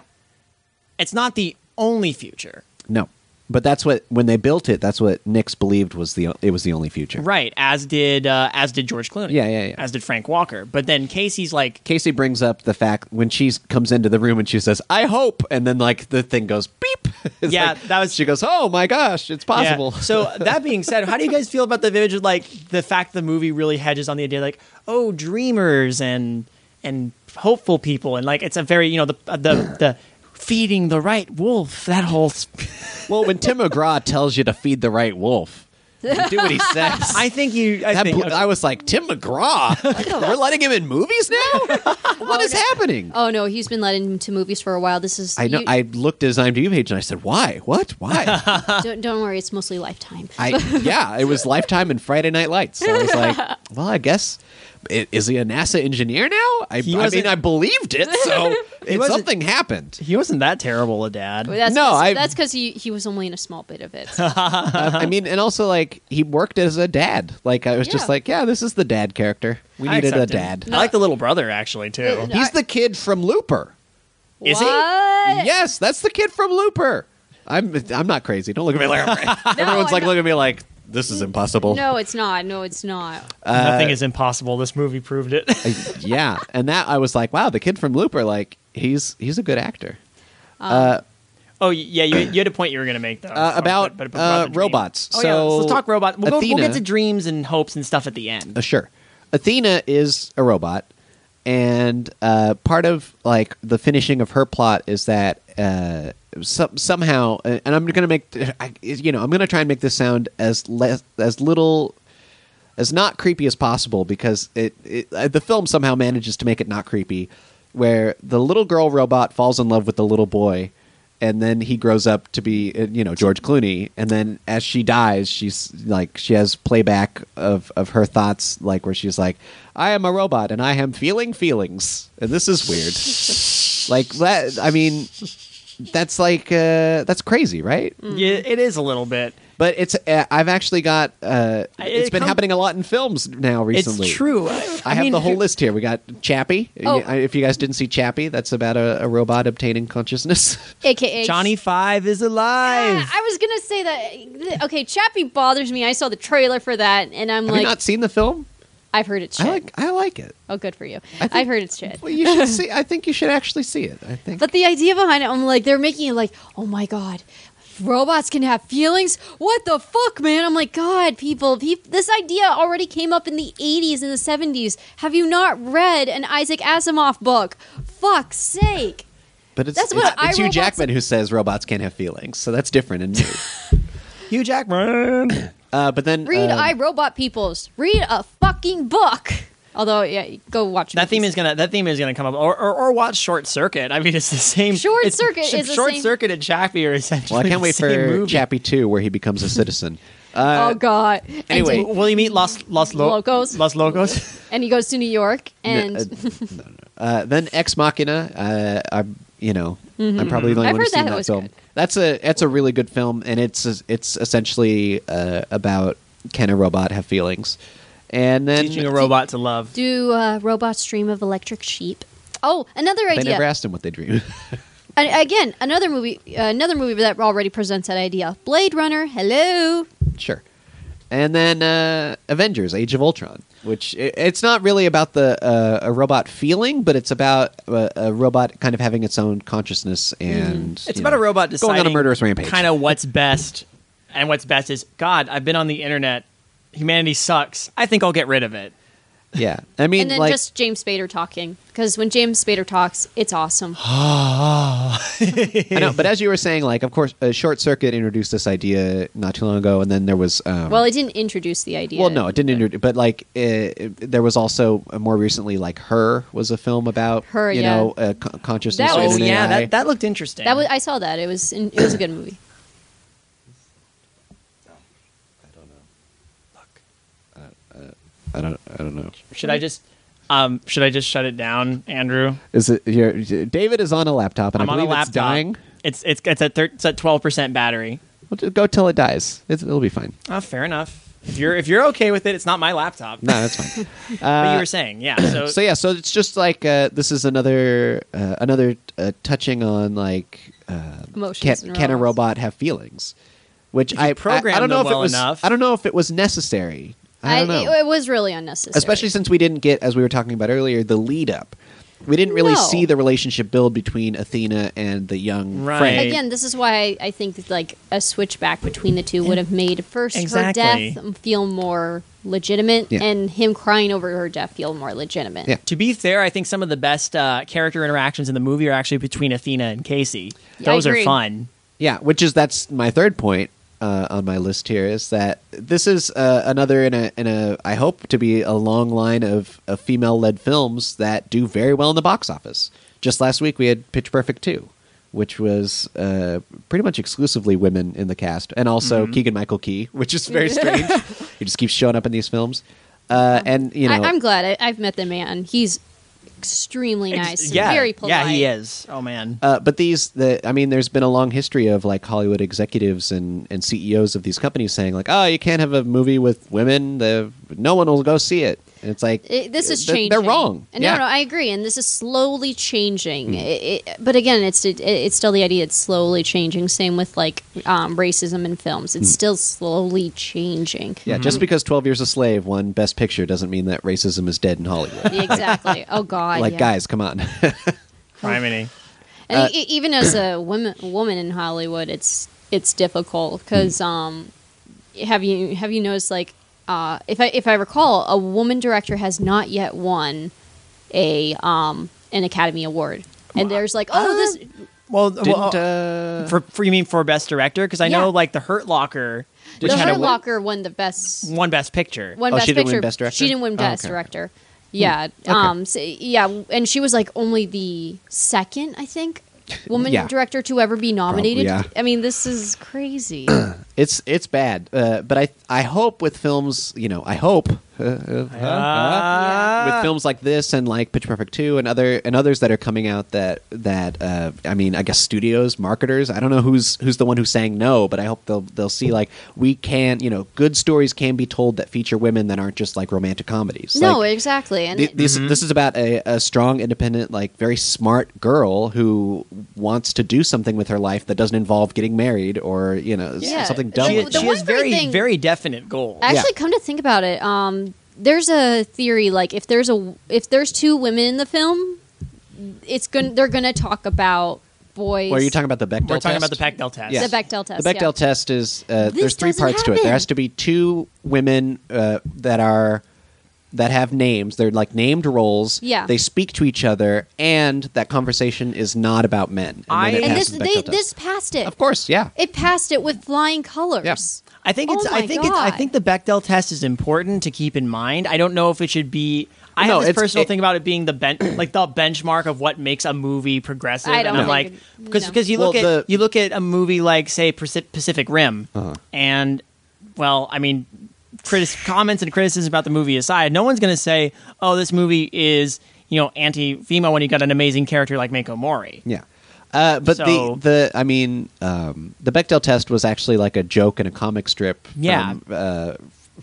[SPEAKER 2] It's not the only future,
[SPEAKER 1] no, but that's what when they built it. That's what Nix believed was the it was the only future.
[SPEAKER 2] right? As did uh, as did George Clooney.
[SPEAKER 1] Yeah, yeah, yeah.
[SPEAKER 2] As did Frank Walker. But then Casey's like,
[SPEAKER 1] Casey brings up the fact when she comes into the room and she says, "I hope," and then like the thing goes beep. It's
[SPEAKER 2] Yeah,
[SPEAKER 1] like-
[SPEAKER 2] that was-
[SPEAKER 1] She goes, "Oh my gosh, it's
[SPEAKER 2] Yeah.
[SPEAKER 1] possible."
[SPEAKER 2] So that being said, how do you guys feel about the image of like the fact the movie really hedges on the idea like oh dreamers and and hopeful people and like it's a very you know the uh, the the feeding the right wolf that whole sp-
[SPEAKER 1] well, when Tim McGraw tells you to feed the right wolf, you do what he says.
[SPEAKER 2] I think you I
[SPEAKER 1] That
[SPEAKER 2] think
[SPEAKER 1] blew- I was like Tim McGraw. We're letting him in movies now. What is happening?
[SPEAKER 3] Oh no, he's been led into movies for a while. This is
[SPEAKER 1] I know.
[SPEAKER 3] you-
[SPEAKER 1] I looked at his IMDb page and I said, "Why? What? Why?"
[SPEAKER 3] don't, don't worry, it's mostly Lifetime.
[SPEAKER 1] I yeah, it was Lifetime and Friday Night Lights. So I was like, "Well, I guess i- is he a NASA engineer now?" I,
[SPEAKER 2] He
[SPEAKER 1] I
[SPEAKER 2] wasn't-
[SPEAKER 1] mean, I believed it, so it-
[SPEAKER 2] wasn't-
[SPEAKER 1] something happened.
[SPEAKER 2] he wasn't that terrible a dad
[SPEAKER 3] But that's
[SPEAKER 1] No,
[SPEAKER 3] 'cause-
[SPEAKER 1] I-
[SPEAKER 3] that's because he he was only in a small bit of it.
[SPEAKER 1] Uh,
[SPEAKER 3] Uh-huh.
[SPEAKER 1] I mean, and also like he worked as a dad. Like I was just
[SPEAKER 3] Yeah.
[SPEAKER 1] like, "Yeah, this is the dad character. We
[SPEAKER 2] I
[SPEAKER 1] needed a
[SPEAKER 2] accept him.
[SPEAKER 1] dad."
[SPEAKER 2] I like the little brother actually too
[SPEAKER 1] He's the kid from Looper.
[SPEAKER 2] is he
[SPEAKER 3] what?
[SPEAKER 1] Yes, that's the kid from Looper. I'm I'm not crazy. Don't look at me like I'm crazy. everyone's like looking at me like this is impossible.
[SPEAKER 3] No, it's not. No, it's not.
[SPEAKER 2] nothing is impossible this movie proved it
[SPEAKER 1] yeah, and that I was like, wow, the kid from Looper, like he's he's a good actor.
[SPEAKER 2] oh yeah you, you had a point you were gonna make though
[SPEAKER 1] Uh,
[SPEAKER 2] So,
[SPEAKER 1] about
[SPEAKER 2] but- but
[SPEAKER 1] uh,
[SPEAKER 2] the dream.
[SPEAKER 1] robots.
[SPEAKER 2] oh,
[SPEAKER 1] so
[SPEAKER 2] yeah. let's talk robots we'll, go, we'll
[SPEAKER 1] Athena-
[SPEAKER 2] get to dreams and hopes and stuff at the end
[SPEAKER 1] Uh, sure. Athena is a robot, and uh, part of like the finishing of her plot is that uh, some, somehow, uh, and I'm going to make, I, you know, I'm going to try and make this sound as less, as little, as not creepy as possible because it, it uh, the film somehow manages to make it not creepy, where the little girl robot falls in love with the little boy. And then he grows up to be, uh, you know, George Clooney. And then as she dies, she's like, she has playback of, of her thoughts, like where she's like, "I am a robot and I am feeling feelings, and this is weird." like that. I mean, that's like uh, that's crazy, right?
[SPEAKER 2] yeah
[SPEAKER 3] Mm-hmm.
[SPEAKER 2] it is a little bit
[SPEAKER 1] But it's uh, I've actually got uh,
[SPEAKER 2] I-
[SPEAKER 1] it's
[SPEAKER 2] it
[SPEAKER 1] been
[SPEAKER 2] come-
[SPEAKER 1] happening a lot in films now recently.
[SPEAKER 2] It's true. I,
[SPEAKER 1] I, have
[SPEAKER 2] mean,
[SPEAKER 1] the whole list here. We got Chappie.
[SPEAKER 3] Oh.
[SPEAKER 1] If you guys didn't see Chappie, that's about a, a robot obtaining consciousness.
[SPEAKER 3] AKA
[SPEAKER 2] Johnny Five is alive.
[SPEAKER 3] Yeah, I was gonna say that. Okay, Chappie bothers me. I saw the trailer for that, and I'm
[SPEAKER 1] have
[SPEAKER 3] like,
[SPEAKER 1] you not seen the film?
[SPEAKER 3] I've heard it's shit.
[SPEAKER 1] I like I like it.
[SPEAKER 3] oh, good for you.
[SPEAKER 1] I think-
[SPEAKER 3] I've heard it's shit.
[SPEAKER 1] Well, you should see. I think you should actually see it. I think.
[SPEAKER 3] But the idea behind it, I'm like, they're making it like, oh my god, robots can have feelings. What the fuck, man? I'm like, God, people, peop this idea already came up in the 80s and the 70s. Have you not read an Isaac Asimov book? Fuck's sake.
[SPEAKER 1] But it's,
[SPEAKER 3] That's
[SPEAKER 1] it's,
[SPEAKER 3] what
[SPEAKER 1] it's Hugh
[SPEAKER 3] iRobot's-
[SPEAKER 1] Jackman who says robots can't have feelings, so that's different and new.
[SPEAKER 2] Hugh Jackman.
[SPEAKER 1] Uh, but then
[SPEAKER 3] Read
[SPEAKER 1] um,
[SPEAKER 3] I Robot Peoples. Read a fucking book. Although, yeah, go watch
[SPEAKER 2] That theme
[SPEAKER 3] movies.
[SPEAKER 2] is gonna that theme is gonna come up, or or, or watch Short Circuit. I mean, it's the same.
[SPEAKER 3] Short
[SPEAKER 2] it's-
[SPEAKER 3] Circuit
[SPEAKER 2] sh-
[SPEAKER 3] is the
[SPEAKER 2] Short
[SPEAKER 3] same-
[SPEAKER 2] Circuit and Chappie are essentially.
[SPEAKER 1] Well, I can't
[SPEAKER 2] the
[SPEAKER 1] wait
[SPEAKER 2] same
[SPEAKER 1] for
[SPEAKER 2] movie.
[SPEAKER 1] Chappie 2 where he becomes a citizen.
[SPEAKER 3] oh god.
[SPEAKER 1] anyway.
[SPEAKER 3] and,
[SPEAKER 2] W- Will you meet Los Los Lo-
[SPEAKER 3] Locos.
[SPEAKER 2] Los Locos.
[SPEAKER 3] and he goes to New York, and
[SPEAKER 1] Uh, then Ex Machina. Uh, I, you know, I'm probably the only
[SPEAKER 3] Mm-hmm. I've
[SPEAKER 1] one who's
[SPEAKER 3] heard that
[SPEAKER 1] seen
[SPEAKER 3] it
[SPEAKER 1] that,
[SPEAKER 3] was
[SPEAKER 1] film.
[SPEAKER 3] good.
[SPEAKER 1] That's a that's a really good film, and it's it's essentially uh, about can a robot have feelings? And then
[SPEAKER 2] Teaching a robot to love.
[SPEAKER 3] do uh, robots dream of electric sheep? Oh, another
[SPEAKER 1] They never
[SPEAKER 3] idea.
[SPEAKER 1] asked him what they dream.
[SPEAKER 3] And again, another movie. Uh, another movie that already presents that idea. Blade Runner. Hello.
[SPEAKER 1] sure. And then uh, Avengers: Age of Ultron, which i it's not really about the uh, a robot feeling, but it's about a, a robot kind of having its own consciousness and
[SPEAKER 3] Mm-hmm.
[SPEAKER 2] It's
[SPEAKER 1] you
[SPEAKER 2] about
[SPEAKER 1] know,
[SPEAKER 2] a robot
[SPEAKER 1] going
[SPEAKER 2] deciding
[SPEAKER 1] on a murderous rampage.
[SPEAKER 2] Kind of what's best, and what's best is God. I've been on the internet. Humanity sucks. I think I'll get rid of it.
[SPEAKER 1] yeah. I mean,
[SPEAKER 3] And then
[SPEAKER 1] like
[SPEAKER 3] just James Spader talking because when James Spader talks, it's awesome.
[SPEAKER 1] I know, but as you were saying, like, of course, uh, Short Circuit introduced this idea not too long ago, and then there was. Um,
[SPEAKER 3] well, it didn't introduce the idea.
[SPEAKER 1] well, no, it didn't introduce, but like, uh, it, there was also uh, more recently, like, Her was a film about
[SPEAKER 3] Her,
[SPEAKER 1] you
[SPEAKER 3] yeah.
[SPEAKER 1] know, uh, con- consciousness.
[SPEAKER 3] That
[SPEAKER 1] and
[SPEAKER 2] Oh
[SPEAKER 3] was-
[SPEAKER 1] an
[SPEAKER 2] yeah,
[SPEAKER 1] AI.
[SPEAKER 2] that, that looked interesting.
[SPEAKER 3] That was I saw that. It was in, it was a good movie.
[SPEAKER 1] I don't, I don't know.
[SPEAKER 2] should I just um should I just shut it down, Andrew?
[SPEAKER 1] Is it your David is on a laptop, and
[SPEAKER 2] I'm
[SPEAKER 1] I
[SPEAKER 2] on a
[SPEAKER 1] believe
[SPEAKER 2] laptop.
[SPEAKER 1] it's dying.
[SPEAKER 2] It's it's it's at thir- it's at twelve percent battery.
[SPEAKER 1] Well, just go till it dies. It's, it'll be fine.
[SPEAKER 2] Oh, fair enough. If you're if you're okay with it, it's not my laptop.
[SPEAKER 1] No, that's fine.
[SPEAKER 2] but you were saying, yeah. So,
[SPEAKER 1] so yeah, so it's just like uh, this is another, uh, another uh, touching on like can,
[SPEAKER 3] Emotions. and
[SPEAKER 1] can a
[SPEAKER 3] robots.
[SPEAKER 1] robot have feelings? Which I, I-
[SPEAKER 2] program
[SPEAKER 1] I don't know
[SPEAKER 2] them
[SPEAKER 1] if
[SPEAKER 2] well
[SPEAKER 1] it was
[SPEAKER 2] enough.
[SPEAKER 1] I don't know if it was necessary. I don't know,
[SPEAKER 3] It, it was really unnecessary.
[SPEAKER 1] especially since we didn't get, as we were talking about earlier, the lead up. We didn't really
[SPEAKER 3] No.
[SPEAKER 1] see the relationship build between Athena and the young
[SPEAKER 2] Right.
[SPEAKER 1] Frank.
[SPEAKER 3] again, this is why I think that, like a switch back between the two would have made first
[SPEAKER 2] Exactly.
[SPEAKER 3] her death feel more legitimate
[SPEAKER 1] Yeah.
[SPEAKER 3] and him crying over her death feel more legitimate.
[SPEAKER 1] Yeah.
[SPEAKER 2] to be fair, I think some of the best uh, character interactions in the movie are actually between Athena and Casey.
[SPEAKER 3] Yeah, I
[SPEAKER 2] Those are
[SPEAKER 3] agree.
[SPEAKER 2] fun.
[SPEAKER 1] Yeah, which is that's my third point uh, on my list here is that this is uh, another in a in a I hope to be a long line of, of female led films that do very well in the box office. Just last week we had Pitch Perfect two, which was uh, pretty much exclusively women in the cast, and also Keegan Michael Key, which is very strange. he just keeps showing up in these films, uh, and you know
[SPEAKER 3] I, I'm glad I, I've met the man. He's extremely nice. and
[SPEAKER 2] yeah,
[SPEAKER 3] very polite.
[SPEAKER 2] yeah, he is. Oh man,
[SPEAKER 1] Uh, but these, the I mean, there's been a long history of like Hollywood executives and, and CEOs of these companies saying like, oh, you can't have a movie with women. The no one will go see it. And it's like
[SPEAKER 3] It- this is
[SPEAKER 1] they're-
[SPEAKER 3] changing.
[SPEAKER 1] They're wrong.
[SPEAKER 3] And
[SPEAKER 1] yeah. Hmm.
[SPEAKER 3] No, no, I agree. And this is slowly changing. It- it- but again, it's it, it's still the idea. It's slowly changing. Same with like um, racism in films. It's still slowly changing.
[SPEAKER 1] Hmm. yeah, just because Twelve Years a Slave won Best Picture doesn't mean that racism is dead in Hollywood.
[SPEAKER 3] Exactly. Oh God.
[SPEAKER 1] like,
[SPEAKER 3] yeah.
[SPEAKER 1] guys, come on.
[SPEAKER 2] criminy.
[SPEAKER 1] Uh,
[SPEAKER 3] And e- even as a woman, woman in Hollywood, it's it's difficult because
[SPEAKER 1] Hmm.
[SPEAKER 3] um, have you have you noticed like uh, if I if I recall, a woman director has not yet won a um, an Academy Award, and there's like oh this
[SPEAKER 2] Well, well,
[SPEAKER 1] Didn't, uh,
[SPEAKER 2] for, for you mean for best director? Because I
[SPEAKER 3] Yeah.
[SPEAKER 2] know like the Hurt Locker, which
[SPEAKER 3] the
[SPEAKER 2] had a
[SPEAKER 3] Hurt
[SPEAKER 2] win-
[SPEAKER 3] Locker won the
[SPEAKER 1] Hmm.
[SPEAKER 3] best
[SPEAKER 2] one best picture.
[SPEAKER 3] one
[SPEAKER 1] Oh,
[SPEAKER 3] best
[SPEAKER 1] she didn't win
[SPEAKER 3] picture.
[SPEAKER 1] Best Director?
[SPEAKER 3] She didn't win
[SPEAKER 1] Oh,
[SPEAKER 3] best
[SPEAKER 1] okay.
[SPEAKER 3] director. Yeah, um, so- yeah, and she was like only the second, I think, woman
[SPEAKER 1] Yeah.
[SPEAKER 3] director to ever be nominated.
[SPEAKER 1] yeah.
[SPEAKER 3] I mean, this is crazy.
[SPEAKER 1] it's it's bad. Uh, but I I hope with films, you know, I hope uh, uh, with
[SPEAKER 3] Uh,
[SPEAKER 1] films like this and like Pitch Perfect two and other and others that are coming out that that uh, I mean I guess studios marketers I don't know who's who's the one who's saying no but I hope they'll they'll see like we can you know good stories can be told that feature women that aren't just like romantic comedies
[SPEAKER 3] no,
[SPEAKER 1] Like,
[SPEAKER 3] exactly. And
[SPEAKER 1] th-
[SPEAKER 3] it-
[SPEAKER 2] Mm-hmm.
[SPEAKER 1] this this is about a, a strong, independent, like very smart girl who wants to do something with her life that doesn't involve getting married or you know s-
[SPEAKER 3] Yeah.
[SPEAKER 1] something
[SPEAKER 3] The-
[SPEAKER 1] dumb.
[SPEAKER 2] she
[SPEAKER 3] the
[SPEAKER 1] like
[SPEAKER 2] she
[SPEAKER 1] that.
[SPEAKER 2] has
[SPEAKER 3] one great
[SPEAKER 2] very
[SPEAKER 3] thing-
[SPEAKER 2] very definite goals.
[SPEAKER 3] actually, come to think about it, um, there's a theory like if there's a if there's two women in the film, it's going they're gonna talk about boys.
[SPEAKER 1] Well, are you talking about the Bechdel
[SPEAKER 2] We're
[SPEAKER 1] test?
[SPEAKER 2] talking about the Pac Del test.
[SPEAKER 1] Yeah.
[SPEAKER 3] the Bechdel test?
[SPEAKER 1] The Bechdel
[SPEAKER 3] yeah.
[SPEAKER 1] test is uh,
[SPEAKER 3] This
[SPEAKER 1] there's three
[SPEAKER 3] doesn't
[SPEAKER 1] parts to it. There
[SPEAKER 3] happen.
[SPEAKER 1] has to be two women uh, that are that have names. They're like named roles.
[SPEAKER 3] Yeah.
[SPEAKER 1] They speak to each other, and that conversation is not about men.
[SPEAKER 2] I-
[SPEAKER 1] then it
[SPEAKER 3] and this
[SPEAKER 1] passes back
[SPEAKER 3] they,
[SPEAKER 1] up to us.
[SPEAKER 3] this passed it.
[SPEAKER 1] of course, yeah.
[SPEAKER 3] it passed it with flying colors.
[SPEAKER 1] Yeah.
[SPEAKER 2] I think
[SPEAKER 3] Oh
[SPEAKER 2] it's. I
[SPEAKER 3] my
[SPEAKER 2] think it's. I
[SPEAKER 3] God.
[SPEAKER 2] think the Bechdel test is important to keep in mind. I don't know if it should be. I
[SPEAKER 1] No,
[SPEAKER 2] have this
[SPEAKER 1] it's-
[SPEAKER 2] personal
[SPEAKER 1] it-
[SPEAKER 2] thing about it being the ben- like the benchmark of what makes a movie progressive.
[SPEAKER 3] I don't
[SPEAKER 2] and I'm
[SPEAKER 3] think
[SPEAKER 2] like
[SPEAKER 3] it-
[SPEAKER 2] because
[SPEAKER 3] no.
[SPEAKER 2] because you look
[SPEAKER 1] Well,
[SPEAKER 2] at
[SPEAKER 1] the-
[SPEAKER 2] you look at a movie like say Paci- Pacific Rim, and well, I mean, critic- comments and criticism about the movie aside, no one's going to say, "Oh, this movie is." You know, anti-female when you got an amazing character like Mako Mori.
[SPEAKER 1] Yeah. Uh, but
[SPEAKER 2] So-
[SPEAKER 1] the the I mean um, the Bechdel test was actually like a joke in a comic strip.
[SPEAKER 2] Yeah.
[SPEAKER 1] From, uh,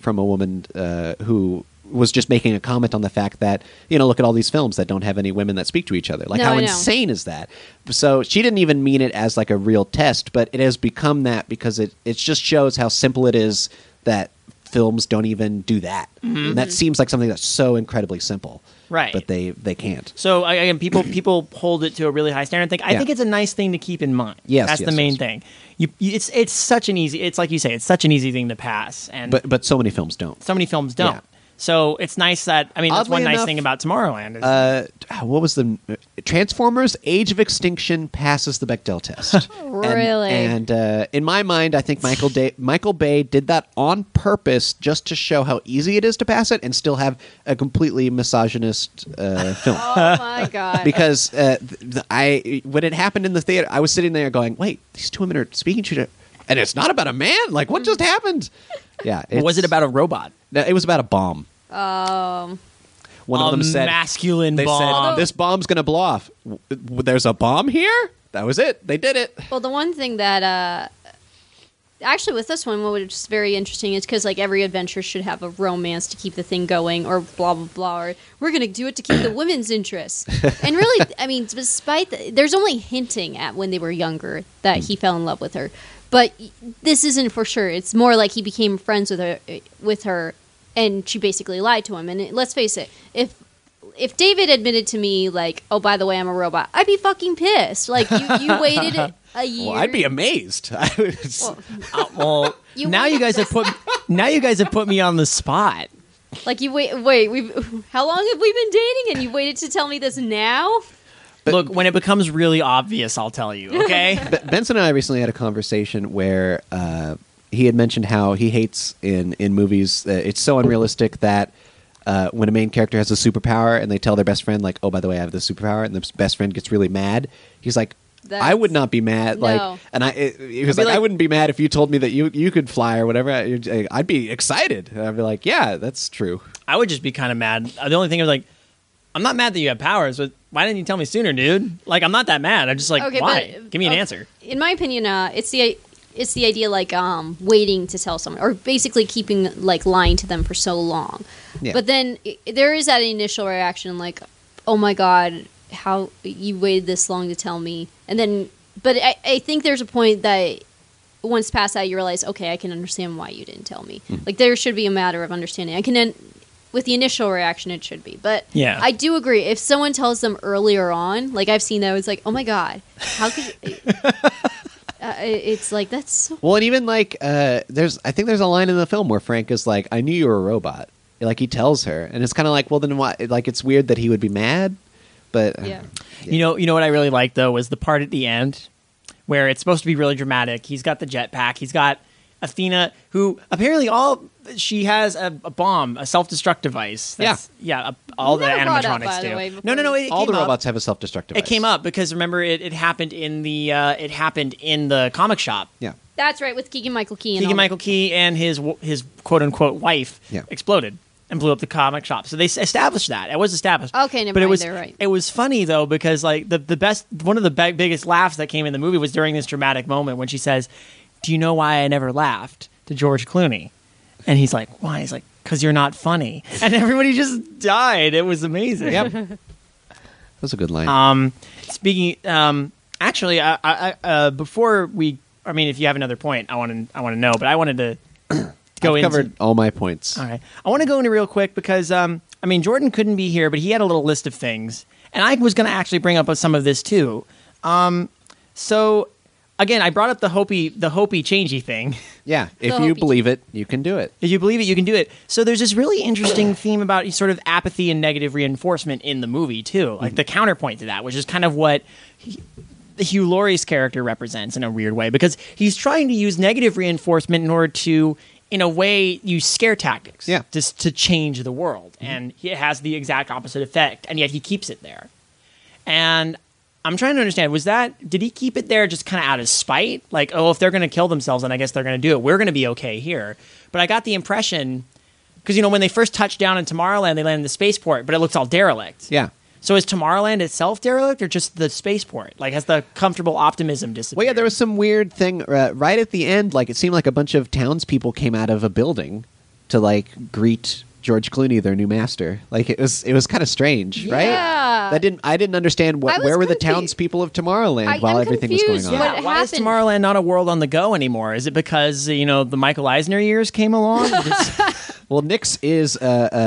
[SPEAKER 1] from a woman uh, who was just making a comment on the fact that you know look at all these films that don't have any women that speak to each other. Like
[SPEAKER 3] No,
[SPEAKER 1] how
[SPEAKER 3] I know.
[SPEAKER 1] insane is that? So she didn't even mean it as like a real test, but it has become that because it it just shows how simple it is that films don't even do that. And that seems like something that's so incredibly simple.
[SPEAKER 2] Mm-hmm. Right.
[SPEAKER 1] But they they can't.
[SPEAKER 2] So I- again, people people hold it to a really high standard. and Think I
[SPEAKER 1] Yeah.
[SPEAKER 2] think it's a nice thing to keep in mind.
[SPEAKER 1] Yes,
[SPEAKER 2] that's
[SPEAKER 1] yes,
[SPEAKER 2] the main
[SPEAKER 1] yes.
[SPEAKER 2] thing. You, you, it's it's such an easy. It's like you say, it's such an easy thing to pass, and
[SPEAKER 1] But but so many films don't.
[SPEAKER 2] so many films don't.
[SPEAKER 1] Yeah.
[SPEAKER 2] So it's nice that I mean, that's
[SPEAKER 1] Oddly
[SPEAKER 2] one nice
[SPEAKER 1] enough,
[SPEAKER 2] thing about Tomorrowland. Is,
[SPEAKER 1] uh, what was the uh, Transformers: Age of Extinction passes the Bechdel test. And-
[SPEAKER 3] Really?
[SPEAKER 1] And, uh, in my mind, I think Michael Day- Michael Bay did that on purpose, just to show how easy it is to pass it and still have a completely misogynist uh, film.
[SPEAKER 3] Oh my god!
[SPEAKER 1] Because uh, th- th- I, when it happened in the theater, I was sitting there going, "Wait, these two women are speaking to each other." And it's not about a man. Like, what just happened? Yeah.
[SPEAKER 2] Or was
[SPEAKER 1] it's-
[SPEAKER 2] it about a robot?
[SPEAKER 1] No, it was about a bomb. Um, one
[SPEAKER 2] a
[SPEAKER 1] of them said
[SPEAKER 2] masculine
[SPEAKER 1] they
[SPEAKER 2] bomb.
[SPEAKER 1] said this bomb's gonna blow off. W- w- There's a bomb here. That was it. They did it.
[SPEAKER 3] Well, the one thing that uh, actually with this one, what was very interesting is because like every adventure should have a romance to keep the thing going, or blah blah blah, or we're gonna do it to keep the women's interest. And really, I mean, despite the, there's only hinting at when they were younger that he fell in love with her, but y- this isn't for sure. It's more like he became friends with her eh, with her, and she basically lied to him. And it- let's face it, if if David admitted to me, like, oh, by the way, I'm a robot, I'd be fucking pissed. Like, you, you waited a- a year.
[SPEAKER 1] Well, "Oh, I'd be amazed. I was-
[SPEAKER 2] Uh, well,
[SPEAKER 3] You
[SPEAKER 2] now
[SPEAKER 3] wouldn't
[SPEAKER 2] you guys have put now you guys have put me on the spot.
[SPEAKER 3] Like, you wait, wait, we've, how long have we been dating and you waited to tell me this now?
[SPEAKER 2] Look, when it becomes really obvious, I'll tell you. Okay.
[SPEAKER 1] B- Benson and I recently had a conversation where uh, he had mentioned how he hates in in movies. Uh, it's so unrealistic that. Uh, when a main character has a superpower and they tell their best friend, like, "Oh, by the way, I have this superpower," and the best friend gets really mad, he's like, "I
[SPEAKER 3] That's-
[SPEAKER 1] would not be mad."
[SPEAKER 3] No.
[SPEAKER 1] Like, and I, it, he was
[SPEAKER 2] be
[SPEAKER 1] like, "I
[SPEAKER 2] like-
[SPEAKER 1] wouldn't be mad if you told me that you you could fly or whatever." I, I'd be excited. And I'd be like, "Yeah, that's true."
[SPEAKER 2] I would just be kind of mad. Uh, The only thing I was like, I'm not mad that you have powers, but why didn't you tell me sooner, dude? Like, I'm not that mad. I'm just like,
[SPEAKER 3] Okay,
[SPEAKER 2] why?
[SPEAKER 3] but-
[SPEAKER 2] Give me an
[SPEAKER 3] okay.
[SPEAKER 2] answer.
[SPEAKER 3] In my opinion, uh, it's the. It's the idea like um, waiting to tell someone, or basically keeping like lying to them for so long.
[SPEAKER 1] Yeah.
[SPEAKER 3] But then i there is that initial reaction, like, "Oh my god, how you waited this long to tell me?" And then, but I, I think there's a point that once past that, you realize, okay, I can understand why you didn't tell
[SPEAKER 2] Hmm.
[SPEAKER 3] me. Like there should be a matter of understanding. I can, en- with the initial reaction, it should be. But
[SPEAKER 2] Yeah.
[SPEAKER 3] I do agree. If someone tells them earlier on, like I've seen that, it's like, oh my god, how could? uh, it- it's like that's so.
[SPEAKER 1] Well, and even like uh, there's, I think there's a line in the film where Frank is like, "I knew you were a robot." Like he tells her, and it's kind of like, well, then why? Like it's weird that he would be mad, but uh, I don't
[SPEAKER 3] Yeah.
[SPEAKER 1] know.
[SPEAKER 2] You know, you know what I really liked though was the part at the end where it's supposed to be really dramatic. He's got the jetpack. He's got Athena, who apparently all she has a, a bomb, a self-destruct device. yeah, yeah. a- All the
[SPEAKER 3] Never brought up,
[SPEAKER 2] animatronics
[SPEAKER 3] by the
[SPEAKER 2] do.
[SPEAKER 3] way,
[SPEAKER 2] no, no, no. It, it
[SPEAKER 1] all the
[SPEAKER 2] came up.
[SPEAKER 1] robots have a self-destructive.
[SPEAKER 2] It came up because remember it, it happened in the uh, it happened in the comic shop.
[SPEAKER 1] Yeah.
[SPEAKER 3] That's right with Keegan Michael Key. and all-
[SPEAKER 2] Keegan Michael Key and his w- his quote unquote wife
[SPEAKER 1] Yeah.
[SPEAKER 2] exploded and blew up the comic shop. So they s- established that it was established.
[SPEAKER 3] Okay, never
[SPEAKER 2] but it
[SPEAKER 3] mind,
[SPEAKER 2] was
[SPEAKER 3] they're right.
[SPEAKER 2] it was funny though because like the the best one of the be- biggest laughs that came in the movie was during this dramatic moment when she says, "Do you know why I never laughed?" to George Clooney, and he's like, "Why?" He's like, "Cause you're not funny," and everybody just died. It was amazing.
[SPEAKER 1] Yep. That's a good line.
[SPEAKER 2] Um, speaking, um, actually, I, I, I- uh, before we, I mean, if you have another point, I want to, I want to know, but I wanted to go
[SPEAKER 1] I've
[SPEAKER 2] into.
[SPEAKER 1] covered all my points.
[SPEAKER 2] all right, I want to go into real quick because, um, I mean, Jordan couldn't be here, but he had a little list of things, and I was going to actually bring up some of this too. Um, so again, I brought up the Hopi the Hopi changey thing.
[SPEAKER 1] Yeah, if
[SPEAKER 3] The
[SPEAKER 1] you
[SPEAKER 3] Hopi.
[SPEAKER 1] believe it, you can do it.
[SPEAKER 2] If you believe it, you can do it. So there's this really interesting theme about sort of apathy and negative reinforcement in the movie too, like the counterpoint to that, which is kind of what Hugh Laurie's character represents in a weird way because he's trying to use negative reinforcement in order to, in a way, use scare tactics.
[SPEAKER 1] Yeah.
[SPEAKER 2] Just to change the world. And it has the exact opposite effect, and yet he keeps it there. And I'm trying to understand was that, did he keep it there just kind of out of spite? Like, oh, if they're going to kill themselves, then I guess they're going to do it. We're going to be okay here. But I got the impression. Because you know when they first touched down in Tomorrowland, they landed in the spaceport, but it looks all derelict.
[SPEAKER 1] Yeah.
[SPEAKER 2] So is Tomorrowland itself derelict, or just the spaceport? Like, has the comfortable optimism disappeared?
[SPEAKER 1] Well, yeah, there was some weird thing uh, right at the end. Like, it seemed like a bunch of townspeople came out of a building to like greet George Clooney, their new master. Like, it was it was kind of strange,
[SPEAKER 3] Yeah.
[SPEAKER 1] right? That didn't I didn't understand
[SPEAKER 3] I
[SPEAKER 1] what
[SPEAKER 3] was
[SPEAKER 1] where were the
[SPEAKER 3] confu-
[SPEAKER 1] townspeople of Tomorrowland
[SPEAKER 3] I-
[SPEAKER 1] while
[SPEAKER 3] I'm
[SPEAKER 1] everything was
[SPEAKER 3] confused.
[SPEAKER 1] going on.
[SPEAKER 3] What
[SPEAKER 2] why is
[SPEAKER 3] happened?
[SPEAKER 2] Tomorrowland not a world on the go anymore? Is it because you know the Michael Eisner years came along? Just-
[SPEAKER 1] Well, Nix is uh,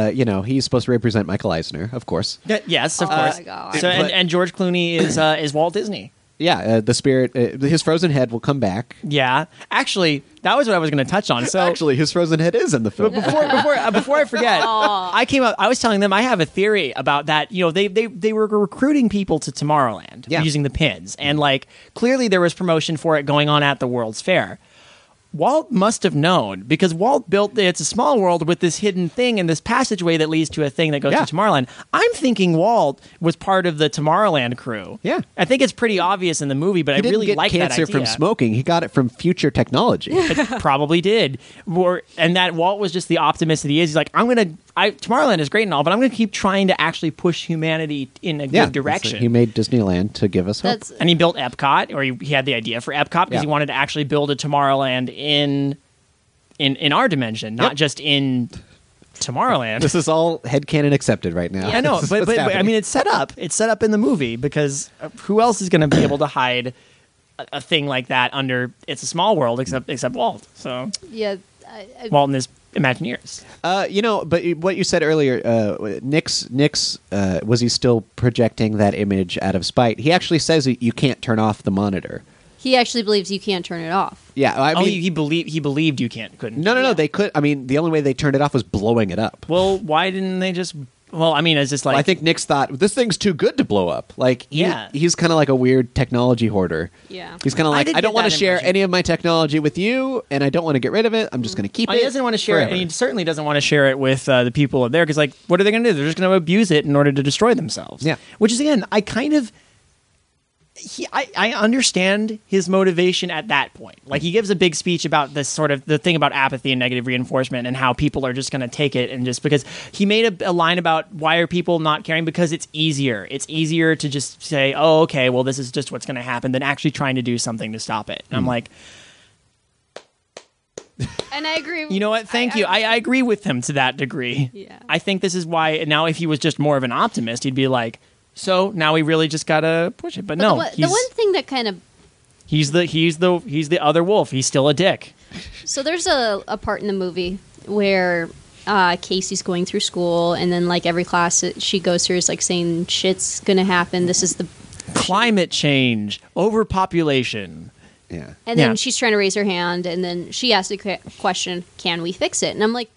[SPEAKER 1] uh, you know he's supposed to represent Michael Eisner, of course.
[SPEAKER 2] yes, of
[SPEAKER 3] Oh my
[SPEAKER 2] course.
[SPEAKER 3] God.
[SPEAKER 2] So, and,
[SPEAKER 1] But-
[SPEAKER 2] and George Clooney is uh, is Walt Disney.
[SPEAKER 1] Yeah, uh, the spirit, uh, his frozen head will come back.
[SPEAKER 2] Yeah, actually, that was what I was going to touch on. So
[SPEAKER 1] Actually, his frozen head is in the film.
[SPEAKER 2] before before uh, before I forget, I came up. I was telling them I have a theory about that. You know, they they they were recruiting people to Tomorrowland
[SPEAKER 1] Yeah.
[SPEAKER 2] using the pins, and like clearly there was promotion for it going on at the World's Fair. Walt must have known because Walt built it's a small world with this hidden thing and this passageway that leads to a thing that goes
[SPEAKER 1] Yeah.
[SPEAKER 2] to Tomorrowland. I'm thinking Walt was part of the Tomorrowland crew.
[SPEAKER 1] Yeah.
[SPEAKER 2] I think it's pretty obvious in the movie, but
[SPEAKER 1] he
[SPEAKER 2] I
[SPEAKER 1] didn't
[SPEAKER 2] really
[SPEAKER 1] get
[SPEAKER 2] like that
[SPEAKER 1] cancer
[SPEAKER 2] idea.
[SPEAKER 1] from smoking. He got it from future technology.
[SPEAKER 2] It probably did. Or, and that Walt was just the optimist that he is. He's like, I'm gonna. I, Tomorrowland is great and all, but I'm gonna keep trying to actually push humanity in a
[SPEAKER 1] yeah,
[SPEAKER 2] good direction.
[SPEAKER 1] He made Disneyland to give us hope.
[SPEAKER 3] That's
[SPEAKER 2] and he built Epcot, or he, he had the idea for Epcot because
[SPEAKER 1] Yeah.
[SPEAKER 2] he wanted to actually build a Tomorrowland in in in our dimension, not
[SPEAKER 1] Yep.
[SPEAKER 2] just in Tomorrowland.
[SPEAKER 1] this is all headcanon accepted right now.
[SPEAKER 2] I know,
[SPEAKER 1] This is
[SPEAKER 2] but,
[SPEAKER 1] what's
[SPEAKER 2] but, but I
[SPEAKER 1] happening.
[SPEAKER 2] mean, it's set up. It's set up in the movie because uh, who else is going to be able to hide a, a thing like that under? It's a small world, except except Walt. So
[SPEAKER 3] yeah. uh, I, I,
[SPEAKER 2] Walt and his Imagineers.
[SPEAKER 1] uh, you know, but you- what you said earlier, uh, Nick's Nick's uh, was he still projecting that image out of spite? He actually says that you can't turn off the monitor.
[SPEAKER 3] he actually believes you can't turn it off.
[SPEAKER 1] Yeah, I
[SPEAKER 2] oh,
[SPEAKER 1] mean,
[SPEAKER 2] he, he believed he believed you can't couldn't.
[SPEAKER 1] no, no, no. They could. I mean, the only way they turned it off was blowing it up.
[SPEAKER 2] Well, why didn't they just? Well, I mean, it's just like
[SPEAKER 1] I think Nick's thought this thing's too good to blow up. Like, he-
[SPEAKER 2] Yeah.
[SPEAKER 1] he's kind of like a weird technology hoarder.
[SPEAKER 3] Yeah.
[SPEAKER 1] he's kind of
[SPEAKER 2] I
[SPEAKER 1] like
[SPEAKER 2] did
[SPEAKER 1] I, don't
[SPEAKER 2] get
[SPEAKER 1] want to
[SPEAKER 2] that
[SPEAKER 1] share
[SPEAKER 2] impression.
[SPEAKER 1] any of my technology with you, and I don't want to get rid of it. I'm just going to keep
[SPEAKER 2] Well,
[SPEAKER 1] it.
[SPEAKER 2] Oh, he doesn't want to share it,
[SPEAKER 1] forever.
[SPEAKER 2] and he certainly doesn't want to share it with uh, the people up there because, like, what are they going to do? They're just going to abuse it in order to destroy themselves.
[SPEAKER 1] Yeah.
[SPEAKER 2] Which is again, I kind of. He, I, I understand his motivation at that point. Like he gives a big speech about this sort of the thing about apathy and negative reinforcement and how people are just going to take it and just because he made a, a line about why are people not caring because it's easier. It's easier to just say, oh, okay, well, this is just what's going to happen than actually trying to do something to stop it.
[SPEAKER 1] Hmm.
[SPEAKER 2] And I'm like,
[SPEAKER 3] And I agree.
[SPEAKER 2] You know what? Thank you. I, I agree with him to that degree.
[SPEAKER 3] Yeah.
[SPEAKER 2] I think this is why now if he was just more of an optimist, he'd be like, so now we really just gotta push it. But,
[SPEAKER 3] the
[SPEAKER 2] no,
[SPEAKER 3] one- the,
[SPEAKER 2] he's,
[SPEAKER 3] one thing that kind of
[SPEAKER 2] he's the he's the he's the other wolf. He's still a dick.
[SPEAKER 3] so there's a, a part in the movie where uh, Casey's going through school, and then like every class that she goes through is like saying shit's gonna happen. This is the
[SPEAKER 2] Mm-hmm. Climate change, overpopulation.
[SPEAKER 1] yeah.
[SPEAKER 3] and then
[SPEAKER 2] Yeah.
[SPEAKER 3] she's trying to raise her hand, and then she asks the que- question, "Can we fix it?" And I'm like,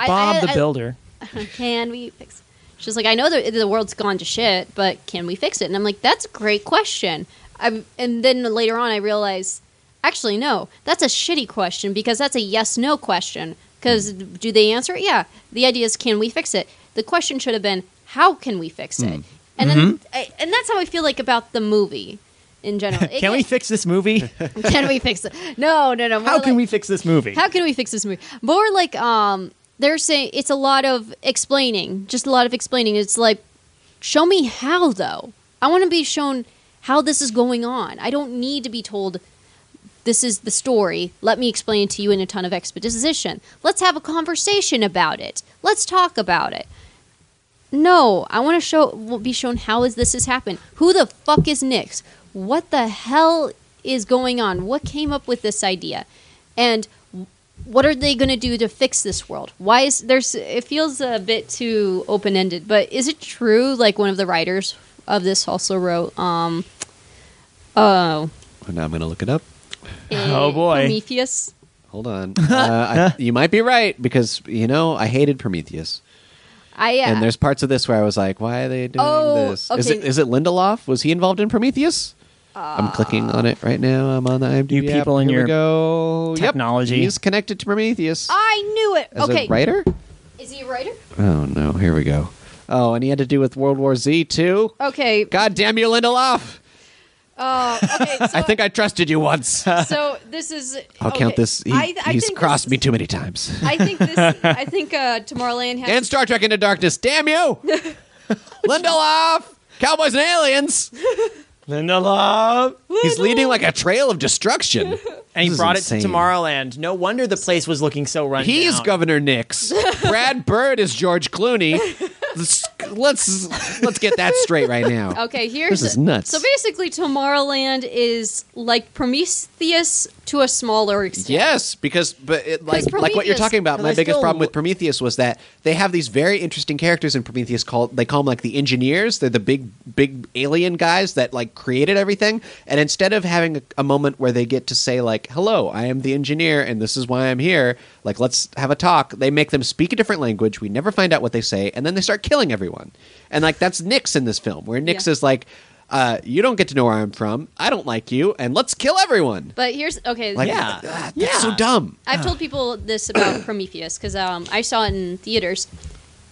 [SPEAKER 3] I-
[SPEAKER 2] Bob
[SPEAKER 3] I-
[SPEAKER 2] the
[SPEAKER 3] I-
[SPEAKER 2] Builder.
[SPEAKER 3] can we fix she's like i know the, the world's gone to shit but can we fix it and i'm like that's a great question I'm, and then later on i realize actually no that's a shitty question because that's a yes no question because
[SPEAKER 2] Mm-hmm.
[SPEAKER 3] do they answer it yeah the idea is can we fix it the question should have been how can we fix
[SPEAKER 2] Mm-hmm.
[SPEAKER 3] it and then I, and that's how i feel like about the movie in general
[SPEAKER 2] Can we fix this movie?
[SPEAKER 3] can we fix it no no no more
[SPEAKER 2] How can
[SPEAKER 3] like-
[SPEAKER 2] we fix this movie?
[SPEAKER 3] how can we fix this movie? More like um, they're saying it's a lot of explaining, just a lot of explaining. It's like, show me how though. I want to be shown how this is going on. I don't need to be told this is the story. Let me explain it to you in a ton of exposition. Let's have a conversation about it. Let's talk about it. No, I want to show be shown how is this has happened. Who the fuck is Nix? What the hell is going on? What came up with this idea? And what are they going to do to fix this world? Why is there's it feels a bit too open ended, but is it true like one of the writers of this also wrote um oh
[SPEAKER 1] Now I'm going to look it up.
[SPEAKER 2] Oh, boy.
[SPEAKER 3] Prometheus.
[SPEAKER 1] Hold on. Uh, I, you might be right because you know I hated Prometheus,
[SPEAKER 3] I yeah.
[SPEAKER 1] and there's parts of this where I was like, "Why are they doing
[SPEAKER 3] Oh,
[SPEAKER 1] this?" Is
[SPEAKER 3] okay.
[SPEAKER 1] it is it Lindelof? Was he involved in Prometheus? I'm clicking on it right now. I'm on the IMDb.
[SPEAKER 2] You people
[SPEAKER 1] app.
[SPEAKER 2] and
[SPEAKER 1] Here
[SPEAKER 2] your
[SPEAKER 1] we go. Yep.
[SPEAKER 2] technology.
[SPEAKER 1] He's connected to Prometheus
[SPEAKER 3] I knew it.
[SPEAKER 1] as
[SPEAKER 3] Ah, okay,
[SPEAKER 1] a writer.
[SPEAKER 3] is he a writer?
[SPEAKER 1] Oh no! Here we go. Oh, and he had to do with World War Z too.
[SPEAKER 3] Okay.
[SPEAKER 1] God damn you, Lindelof!
[SPEAKER 3] Uh, okay. So,
[SPEAKER 1] I think I trusted you once. I'll
[SPEAKER 3] so this is. okay.
[SPEAKER 1] count this. He,
[SPEAKER 3] I- I
[SPEAKER 1] he's
[SPEAKER 3] think this
[SPEAKER 1] crossed
[SPEAKER 3] is-
[SPEAKER 1] me too many times.
[SPEAKER 3] I think this. I think uh, Tomorrowland has.
[SPEAKER 1] and Star Trek Into Darkness. Damn you, Lindelof! Cowboys and aliens.
[SPEAKER 2] Linda Love.
[SPEAKER 1] He's leading like a trail of destruction.
[SPEAKER 2] And he
[SPEAKER 1] This is
[SPEAKER 2] brought it
[SPEAKER 1] insane.
[SPEAKER 2] to Tomorrowland. No wonder the place was looking so run
[SPEAKER 1] He's
[SPEAKER 2] down.
[SPEAKER 1] Governor Nix. Brad Bird is George Clooney. Let's let's, let's get that straight right now.
[SPEAKER 3] Okay, here's
[SPEAKER 1] This is nuts.
[SPEAKER 3] So basically, Tomorrowland is like Prometheus to a smaller extent.
[SPEAKER 1] Yes, because but it, like
[SPEAKER 3] 'Cause
[SPEAKER 1] like what you're
[SPEAKER 3] Prometheus-
[SPEAKER 1] talking about,
[SPEAKER 2] But
[SPEAKER 1] my
[SPEAKER 2] I
[SPEAKER 1] biggest
[SPEAKER 2] still-
[SPEAKER 1] problem with Prometheus was that they have these very interesting characters in Prometheus called they call them like the engineers. They're the big big alien guys that like created everything. And instead of having a, a moment where they get to say like, "Hello, I am the engineer, and this is why I'm here," like let's have a talk. They make them speak a different language. We never find out what they say, and then they start killing everyone. And like that's Nix in this film, where Nix
[SPEAKER 3] Yeah.
[SPEAKER 1] is like. Uh, you don't get to know where I'm from. I don't like you, and let's kill everyone.
[SPEAKER 3] But here's okay.
[SPEAKER 1] Like,
[SPEAKER 2] Yeah.
[SPEAKER 1] ah, that's
[SPEAKER 2] Yeah.
[SPEAKER 1] so dumb.
[SPEAKER 3] I've told people this about Prometheus because um, I saw it in theaters.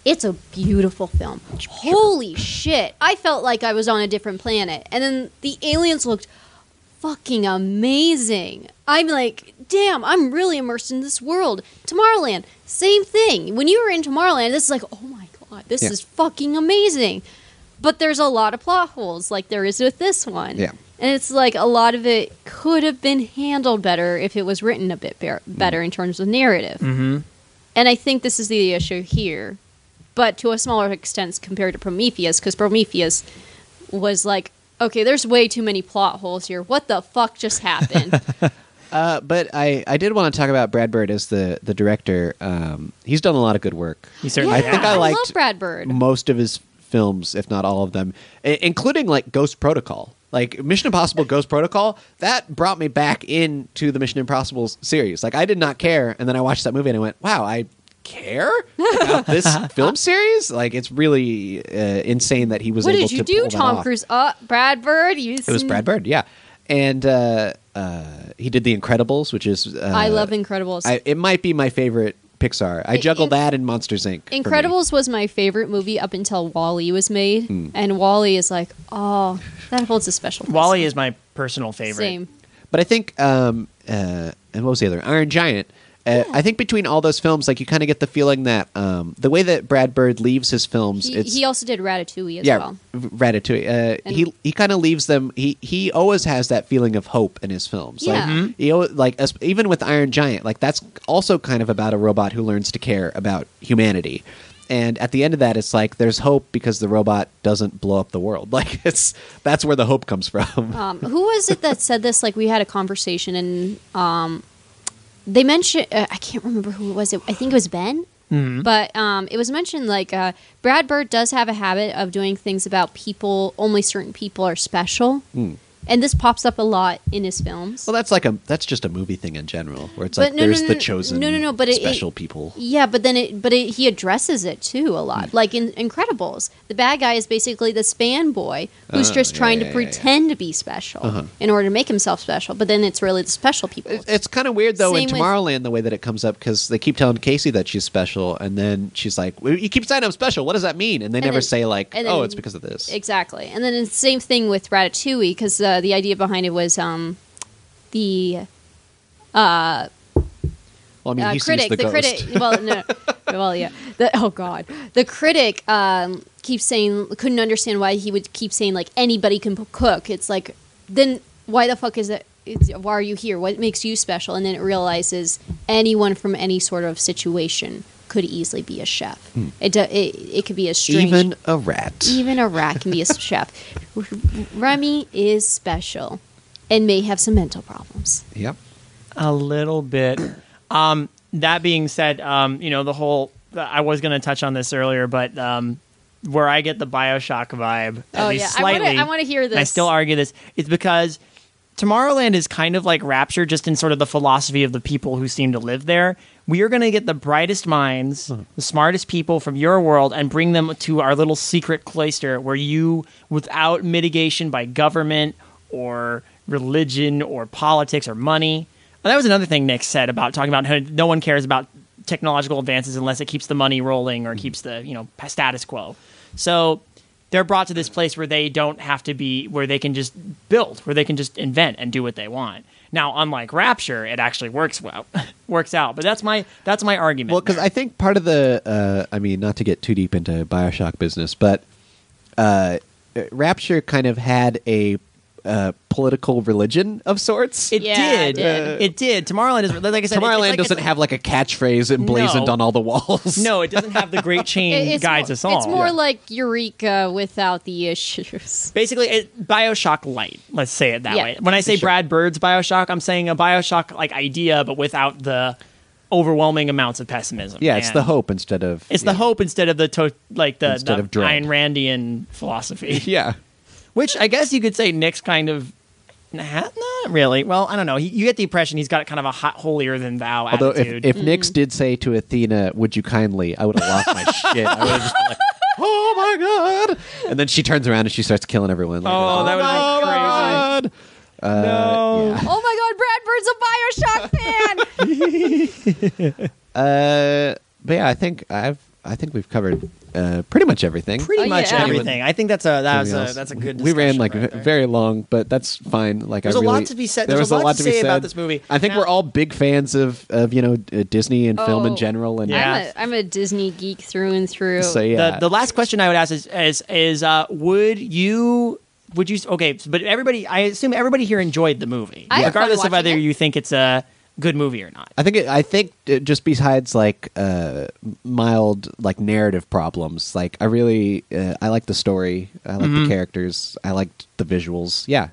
[SPEAKER 3] It's a beautiful film. Holy shit! I felt like I was on a different planet, and then the aliens looked fucking amazing. I'm like, damn, I'm really immersed in this world. Tomorrowland, same thing. When you were in Tomorrowland, this is like, oh my god, this
[SPEAKER 1] Yeah.
[SPEAKER 3] is fucking amazing. But there's a lot of plot holes, like there is with this one.
[SPEAKER 1] Yeah.
[SPEAKER 3] And it's like a lot of it could have been handled better if it was written a bit be-
[SPEAKER 1] Mm-hmm.
[SPEAKER 3] better in terms of narrative. Mm-hmm. And I think this is the issue here, but to a smaller extent compared to Prometheus, because Prometheus was like, okay, there's way too many plot holes here. What the fuck just happened?
[SPEAKER 1] Uh, but I, I did want to talk about Brad Bird as the the director. Um, he's done a lot of good work.
[SPEAKER 2] He certainly
[SPEAKER 1] I
[SPEAKER 2] has.
[SPEAKER 1] think I liked
[SPEAKER 3] love Brad Bird.
[SPEAKER 1] most of his films, if not all of them, i- including like Ghost Protocol. Like Mission Impossible Ghost Protocol, that brought me back into the Mission Impossible s- series. Like I did not care, and then I watched that movie and I went, "Wow, I care about this film series." Like it's really uh, insane that he was.
[SPEAKER 3] what
[SPEAKER 1] able
[SPEAKER 3] did you
[SPEAKER 1] to
[SPEAKER 3] do,
[SPEAKER 1] pull that
[SPEAKER 3] Tom
[SPEAKER 1] off.
[SPEAKER 3] Cruise? Uh, Brad Bird? You
[SPEAKER 1] It was Brad Bird, yeah, and uh, uh, he did The Incredibles, which is uh,
[SPEAKER 3] I love Incredibles.
[SPEAKER 1] I, it might be my favorite Pixar. I juggle
[SPEAKER 3] in-
[SPEAKER 1] that and Monsters Inc. for me.
[SPEAKER 3] Incredibles was my favorite movie up until Wally was made,
[SPEAKER 1] Hmm.
[SPEAKER 3] and Wally is like, oh, that holds a special. place.
[SPEAKER 2] Wally is my personal favorite.
[SPEAKER 3] same.
[SPEAKER 1] But I think, um, uh, and what was the other? Iron Giant. Uh, I think between all those films, like you kind of get the feeling that um, the way that Brad Bird leaves his films,
[SPEAKER 3] He,
[SPEAKER 1] it's
[SPEAKER 3] he also did Ratatouille as
[SPEAKER 1] yeah,
[SPEAKER 3] well.
[SPEAKER 1] R- Ratatouille. Uh,
[SPEAKER 3] And-
[SPEAKER 1] he he kind of leaves them. He he always has that feeling of hope in his films. Like,
[SPEAKER 3] Yeah. Mhm.
[SPEAKER 1] he al- like as- even with Iron Giant, like that's also kind of about a robot who learns to care about humanity. And at the end of that, it's like there's hope because the robot doesn't blow up the world. Like it's that's where the hope comes from.
[SPEAKER 3] Um, who was it that said this? Like we had a conversation, and um, they mentioned uh, I can't remember who it was. It, I think it was Ben.
[SPEAKER 2] Mm-hmm.
[SPEAKER 3] But um, it was mentioned like uh, Brad Bird does have a habit of doing things about people only certain people are special,
[SPEAKER 1] Hmm.
[SPEAKER 3] and this pops up a lot in his films.
[SPEAKER 1] Well, that's like a that's just a movie thing in general, where it's
[SPEAKER 3] But
[SPEAKER 1] like
[SPEAKER 3] no, no,
[SPEAKER 1] there's
[SPEAKER 3] no,
[SPEAKER 1] the
[SPEAKER 3] no,
[SPEAKER 1] chosen,
[SPEAKER 3] no, no, no, but it-
[SPEAKER 1] special
[SPEAKER 3] it-
[SPEAKER 1] people.
[SPEAKER 3] Yeah, but then it, but it, he addresses it too a
[SPEAKER 1] Hmm.
[SPEAKER 3] lot. Like in Incredibles, the bad guy is basically this fanboy who's just trying
[SPEAKER 1] Oh, yeah,
[SPEAKER 3] to
[SPEAKER 1] yeah, yeah. Uh-huh.
[SPEAKER 3] pretend to be special in order to make himself special. But then it's really the special people.
[SPEAKER 1] It- It's kind of weird though in
[SPEAKER 3] Same with-
[SPEAKER 1] Tomorrowland the way that it comes up because they keep telling Casey that she's special, and then she's like, well, "You keep saying I'm special. What does that mean?" And they
[SPEAKER 3] And
[SPEAKER 1] never
[SPEAKER 3] then-
[SPEAKER 1] say like,
[SPEAKER 3] and
[SPEAKER 1] "Oh,
[SPEAKER 3] then-
[SPEAKER 1] it's because of this."
[SPEAKER 3] exactly, and then it's the same thing with Ratatouille because uh, the idea behind it was um, the
[SPEAKER 1] well, I mean,
[SPEAKER 3] uh,
[SPEAKER 1] he
[SPEAKER 3] critic,
[SPEAKER 1] sees the, ghost.
[SPEAKER 3] critic. Well, no, well, yeah. The, oh God, the critic um, keeps saying couldn't understand why he would keep saying like anybody can p- cook. It's like then why the fuck is it? It's, why are you here? What makes you special? And then it realizes anyone from any sort of situation could easily be a chef. It, do, it it could be a strange
[SPEAKER 1] Hmm. Even a rat.
[SPEAKER 3] even a rat can be a chef. Remy is special and may have some mental problems.
[SPEAKER 1] Yep.
[SPEAKER 2] A little bit. Um, that being said, um, you know, the whole, I was going to touch on this earlier, but um, where I get the Bioshock vibe, at
[SPEAKER 3] Oh,
[SPEAKER 2] least
[SPEAKER 3] yeah. I wanna-
[SPEAKER 2] slightly.
[SPEAKER 3] I wanna hear
[SPEAKER 2] and I
[SPEAKER 3] this.
[SPEAKER 2] still argue this. It's because Tomorrowland is kind of like Rapture, just in sort of the philosophy of the people who seem to live there. We are going to get the brightest minds, the smartest people from your world, and bring them to our little secret cloister where you, without mitigation by government or religion or politics or money, and that was another thing Nick said about talking about how no one cares about technological advances unless it keeps the money rolling or keeps the you know status quo. So they're brought to this place where they don't have to be where they can just build where they can just invent and do what they want now unlike rapture it actually works well works out but that's my that's my argument
[SPEAKER 1] Well, because I think part of the, uh, I mean, not to get too deep into Bioshock business, but uh, Rapture kind of had a uh, political religion of sorts.
[SPEAKER 2] it
[SPEAKER 3] Yeah, it
[SPEAKER 2] did
[SPEAKER 3] did.
[SPEAKER 2] it did tomorrowland is like i said it- it's
[SPEAKER 1] Tomorrowland
[SPEAKER 2] like- it's
[SPEAKER 1] doesn't have like a catchphrase emblazoned
[SPEAKER 2] No.
[SPEAKER 1] on all the walls.
[SPEAKER 2] no it doesn't have the great chain
[SPEAKER 3] It- it's
[SPEAKER 2] guides
[SPEAKER 3] more,
[SPEAKER 2] us all
[SPEAKER 3] It's more like Eureka without the issues.
[SPEAKER 2] basically it, bioshock light let's say it that
[SPEAKER 3] Yeah.
[SPEAKER 2] way when i say brad bird's bioshock i'm saying a bioshock like idea but without the overwhelming amounts of pessimism
[SPEAKER 1] Yeah, it's
[SPEAKER 2] and
[SPEAKER 1] the hope instead of.
[SPEAKER 2] it's the hope instead of the to- like the,
[SPEAKER 1] Instead
[SPEAKER 2] the
[SPEAKER 1] of dread.
[SPEAKER 2] Ayn Randian philosophy,
[SPEAKER 1] Yeah.
[SPEAKER 2] which I guess you could say Nick's kind of nah, not really. Well, I don't know. He, you get the impression he's got kind of a hot holier than thou
[SPEAKER 1] Although if,
[SPEAKER 2] attitude. Mm-hmm.
[SPEAKER 1] if Nyx did say to Athena, "Would you kindly?" I would have lost my shit. I would have just been like, "Oh my god!" And then she turns around and she starts killing everyone. Like,
[SPEAKER 2] oh, that would
[SPEAKER 1] my
[SPEAKER 2] have
[SPEAKER 1] god!
[SPEAKER 2] been crazy. no.
[SPEAKER 3] oh my God, Brad Bird's a Bioshock fan.
[SPEAKER 1] Uh, but yeah, I think I've I think we've covered uh, pretty much everything.
[SPEAKER 2] Pretty
[SPEAKER 3] Oh,
[SPEAKER 2] much
[SPEAKER 3] yeah.
[SPEAKER 2] everything. I think that's a that was
[SPEAKER 1] Anything
[SPEAKER 2] a,
[SPEAKER 1] else?
[SPEAKER 2] that's a good.
[SPEAKER 1] We ran
[SPEAKER 2] discussion
[SPEAKER 1] like
[SPEAKER 2] right
[SPEAKER 1] ve-
[SPEAKER 2] there.
[SPEAKER 1] very long, but that's fine. Like
[SPEAKER 2] There's
[SPEAKER 1] I
[SPEAKER 2] a lot
[SPEAKER 1] really-
[SPEAKER 2] to be said-
[SPEAKER 1] There
[SPEAKER 2] there's
[SPEAKER 1] was
[SPEAKER 2] a
[SPEAKER 1] a
[SPEAKER 2] lot to
[SPEAKER 1] be
[SPEAKER 2] say about
[SPEAKER 1] said.
[SPEAKER 2] this movie.
[SPEAKER 1] I think
[SPEAKER 2] Now-
[SPEAKER 1] we're all big fans of of you know uh, Disney and film in
[SPEAKER 3] Oh,
[SPEAKER 1] general. And
[SPEAKER 2] Yeah.
[SPEAKER 3] I'm, a, I'm a Disney geek through and through.
[SPEAKER 1] so yeah,
[SPEAKER 2] the the last question I would ask is is, is uh, would you would you okay? But everybody, I assume everybody here enjoyed the movie,
[SPEAKER 3] I had fun
[SPEAKER 2] regardless of
[SPEAKER 3] watching
[SPEAKER 2] whether
[SPEAKER 3] it.
[SPEAKER 2] you think it's a good movie or not.
[SPEAKER 1] I think it, I think uh, just besides like uh, mild like narrative problems, like I really uh, I like the story, I like
[SPEAKER 2] Mm-hmm.
[SPEAKER 1] the characters, I liked the visuals. Yeah,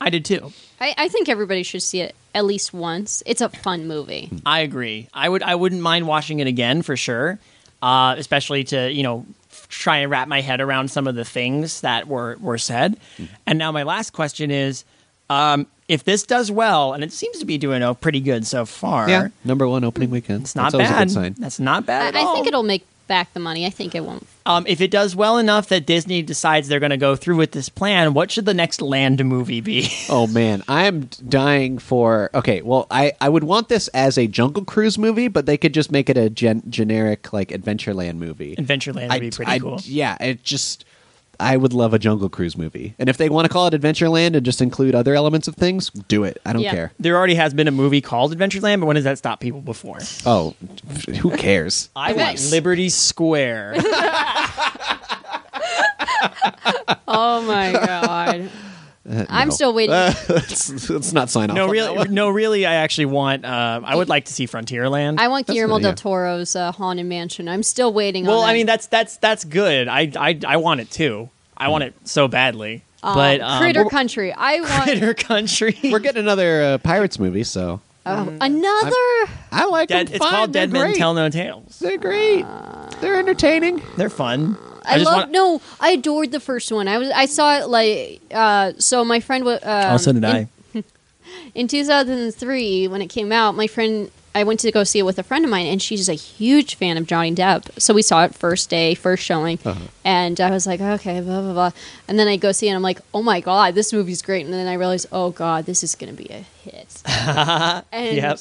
[SPEAKER 2] I did too.
[SPEAKER 3] I, I think everybody should see it at least once. It's a fun movie.
[SPEAKER 2] I agree. I would. I wouldn't mind watching it again for sure, uh, especially to you know f- try and wrap my head around some of the things that were were said. And now my last question is, um, if this does well, and it seems to be doing oh, pretty good so far.
[SPEAKER 1] number one opening weekend.
[SPEAKER 2] It's not
[SPEAKER 1] That's always
[SPEAKER 2] bad.
[SPEAKER 1] A good sign.
[SPEAKER 2] That's not
[SPEAKER 3] I,
[SPEAKER 2] bad. at
[SPEAKER 3] I
[SPEAKER 2] all.
[SPEAKER 3] think it'll make back the money. I think it won't.
[SPEAKER 2] Um, if it does well enough that Disney decides they're going to go through with this plan, what should the next land movie be?
[SPEAKER 1] Oh man, I'm dying for. Okay, well, I I would want this as a Jungle Cruise movie, but they could just make it a gen- generic like Adventureland movie.
[SPEAKER 2] Adventureland would be pretty
[SPEAKER 1] I-
[SPEAKER 2] cool.
[SPEAKER 1] Yeah, it just I would love a Jungle Cruise movie, and if they want to call it Adventureland and just include other elements of things, do it. I don't
[SPEAKER 3] Yeah.
[SPEAKER 1] care.
[SPEAKER 2] There already has been a movie called Adventureland, but when has that stopped people before?
[SPEAKER 1] Oh, who cares?
[SPEAKER 2] I
[SPEAKER 3] bet-
[SPEAKER 2] want Liberty Square.
[SPEAKER 3] Oh my god! I'm still waiting.
[SPEAKER 1] let's, let's not sign off.
[SPEAKER 2] no,
[SPEAKER 1] on that
[SPEAKER 2] really,
[SPEAKER 1] one.
[SPEAKER 2] no, really. I actually want. Uh, I would like to see Frontierland.
[SPEAKER 3] I want Guillermo
[SPEAKER 1] what- yeah.
[SPEAKER 3] del Toro's uh, Haunted Mansion. I'm still waiting.
[SPEAKER 2] well,
[SPEAKER 3] on
[SPEAKER 2] I mean,
[SPEAKER 3] that.
[SPEAKER 2] that's that's that's good. I I, I want it too. I want it so badly.
[SPEAKER 3] Um,
[SPEAKER 2] but um,
[SPEAKER 3] Critter Country. I want
[SPEAKER 2] Critter Country.
[SPEAKER 1] We're getting another uh, Pirates movie, so
[SPEAKER 3] oh, another.
[SPEAKER 1] I like
[SPEAKER 2] Dead,
[SPEAKER 1] them.
[SPEAKER 2] it's
[SPEAKER 1] fine,
[SPEAKER 2] called
[SPEAKER 1] they're
[SPEAKER 2] Dead Men
[SPEAKER 1] great.
[SPEAKER 2] Tell No Tales.
[SPEAKER 1] They're great. They're entertaining.
[SPEAKER 2] They're fun.
[SPEAKER 3] I,
[SPEAKER 2] just
[SPEAKER 3] love
[SPEAKER 2] want-
[SPEAKER 3] no. I adored the first one. I was. I saw it like. Uh, so my friend. wa- Um,
[SPEAKER 1] Oh,
[SPEAKER 2] Also, did
[SPEAKER 3] in-
[SPEAKER 2] I.
[SPEAKER 3] in 2003 when it came out my friend i went to go see it with a friend of mine and she's a huge fan of johnny depp so we saw it first day first showing
[SPEAKER 2] Uh-huh.
[SPEAKER 3] and i was like okay blah blah blah and then i go see it and i'm like oh my god this movie's great and then i realized oh god this is gonna be a hit and
[SPEAKER 2] Yep.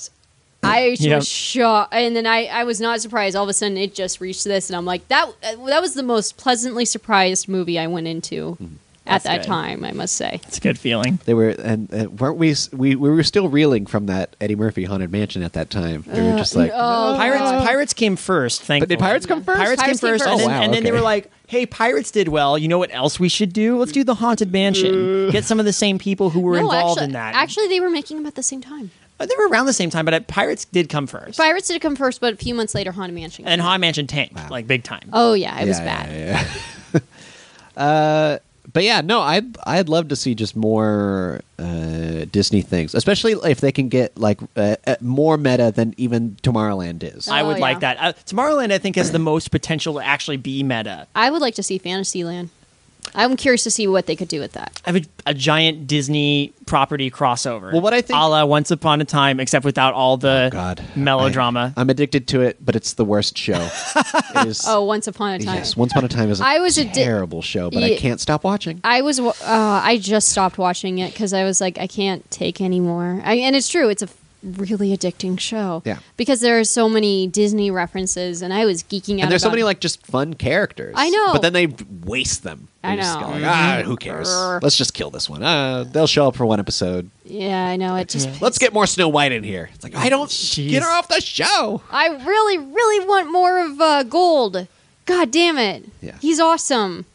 [SPEAKER 3] I
[SPEAKER 2] Yep.
[SPEAKER 3] was shocked, and then I, I was not surprised. All of a sudden, it just reached this, and I'm like, that uh, that was the most pleasantly surprised movie I went into at
[SPEAKER 2] Mm-hmm. That's
[SPEAKER 3] that
[SPEAKER 2] good.
[SPEAKER 3] time. I must say.
[SPEAKER 2] It's a good feeling.
[SPEAKER 1] They were and uh, weren't we, s- we? We were still reeling from that Eddie Murphy haunted mansion at that time. We were just like,
[SPEAKER 3] Oh,
[SPEAKER 2] Pirates Pirates came first. Thankfully.
[SPEAKER 1] but did pirates come first?
[SPEAKER 2] Pirates, came first, and,
[SPEAKER 1] Oh,
[SPEAKER 2] then,
[SPEAKER 1] wow,
[SPEAKER 2] and then they
[SPEAKER 1] okay.
[SPEAKER 2] were like, "Hey, pirates did well. You know what else we should do? Let's do the haunted mansion. Get some of the same people who were
[SPEAKER 3] No,
[SPEAKER 2] involved
[SPEAKER 3] actually,
[SPEAKER 2] in that.
[SPEAKER 3] Actually, they were making them at the same time.
[SPEAKER 2] Uh, they were around the same time, but uh, pirates did come first,
[SPEAKER 3] Pirates did come first, but a few months later, Haunted Mansion.
[SPEAKER 2] and then haunted mansion tanked like big time.
[SPEAKER 3] oh yeah, it was
[SPEAKER 1] Yeah,
[SPEAKER 3] bad.
[SPEAKER 1] yeah, yeah. uh, but yeah, no, I I'd love to see just more uh, Disney things, especially if they can get like uh, uh, more meta than even Tomorrowland is.
[SPEAKER 2] I would
[SPEAKER 3] Oh,
[SPEAKER 2] like
[SPEAKER 3] yeah.
[SPEAKER 2] that. Uh, Tomorrowland, I think, has the most potential to actually be meta.
[SPEAKER 3] I would like to see Fantasyland. I'm curious to see what they could do with that.
[SPEAKER 2] I have a, a giant Disney property crossover.
[SPEAKER 1] Well, what I think- Oh,
[SPEAKER 2] a la Once Upon a Time, except without all the
[SPEAKER 1] God.
[SPEAKER 2] melodrama.
[SPEAKER 1] I, am addicted to it, but it's the worst show. it is,
[SPEAKER 3] Oh, Once Upon a Time.
[SPEAKER 1] yes. Once Upon a Time is a
[SPEAKER 3] I was addi-
[SPEAKER 1] terrible show, but I
[SPEAKER 3] Ye-
[SPEAKER 1] can't stop watching.
[SPEAKER 3] I was wa- uh, I just stopped watching it because I was like I can't take anymore. I, and it's true, it's a really addicting show.
[SPEAKER 1] Yeah.
[SPEAKER 3] because there are so many Disney references, and I was geeking out.
[SPEAKER 1] and there's so
[SPEAKER 3] about-
[SPEAKER 1] many like just fun characters.
[SPEAKER 3] I know.
[SPEAKER 1] but then they waste them. They
[SPEAKER 3] I
[SPEAKER 1] just
[SPEAKER 3] know.
[SPEAKER 1] go like, ah, who cares? Let's just kill this one. Ah, they'll show up for one episode.
[SPEAKER 3] yeah, I know it just.
[SPEAKER 1] Let's get more Snow White in here. It's like I don't get her off the show.
[SPEAKER 3] I really, really want more of uh, Gold. God damn it!
[SPEAKER 1] Yeah.
[SPEAKER 3] he's awesome.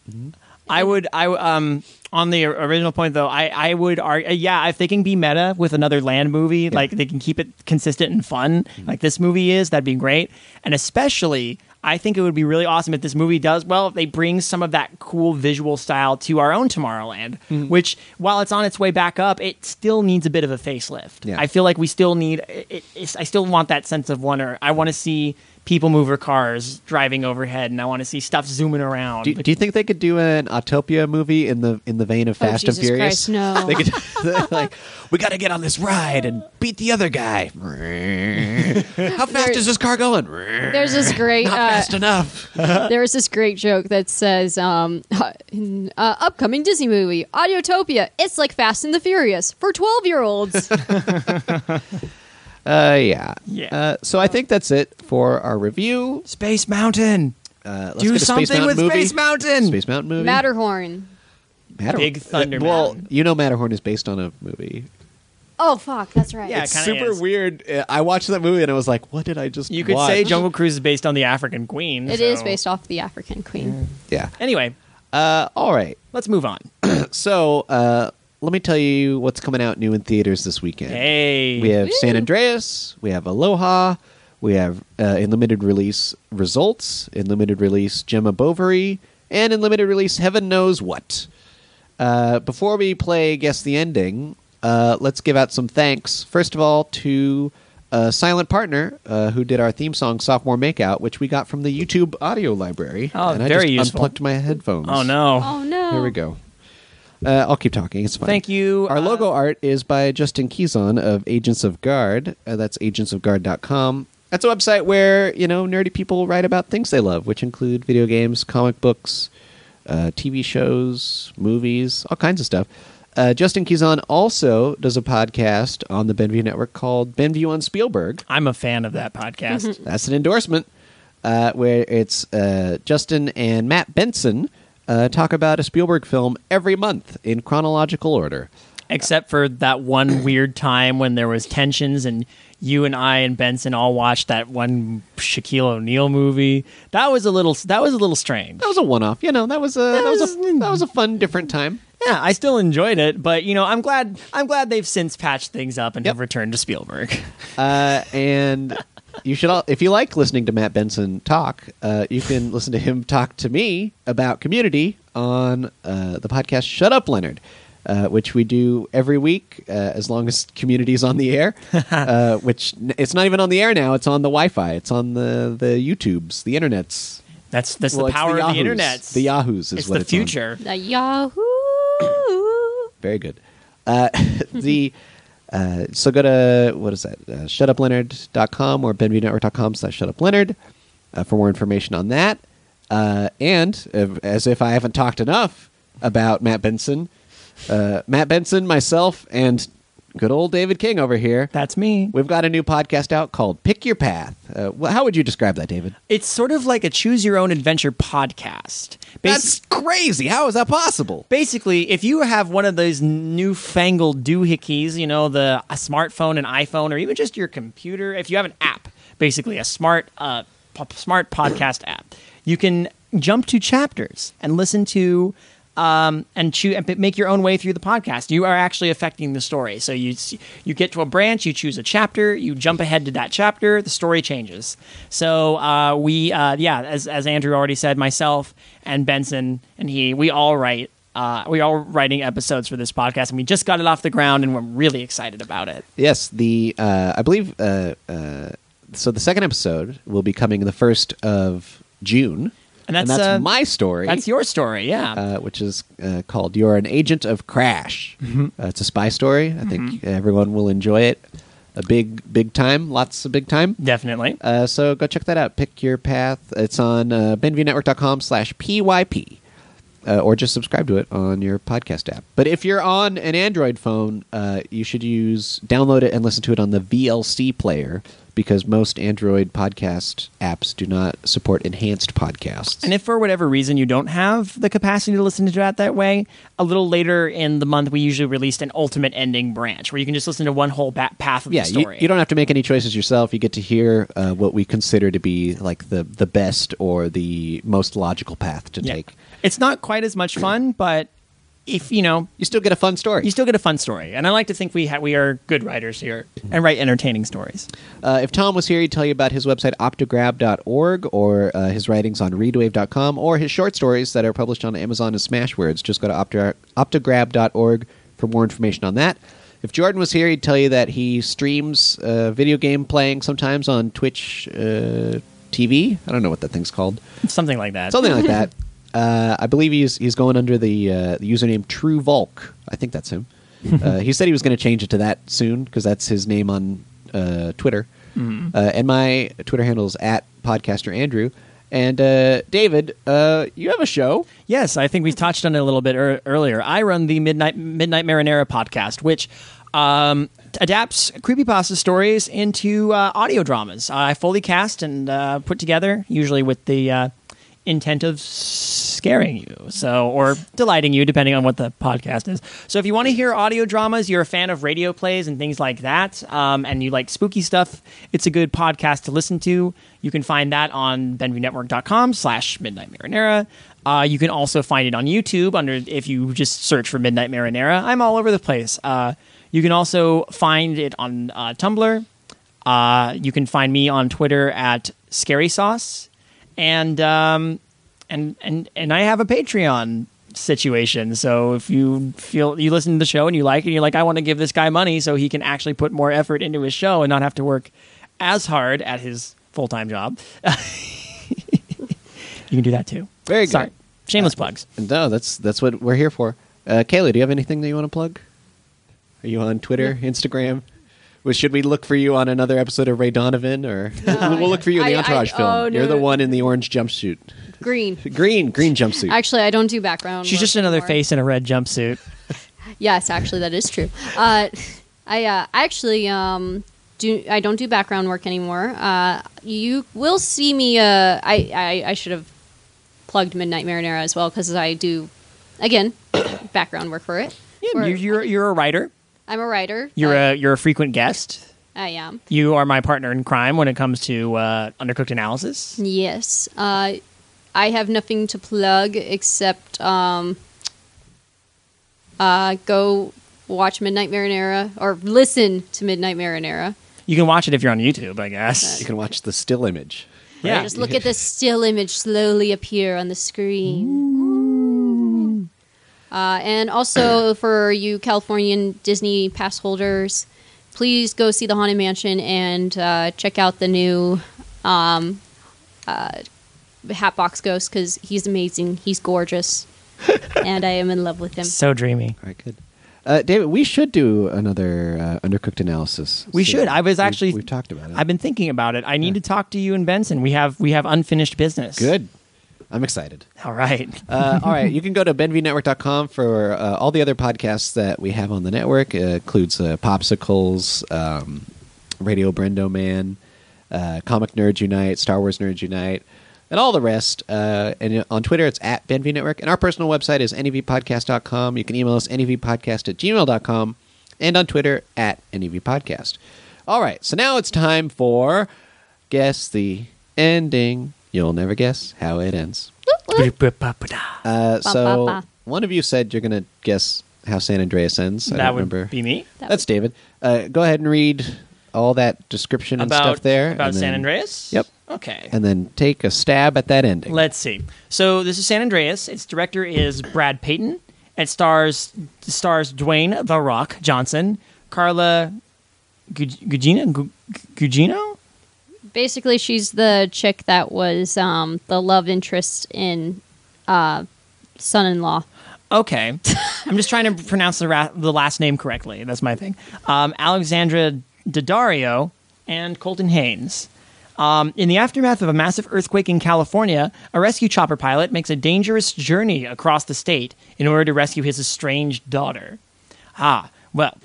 [SPEAKER 2] I would, I w- um, on the original point though, I I would argue, uh, yeah, if they can be meta with another land movie, like they can keep it consistent and fun,
[SPEAKER 1] Mm-hmm.
[SPEAKER 2] like this movie is, that'd be great. And especially, I think it would be really awesome if this movie does well. If they bring some of that cool visual style to our own Tomorrowland,
[SPEAKER 1] Mm-hmm.
[SPEAKER 2] which while it's on its way back up, it still needs a bit of a facelift.
[SPEAKER 1] Yeah.
[SPEAKER 2] I feel like we still need. It, it, it's- I still want that sense of wonder. I want to see people mover cars driving overhead, and I want to see stuff zooming around.
[SPEAKER 1] Do, do you think they could do an Autopia movie in the in the vein of Fast
[SPEAKER 3] Oh, Jesus
[SPEAKER 1] and Furious?
[SPEAKER 3] Christ, no.
[SPEAKER 1] They could they're like we got to get on this ride and beat the other guy. How fast is this car going?
[SPEAKER 3] There's this great.
[SPEAKER 1] Not
[SPEAKER 3] uh,
[SPEAKER 1] fast enough.
[SPEAKER 3] there was this great joke that says, um, uh, upcoming Disney movie, Audiotopia. It's like Fast and the Furious for 12 year olds.
[SPEAKER 1] Uh, yeah.
[SPEAKER 2] Yeah.
[SPEAKER 1] Uh, so I think that's it for our review.
[SPEAKER 2] Space Mountain.
[SPEAKER 1] Uh, let's
[SPEAKER 2] Do
[SPEAKER 1] get a
[SPEAKER 2] something
[SPEAKER 1] Space Mountain
[SPEAKER 2] with
[SPEAKER 1] movie.
[SPEAKER 2] Space Mountain.
[SPEAKER 1] Space Mountain movie.
[SPEAKER 3] Matterhorn.
[SPEAKER 1] Matterhorn.
[SPEAKER 2] Big Thunder
[SPEAKER 1] Uh, well,
[SPEAKER 2] Mountain.
[SPEAKER 1] you know Matterhorn is based on a movie.
[SPEAKER 3] Oh, fuck. That's right.
[SPEAKER 2] Yeah, it kinda
[SPEAKER 1] Super
[SPEAKER 2] is.
[SPEAKER 1] weird. Uh, I watched that movie and I was like, what did I just
[SPEAKER 2] You could
[SPEAKER 1] watch?
[SPEAKER 2] say Jungle Cruise is based on the African Queen.
[SPEAKER 3] It is based off the African Queen.
[SPEAKER 1] Yeah.
[SPEAKER 2] Anyway,
[SPEAKER 1] Uh, all right.
[SPEAKER 2] let's move on.
[SPEAKER 1] So, uh, let me tell you what's coming out new in theaters this weekend.
[SPEAKER 2] Hey,
[SPEAKER 1] We have San Andreas, we have Aloha, we have uh, in limited release Results, in limited release Gemma Bovary, and in limited release Heaven Knows What. Uh, before we play Guess the Ending, uh, let's give out some thanks. First of all, to uh, Silent Partner, uh, who did our theme song Sophomore Makeout, which we got from the YouTube audio library.
[SPEAKER 2] Oh,
[SPEAKER 1] and I
[SPEAKER 2] very
[SPEAKER 1] just
[SPEAKER 2] useful.
[SPEAKER 1] unplugged my headphones.
[SPEAKER 2] Oh no.
[SPEAKER 3] Oh, no.
[SPEAKER 1] Here we go. Uh, I'll keep talking. It's fine.
[SPEAKER 2] Thank you,
[SPEAKER 1] Our
[SPEAKER 2] uh,
[SPEAKER 1] logo art is by Justin Keyson of Agents of Guard. Uh, that's agentsofguard.com. That's a website where, you know, nerdy people write about things they love, which include video games, comic books, uh, TV shows, movies, all kinds of stuff. Uh, Justin Keyson also does a podcast on the Benview Network called Benview on Spielberg.
[SPEAKER 2] I'm a fan of that podcast.
[SPEAKER 1] That's an endorsement uh, where it's uh, Justin and Matt Benson uh, talk about a Spielberg film every month in chronological order.
[SPEAKER 2] Except for that one weird time when there was tensions and you and I and Benson all watched that one Shaquille O'Neal movie. That was a little that was a little strange.
[SPEAKER 1] That was a one-off, you know. That was a that was a that was a fun, different time.
[SPEAKER 2] Yeah, I still enjoyed it, but you know, I'm glad I'm glad they've since patched things up and
[SPEAKER 1] Yep.
[SPEAKER 2] have returned to Spielberg.
[SPEAKER 1] Uh, and you should all, if you like listening to Matt Benson talk, uh, you can listen to him talk to me about community on uh, the podcast Shut Up Leonard. Uh, which we do every week, uh, as long as Community's on the air. Uh, which n- it's not even on the air now; it's on the Wi-Fi, it's on the the YouTubes, the internets.
[SPEAKER 2] That's that's
[SPEAKER 1] Well,
[SPEAKER 2] the
[SPEAKER 1] it's
[SPEAKER 2] power of
[SPEAKER 1] Yahoos.
[SPEAKER 2] the internet.
[SPEAKER 1] The Yahoos is
[SPEAKER 2] it's
[SPEAKER 1] what
[SPEAKER 2] the
[SPEAKER 1] it's on.
[SPEAKER 2] future.
[SPEAKER 3] The Yahoo.
[SPEAKER 1] Very good. Uh, the uh, so go to what is that? Uh, shutupleonard.com or benviewnetwork.com slash shutupleonard uh, for more information on that. Uh, and uh, as if I haven't talked enough about Matt Benson, uh, Matt Benson, myself, and good old David King over here.
[SPEAKER 2] That's me.
[SPEAKER 1] We've got a new podcast out called Pick Your Path. Uh, wh- how would you describe that, David?
[SPEAKER 2] It's sort of like a choose your own adventure podcast. Bas-
[SPEAKER 1] That's crazy. How is that possible?
[SPEAKER 2] basically if you have one of those newfangled doohickeys, you know, the a smartphone, an iPhone, or even just your computer, if you have an app, basically a smart uh, po- smart podcast app, you can jump to chapters and listen to. Um, and choose and p- make your own way through the podcast. You are actually affecting the story. So you s- you get to a branch, you choose a chapter, you jump ahead to that chapter, the story changes. So uh, we uh, yeah, as as Andrew already said, myself and Benson and he, we all write uh, we are writing episodes for this podcast, and we just got it off the ground, and we're really excited about it.
[SPEAKER 1] Yes, the uh, I believe uh, uh, so. The second episode will be coming the first of June.
[SPEAKER 2] And that's,
[SPEAKER 1] and that's
[SPEAKER 2] uh,
[SPEAKER 1] my story.
[SPEAKER 2] That's your story, yeah.
[SPEAKER 1] uh, which is uh, called "You're an Agent of Crash."
[SPEAKER 2] Mm-hmm.
[SPEAKER 1] Uh, it's a spy story. I think everyone will enjoy it. A big, big time. Lots of big time.
[SPEAKER 2] Definitely.
[SPEAKER 1] Uh, so go check that out. Pick your path. It's on uh, BenviewNetwork.com slash PYP. Uh, or just subscribe to it on your podcast app. But if you're on an Android phone, uh, you should use download it and listen to it on the VLC player because most Android podcast apps do not support enhanced podcasts.
[SPEAKER 2] And if for whatever reason you don't have the capacity to listen to that that way, a little later in the month we usually released an ultimate ending branch where you can just listen to one whole ba- path of
[SPEAKER 1] yeah,
[SPEAKER 2] the
[SPEAKER 1] you-
[SPEAKER 2] story.
[SPEAKER 1] You, don't have to make any choices yourself. You get to hear uh, what we consider to be like the the best or the most logical path to
[SPEAKER 2] Yeah.
[SPEAKER 1] take.
[SPEAKER 2] It's not quite as much fun, but if you know,
[SPEAKER 1] You still get a fun story.
[SPEAKER 2] you still get a fun story. And I like to think we ha- we are good writers here and write entertaining stories.
[SPEAKER 1] Uh, if Tom was here, he'd tell you about his website, optograb.org, or uh, his writings on readwave.com, or his short stories that are published on Amazon as Smashwords. Just go to opto- optograb.org for more information on that. If Jordan was here, he'd tell you that he streams uh, video game playing sometimes on Twitch uh, TV. I don't know what that thing's called.
[SPEAKER 2] Something like that.
[SPEAKER 1] Something like that. Uh, I believe he's he's going under the, uh, the username True Volk. I think that's him. uh, he said he was going to change it to that soon because that's his name on uh, Twitter. Uh, and my Twitter handle is at podcaster Andrew. And uh, David, uh, you have a show.
[SPEAKER 2] Yes, I think we touched on it a little bit ear earlier. I run the Midnight Midnight Marinera podcast, which um, adapts creepypasta stories into uh, audio dramas. I fully cast and uh, put together, usually with the uh, intent of scaring you, so or delighting you, depending on what the podcast is. So, if you want to hear audio dramas, you're a fan of radio plays and things like that, um, and you like spooky stuff, it's a good podcast to listen to. You can find that on BenviewNetwork.com slash Midnight Marinera. Uh, you can also find it on YouTube under if you just search for Midnight Marinera. I'm all over the place. Uh, you can also find it on uh, Tumblr. Uh, you can find me on Twitter at Scary Sauce, and um, and and and I have a Patreon situation. So if you feel you listen to the show and you like it, you're like, I want to give this guy money so he can actually put more effort into his show and not have to work as hard at his full time job. you can do that too.
[SPEAKER 1] Very good.
[SPEAKER 2] Sorry. Shameless plugs.
[SPEAKER 1] And no, that's that's what we're here for. Uh, Kayla, do you have anything that you want to plug? Are you on Twitter, Instagram? Well, should we look for you on another episode of Ray Donovan, or we'll look for you in the
[SPEAKER 3] I- I-
[SPEAKER 1] Entourage film?
[SPEAKER 3] oh, no,
[SPEAKER 1] You're the
[SPEAKER 3] no.
[SPEAKER 1] one in the orange jumpsuit,
[SPEAKER 3] Green.
[SPEAKER 1] green green jumpsuit.
[SPEAKER 3] Actually, I don't do background.
[SPEAKER 2] She's
[SPEAKER 3] work
[SPEAKER 2] just another
[SPEAKER 3] anymore.
[SPEAKER 2] face in a red jumpsuit.
[SPEAKER 3] Yes, actually, that is true. Uh, I uh, actually um, do. I don't do background work anymore. Uh, you will see me. Uh, I, I I should have plugged Midnight Marinera as well because I do again background work for it.
[SPEAKER 2] Yeah,
[SPEAKER 3] Or-
[SPEAKER 2] you're, you're you're a writer.
[SPEAKER 3] I'm a writer.
[SPEAKER 2] You're
[SPEAKER 3] I,
[SPEAKER 2] a you're a frequent guest.
[SPEAKER 3] I am.
[SPEAKER 2] You are my partner in crime when it comes to uh, undercooked analysis.
[SPEAKER 3] Yes. Uh, I have nothing to plug except um, uh, go watch Midnight Marinera or listen to Midnight Marinera.
[SPEAKER 2] You can watch it if you're on YouTube, I guess.
[SPEAKER 1] you can watch the still image.
[SPEAKER 2] Yeah.
[SPEAKER 3] Just look at the still image slowly appear on the screen. Uh, and also for you Californian Disney pass holders, please go see the Haunted Mansion and uh, check out the new um, uh, Hatbox Ghost because he's amazing. He's gorgeous, and I am in love with him.
[SPEAKER 2] So dreamy.
[SPEAKER 1] All right, good. Uh, David, we should do another uh, undercooked analysis.
[SPEAKER 2] We
[SPEAKER 1] soon.
[SPEAKER 2] should. I was actually.
[SPEAKER 1] We've, we've talked about it.
[SPEAKER 2] I've been thinking about it. I need to talk to you and Benson. We have we have unfinished business.
[SPEAKER 1] good. I'm excited.
[SPEAKER 2] All right.
[SPEAKER 1] uh, all right, you can go to benvnetwork.com for uh, all the other podcasts that we have on the network. It includes uh, Popsicles, um, Radio Brendo Man, uh, Comic Nerds Unite, Star Wars Nerds Unite, and all the rest. Uh, and on Twitter, it's at benvnetwork. And our personal website is E nevpodcast.com. You can email us nevpodcast at gmail.com and on Twitter at nevpodcast. All right, so now it's time for Guess the Ending. You'll never guess how it ends. Uh,
[SPEAKER 3] Ba,
[SPEAKER 1] so
[SPEAKER 3] ba, ba.
[SPEAKER 1] one of you said you're going to guess how San Andreas ends. I
[SPEAKER 2] that
[SPEAKER 1] don't
[SPEAKER 2] would
[SPEAKER 1] remember.
[SPEAKER 2] be me.
[SPEAKER 1] That's David. Uh, go ahead and read all that description and
[SPEAKER 2] about
[SPEAKER 1] stuff there
[SPEAKER 2] about
[SPEAKER 1] and
[SPEAKER 2] San
[SPEAKER 1] then-
[SPEAKER 2] Andreas.
[SPEAKER 1] Yep.
[SPEAKER 2] Okay.
[SPEAKER 1] and then take a stab at that ending.
[SPEAKER 2] Let's see. So this is San Andreas. Its director is Brad Payton. It stars stars Dwayne the Rock Johnson, Carla Gugino, Gugino,
[SPEAKER 3] Basically, she's the chick that was um, the love interest in uh, son-in-law.
[SPEAKER 2] Okay, I'm just trying to pronounce the ra- the last name correctly. That's my thing. Um, Alexandra Daddario and Colton Haynes. Um, in the aftermath of a massive earthquake in California, a rescue chopper pilot makes a dangerous journey across the state in order to rescue his estranged daughter. Ah, well,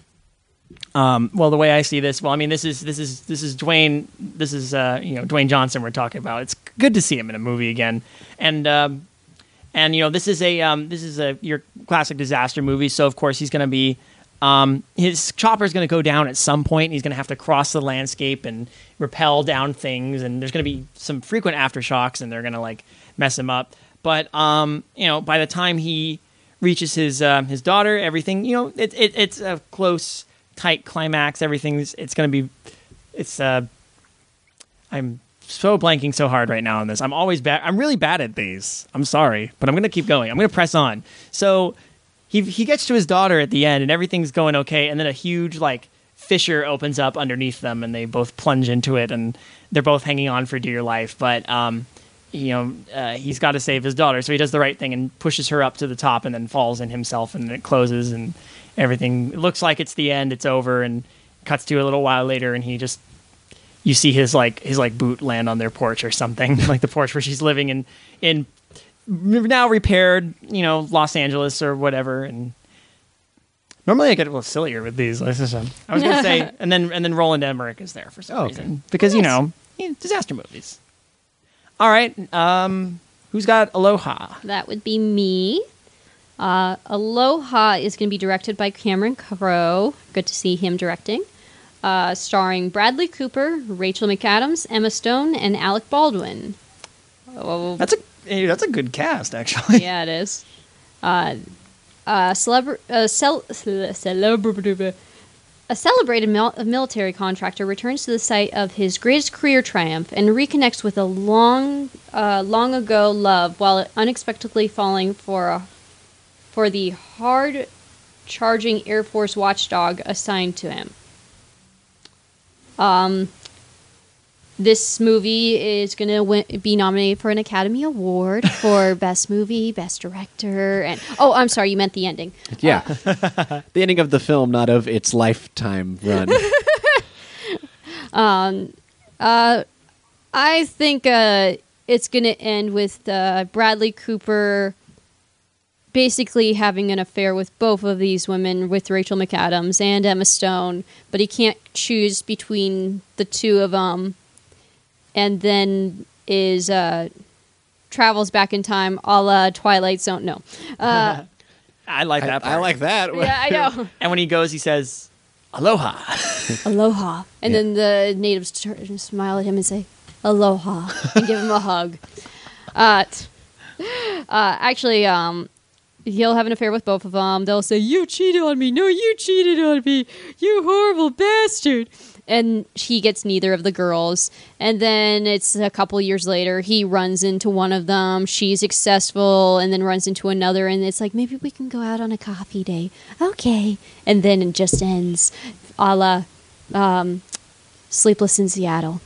[SPEAKER 2] um, well, the way I see this, well, I mean, this is this is this is Dwayne, this is uh, you know Dwayne Johnson we're talking about. It's good to see him in a movie again, and um, and you know this is a um, this is a your classic disaster movie. So of course he's going to be um, his chopper's going to go down at some point. And he's going to have to cross the landscape and rappel down things, and there's going to be some frequent aftershocks, and they're going to like mess him up. But um, you know, by the time he reaches his um, his daughter, everything you know, it, it, it's a close, tight climax. Everything's it's going to be, it's uh, I'm so blanking so hard right now on this. I'm always bad. I'm really bad at these. I'm sorry, but I'm gonna keep going. I'm gonna press on. So he he gets to his daughter at the end, and everything's going okay. And then a huge like fissure opens up underneath them, and they both plunge into it, and they're both hanging on for dear life. But um, you know, uh, he's got to save his daughter, so he does the right thing and pushes her up to the top, and then falls in himself, and then it closes, and everything it looks like it's the end. It's over, and cuts to a little while later, and he just you see his like his like boot land on their porch or something like the porch where she's living in in now repaired you know Los Angeles or whatever and normally I get a little sillier with these I was gonna say and then and then Roland Emmerich is there for some
[SPEAKER 1] Oh, okay.
[SPEAKER 2] reason because you know yeah, disaster movies all right um who's got Aloha
[SPEAKER 3] That would be me. Uh, Aloha is going to be directed by Cameron Crowe. Good to see him directing. Uh, starring Bradley Cooper, Rachel McAdams, Emma Stone, and Alec Baldwin. Oh,
[SPEAKER 2] that's a hey, that's a good cast actually
[SPEAKER 3] yeah, it is. Uh, uh, celebr- uh, cel- celebr- a celebrated mil- military contractor returns to the site of his greatest career triumph and reconnects with a long, uh, long ago love while unexpectedly falling for a, for the hard charging Air Force watchdog assigned to him. Um, this movie is going to win- be nominated for an Academy Award for Best Movie, Best Director, and oh, I'm sorry, you meant the ending.
[SPEAKER 1] Yeah. the ending of the film, not of its lifetime run.
[SPEAKER 3] I think uh, it's going to end with uh, Bradley Cooper basically having an affair with both of these women, with Rachel McAdams and Emma Stone, but he can't choose between the two of them, and then is uh, travels back in time, a la Twilight Zone. No, uh,
[SPEAKER 2] I like that part.
[SPEAKER 1] I like that.
[SPEAKER 3] yeah, I know.
[SPEAKER 2] and when he goes he says Aloha
[SPEAKER 3] Aloha, and then the natives turn, smile at him and say Aloha and give him a hug. Uh, t- uh, actually, um, he'll have an affair with both of them. They'll say, "You cheated on me! No, you cheated on me! You horrible bastard!" And he gets neither of the girls. And then it's a couple years later, he runs into one of them. She's successful, and then runs into another. And it's like, maybe we can go out on a coffee date. Okay. And then it just ends, a la um, Sleepless in Seattle.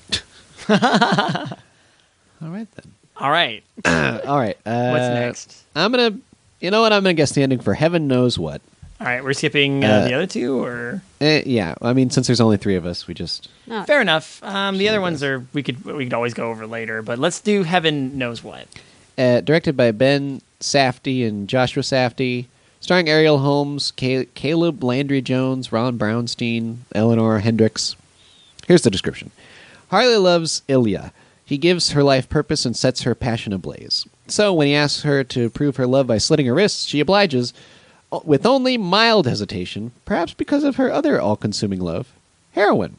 [SPEAKER 1] All right, then.
[SPEAKER 2] all right
[SPEAKER 1] All right. Uh,
[SPEAKER 2] what's next
[SPEAKER 1] I'm going to, you know what? I'm going to guess the ending for Heaven Knows What.
[SPEAKER 2] All right, we're skipping uh,
[SPEAKER 1] Uh,
[SPEAKER 2] the other two, or
[SPEAKER 1] Eh, yeah. I mean, since there's only three of us, we just.
[SPEAKER 2] fair enough. Um, the other ones are we could we could always go over later, but let's do heaven knows what.
[SPEAKER 1] Uh, directed by Ben Safdie and Joshua Safdie. Starring Ariel Holmes, Ca- Caleb Landry Jones, Ron Brownstein, Eleanor Hendricks. Here's the description Harley loves Ilya. He gives her life purpose and sets her passion ablaze. So when he asks her to prove her love by slitting her wrists, she obliges o- with only mild hesitation, perhaps because of her other all consuming love heroin.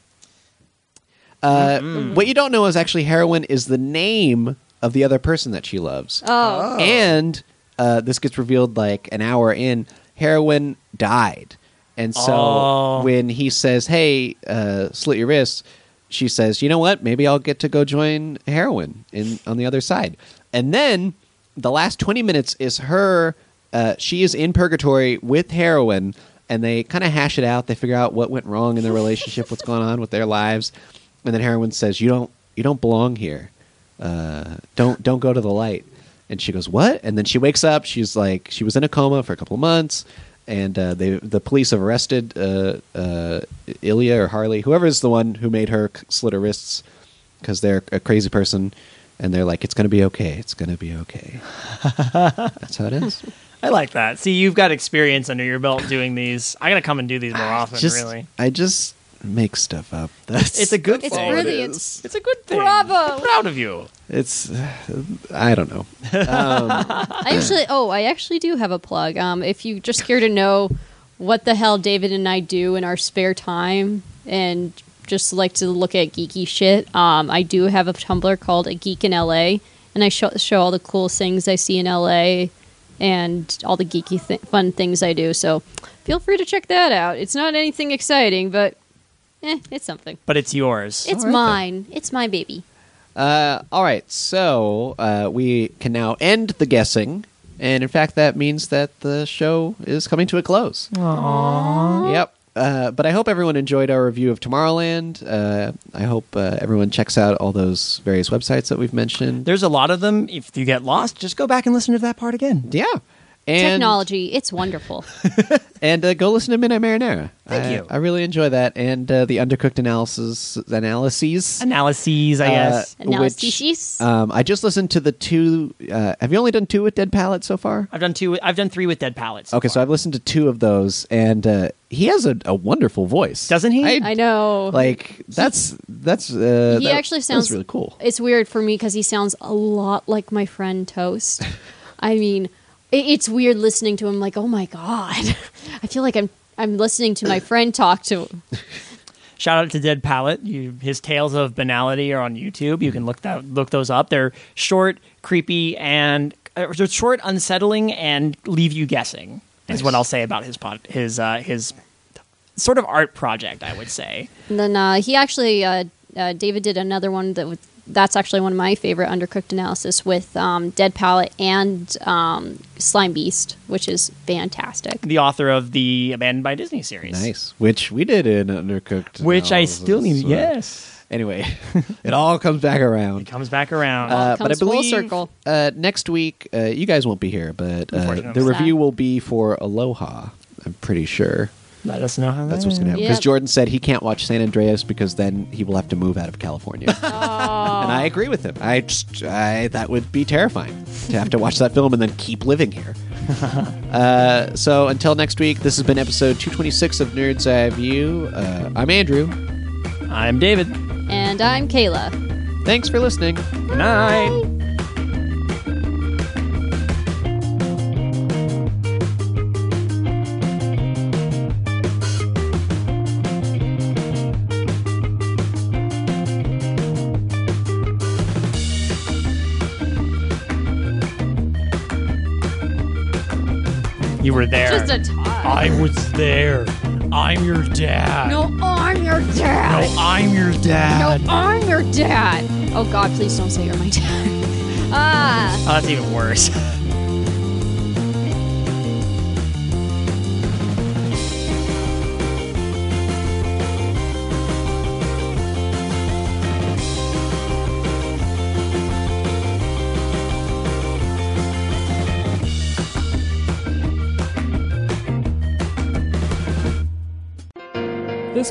[SPEAKER 1] Uh, What you don't know is actually heroin is the name of the other person that she loves.
[SPEAKER 3] Oh.
[SPEAKER 1] And uh, this gets revealed like an hour in. Heroin died, and so
[SPEAKER 2] Oh.
[SPEAKER 1] when he says, "Hey, uh, slit your wrists," she says, "You know what? Maybe I'll get to go join heroin in on the other side." And then the last twenty minutes is her. Uh, she is in purgatory with heroin, and they kind of hash it out. They figure out what went wrong in their relationship, what's going on with their lives, and then heroin says, "You don't." you don't belong here. Uh, don't don't go to the light." And she goes, "What?" And then she wakes up. She's like, she was in a coma for a couple of months, and uh, they the police have arrested uh, uh, Ilya or Harley, whoever is the one who made her c- slit her wrists, because they're a crazy person, and they're like, "It's gonna be okay. It's gonna be okay." That's how it is.
[SPEAKER 2] I like that. See, you've got experience under your belt doing these. I gotta come and do these more
[SPEAKER 3] Ah,
[SPEAKER 2] often.
[SPEAKER 1] just
[SPEAKER 2] really,
[SPEAKER 1] I just make stuff up. That's
[SPEAKER 2] it's a good
[SPEAKER 3] It's
[SPEAKER 2] thing.
[SPEAKER 3] brilliant.
[SPEAKER 2] It's a good thing.
[SPEAKER 3] Bravo.
[SPEAKER 2] proud of you.
[SPEAKER 1] It's I don't know.
[SPEAKER 3] I actually, oh, I actually do have a plug. Um, if you just care to know what the hell David and I do in our spare time, and just like to look at geeky shit, um, I do have a Tumblr called A Geek in LA, and I show, show all the cool things I see in LA and all the geeky th- fun things I do. So feel free to check that out. It's not anything exciting, but eh, it's something.
[SPEAKER 2] But it's yours.
[SPEAKER 3] It's mine. It's my baby.
[SPEAKER 1] Uh, all right, so uh, we can now end the guessing, and in fact, that means that the show is coming to a close. Yep. Uh, but I hope everyone enjoyed our review of Tomorrowland. Uh, I hope uh, everyone checks out all those various websites that we've mentioned.
[SPEAKER 2] There's a lot of them. If you get lost, just go back and listen to that part again.
[SPEAKER 1] yeah. And,
[SPEAKER 3] Technology, it's wonderful.
[SPEAKER 1] And uh, go listen to Midnight Marinara.
[SPEAKER 2] Thank
[SPEAKER 1] I,
[SPEAKER 2] you.
[SPEAKER 1] I really enjoy that. And uh, the undercooked analysis, analyses.
[SPEAKER 2] Analyses, I guess.
[SPEAKER 1] Uh,
[SPEAKER 3] Analyses.
[SPEAKER 1] which, um, I just listened to the two. Uh, have you only done two with Dead Palette so far?
[SPEAKER 2] I've done two. I've done three with Dead Pallets.
[SPEAKER 1] Okay, so I've listened to two of those, and uh, he has a, a wonderful voice,
[SPEAKER 2] Doesn't he?
[SPEAKER 3] I know.
[SPEAKER 1] Like that's that's uh,
[SPEAKER 3] He
[SPEAKER 1] that- that
[SPEAKER 3] actually
[SPEAKER 1] was
[SPEAKER 3] sounds-
[SPEAKER 1] really cool.
[SPEAKER 3] It's weird for me because he sounds a lot like my friend Toast. I mean, it, it's weird listening to him. Like, oh my god, I feel like I'm I'm listening to my friend talk to.
[SPEAKER 2] Shout out to Dead Pallet. You, his tales of banality are on YouTube. You can look that look those up. They're short, creepy, and uh, they're short, unsettling, and leave you guessing. Is what I'll say about his pod, his uh, his sort of art project. I would say.
[SPEAKER 3] And then uh, he actually uh, uh, David did another one that was, that's actually one of my favorite undercooked analysis with um, Dead Palette and um, Slime Beast, which is fantastic.
[SPEAKER 2] The author of the Abandoned by Disney series.
[SPEAKER 1] Nice, which we did in undercooked,
[SPEAKER 2] Which I
[SPEAKER 1] Analysis,
[SPEAKER 2] still need.
[SPEAKER 1] so- uh,
[SPEAKER 2] Yes.
[SPEAKER 1] Anyway, it all comes back around.
[SPEAKER 2] Comes back around.
[SPEAKER 1] Uh, but I
[SPEAKER 3] Comes full
[SPEAKER 1] believe
[SPEAKER 3] circle.
[SPEAKER 1] Uh, next week uh, you guys won't be here, but uh, the
[SPEAKER 2] Unfortunately.
[SPEAKER 1] review will be for Aloha. I'm pretty sure.
[SPEAKER 2] Let us know how
[SPEAKER 1] That's what's going to happen.
[SPEAKER 3] Yep.
[SPEAKER 1] Because Jordan said he can't watch San Andreas because then he will have to move out of California. And I agree with him. I just, I, that would be terrifying to have to watch that film and then keep living here. uh, so until next week, this has been episode 226 of Nerd's Eye View. Uh, I'm Andrew.
[SPEAKER 2] I'm David.
[SPEAKER 3] And I'm Kayla.
[SPEAKER 1] Thanks for listening.
[SPEAKER 2] Good night. You were there.
[SPEAKER 3] Just a talk.
[SPEAKER 2] I was there. I'm your dad.
[SPEAKER 3] No, I'm your dad.
[SPEAKER 2] No, I'm your dad.
[SPEAKER 3] No, I'm your dad. Oh God, please don't say you're my dad. Ah.
[SPEAKER 2] Oh, that's even worse.
[SPEAKER 9] This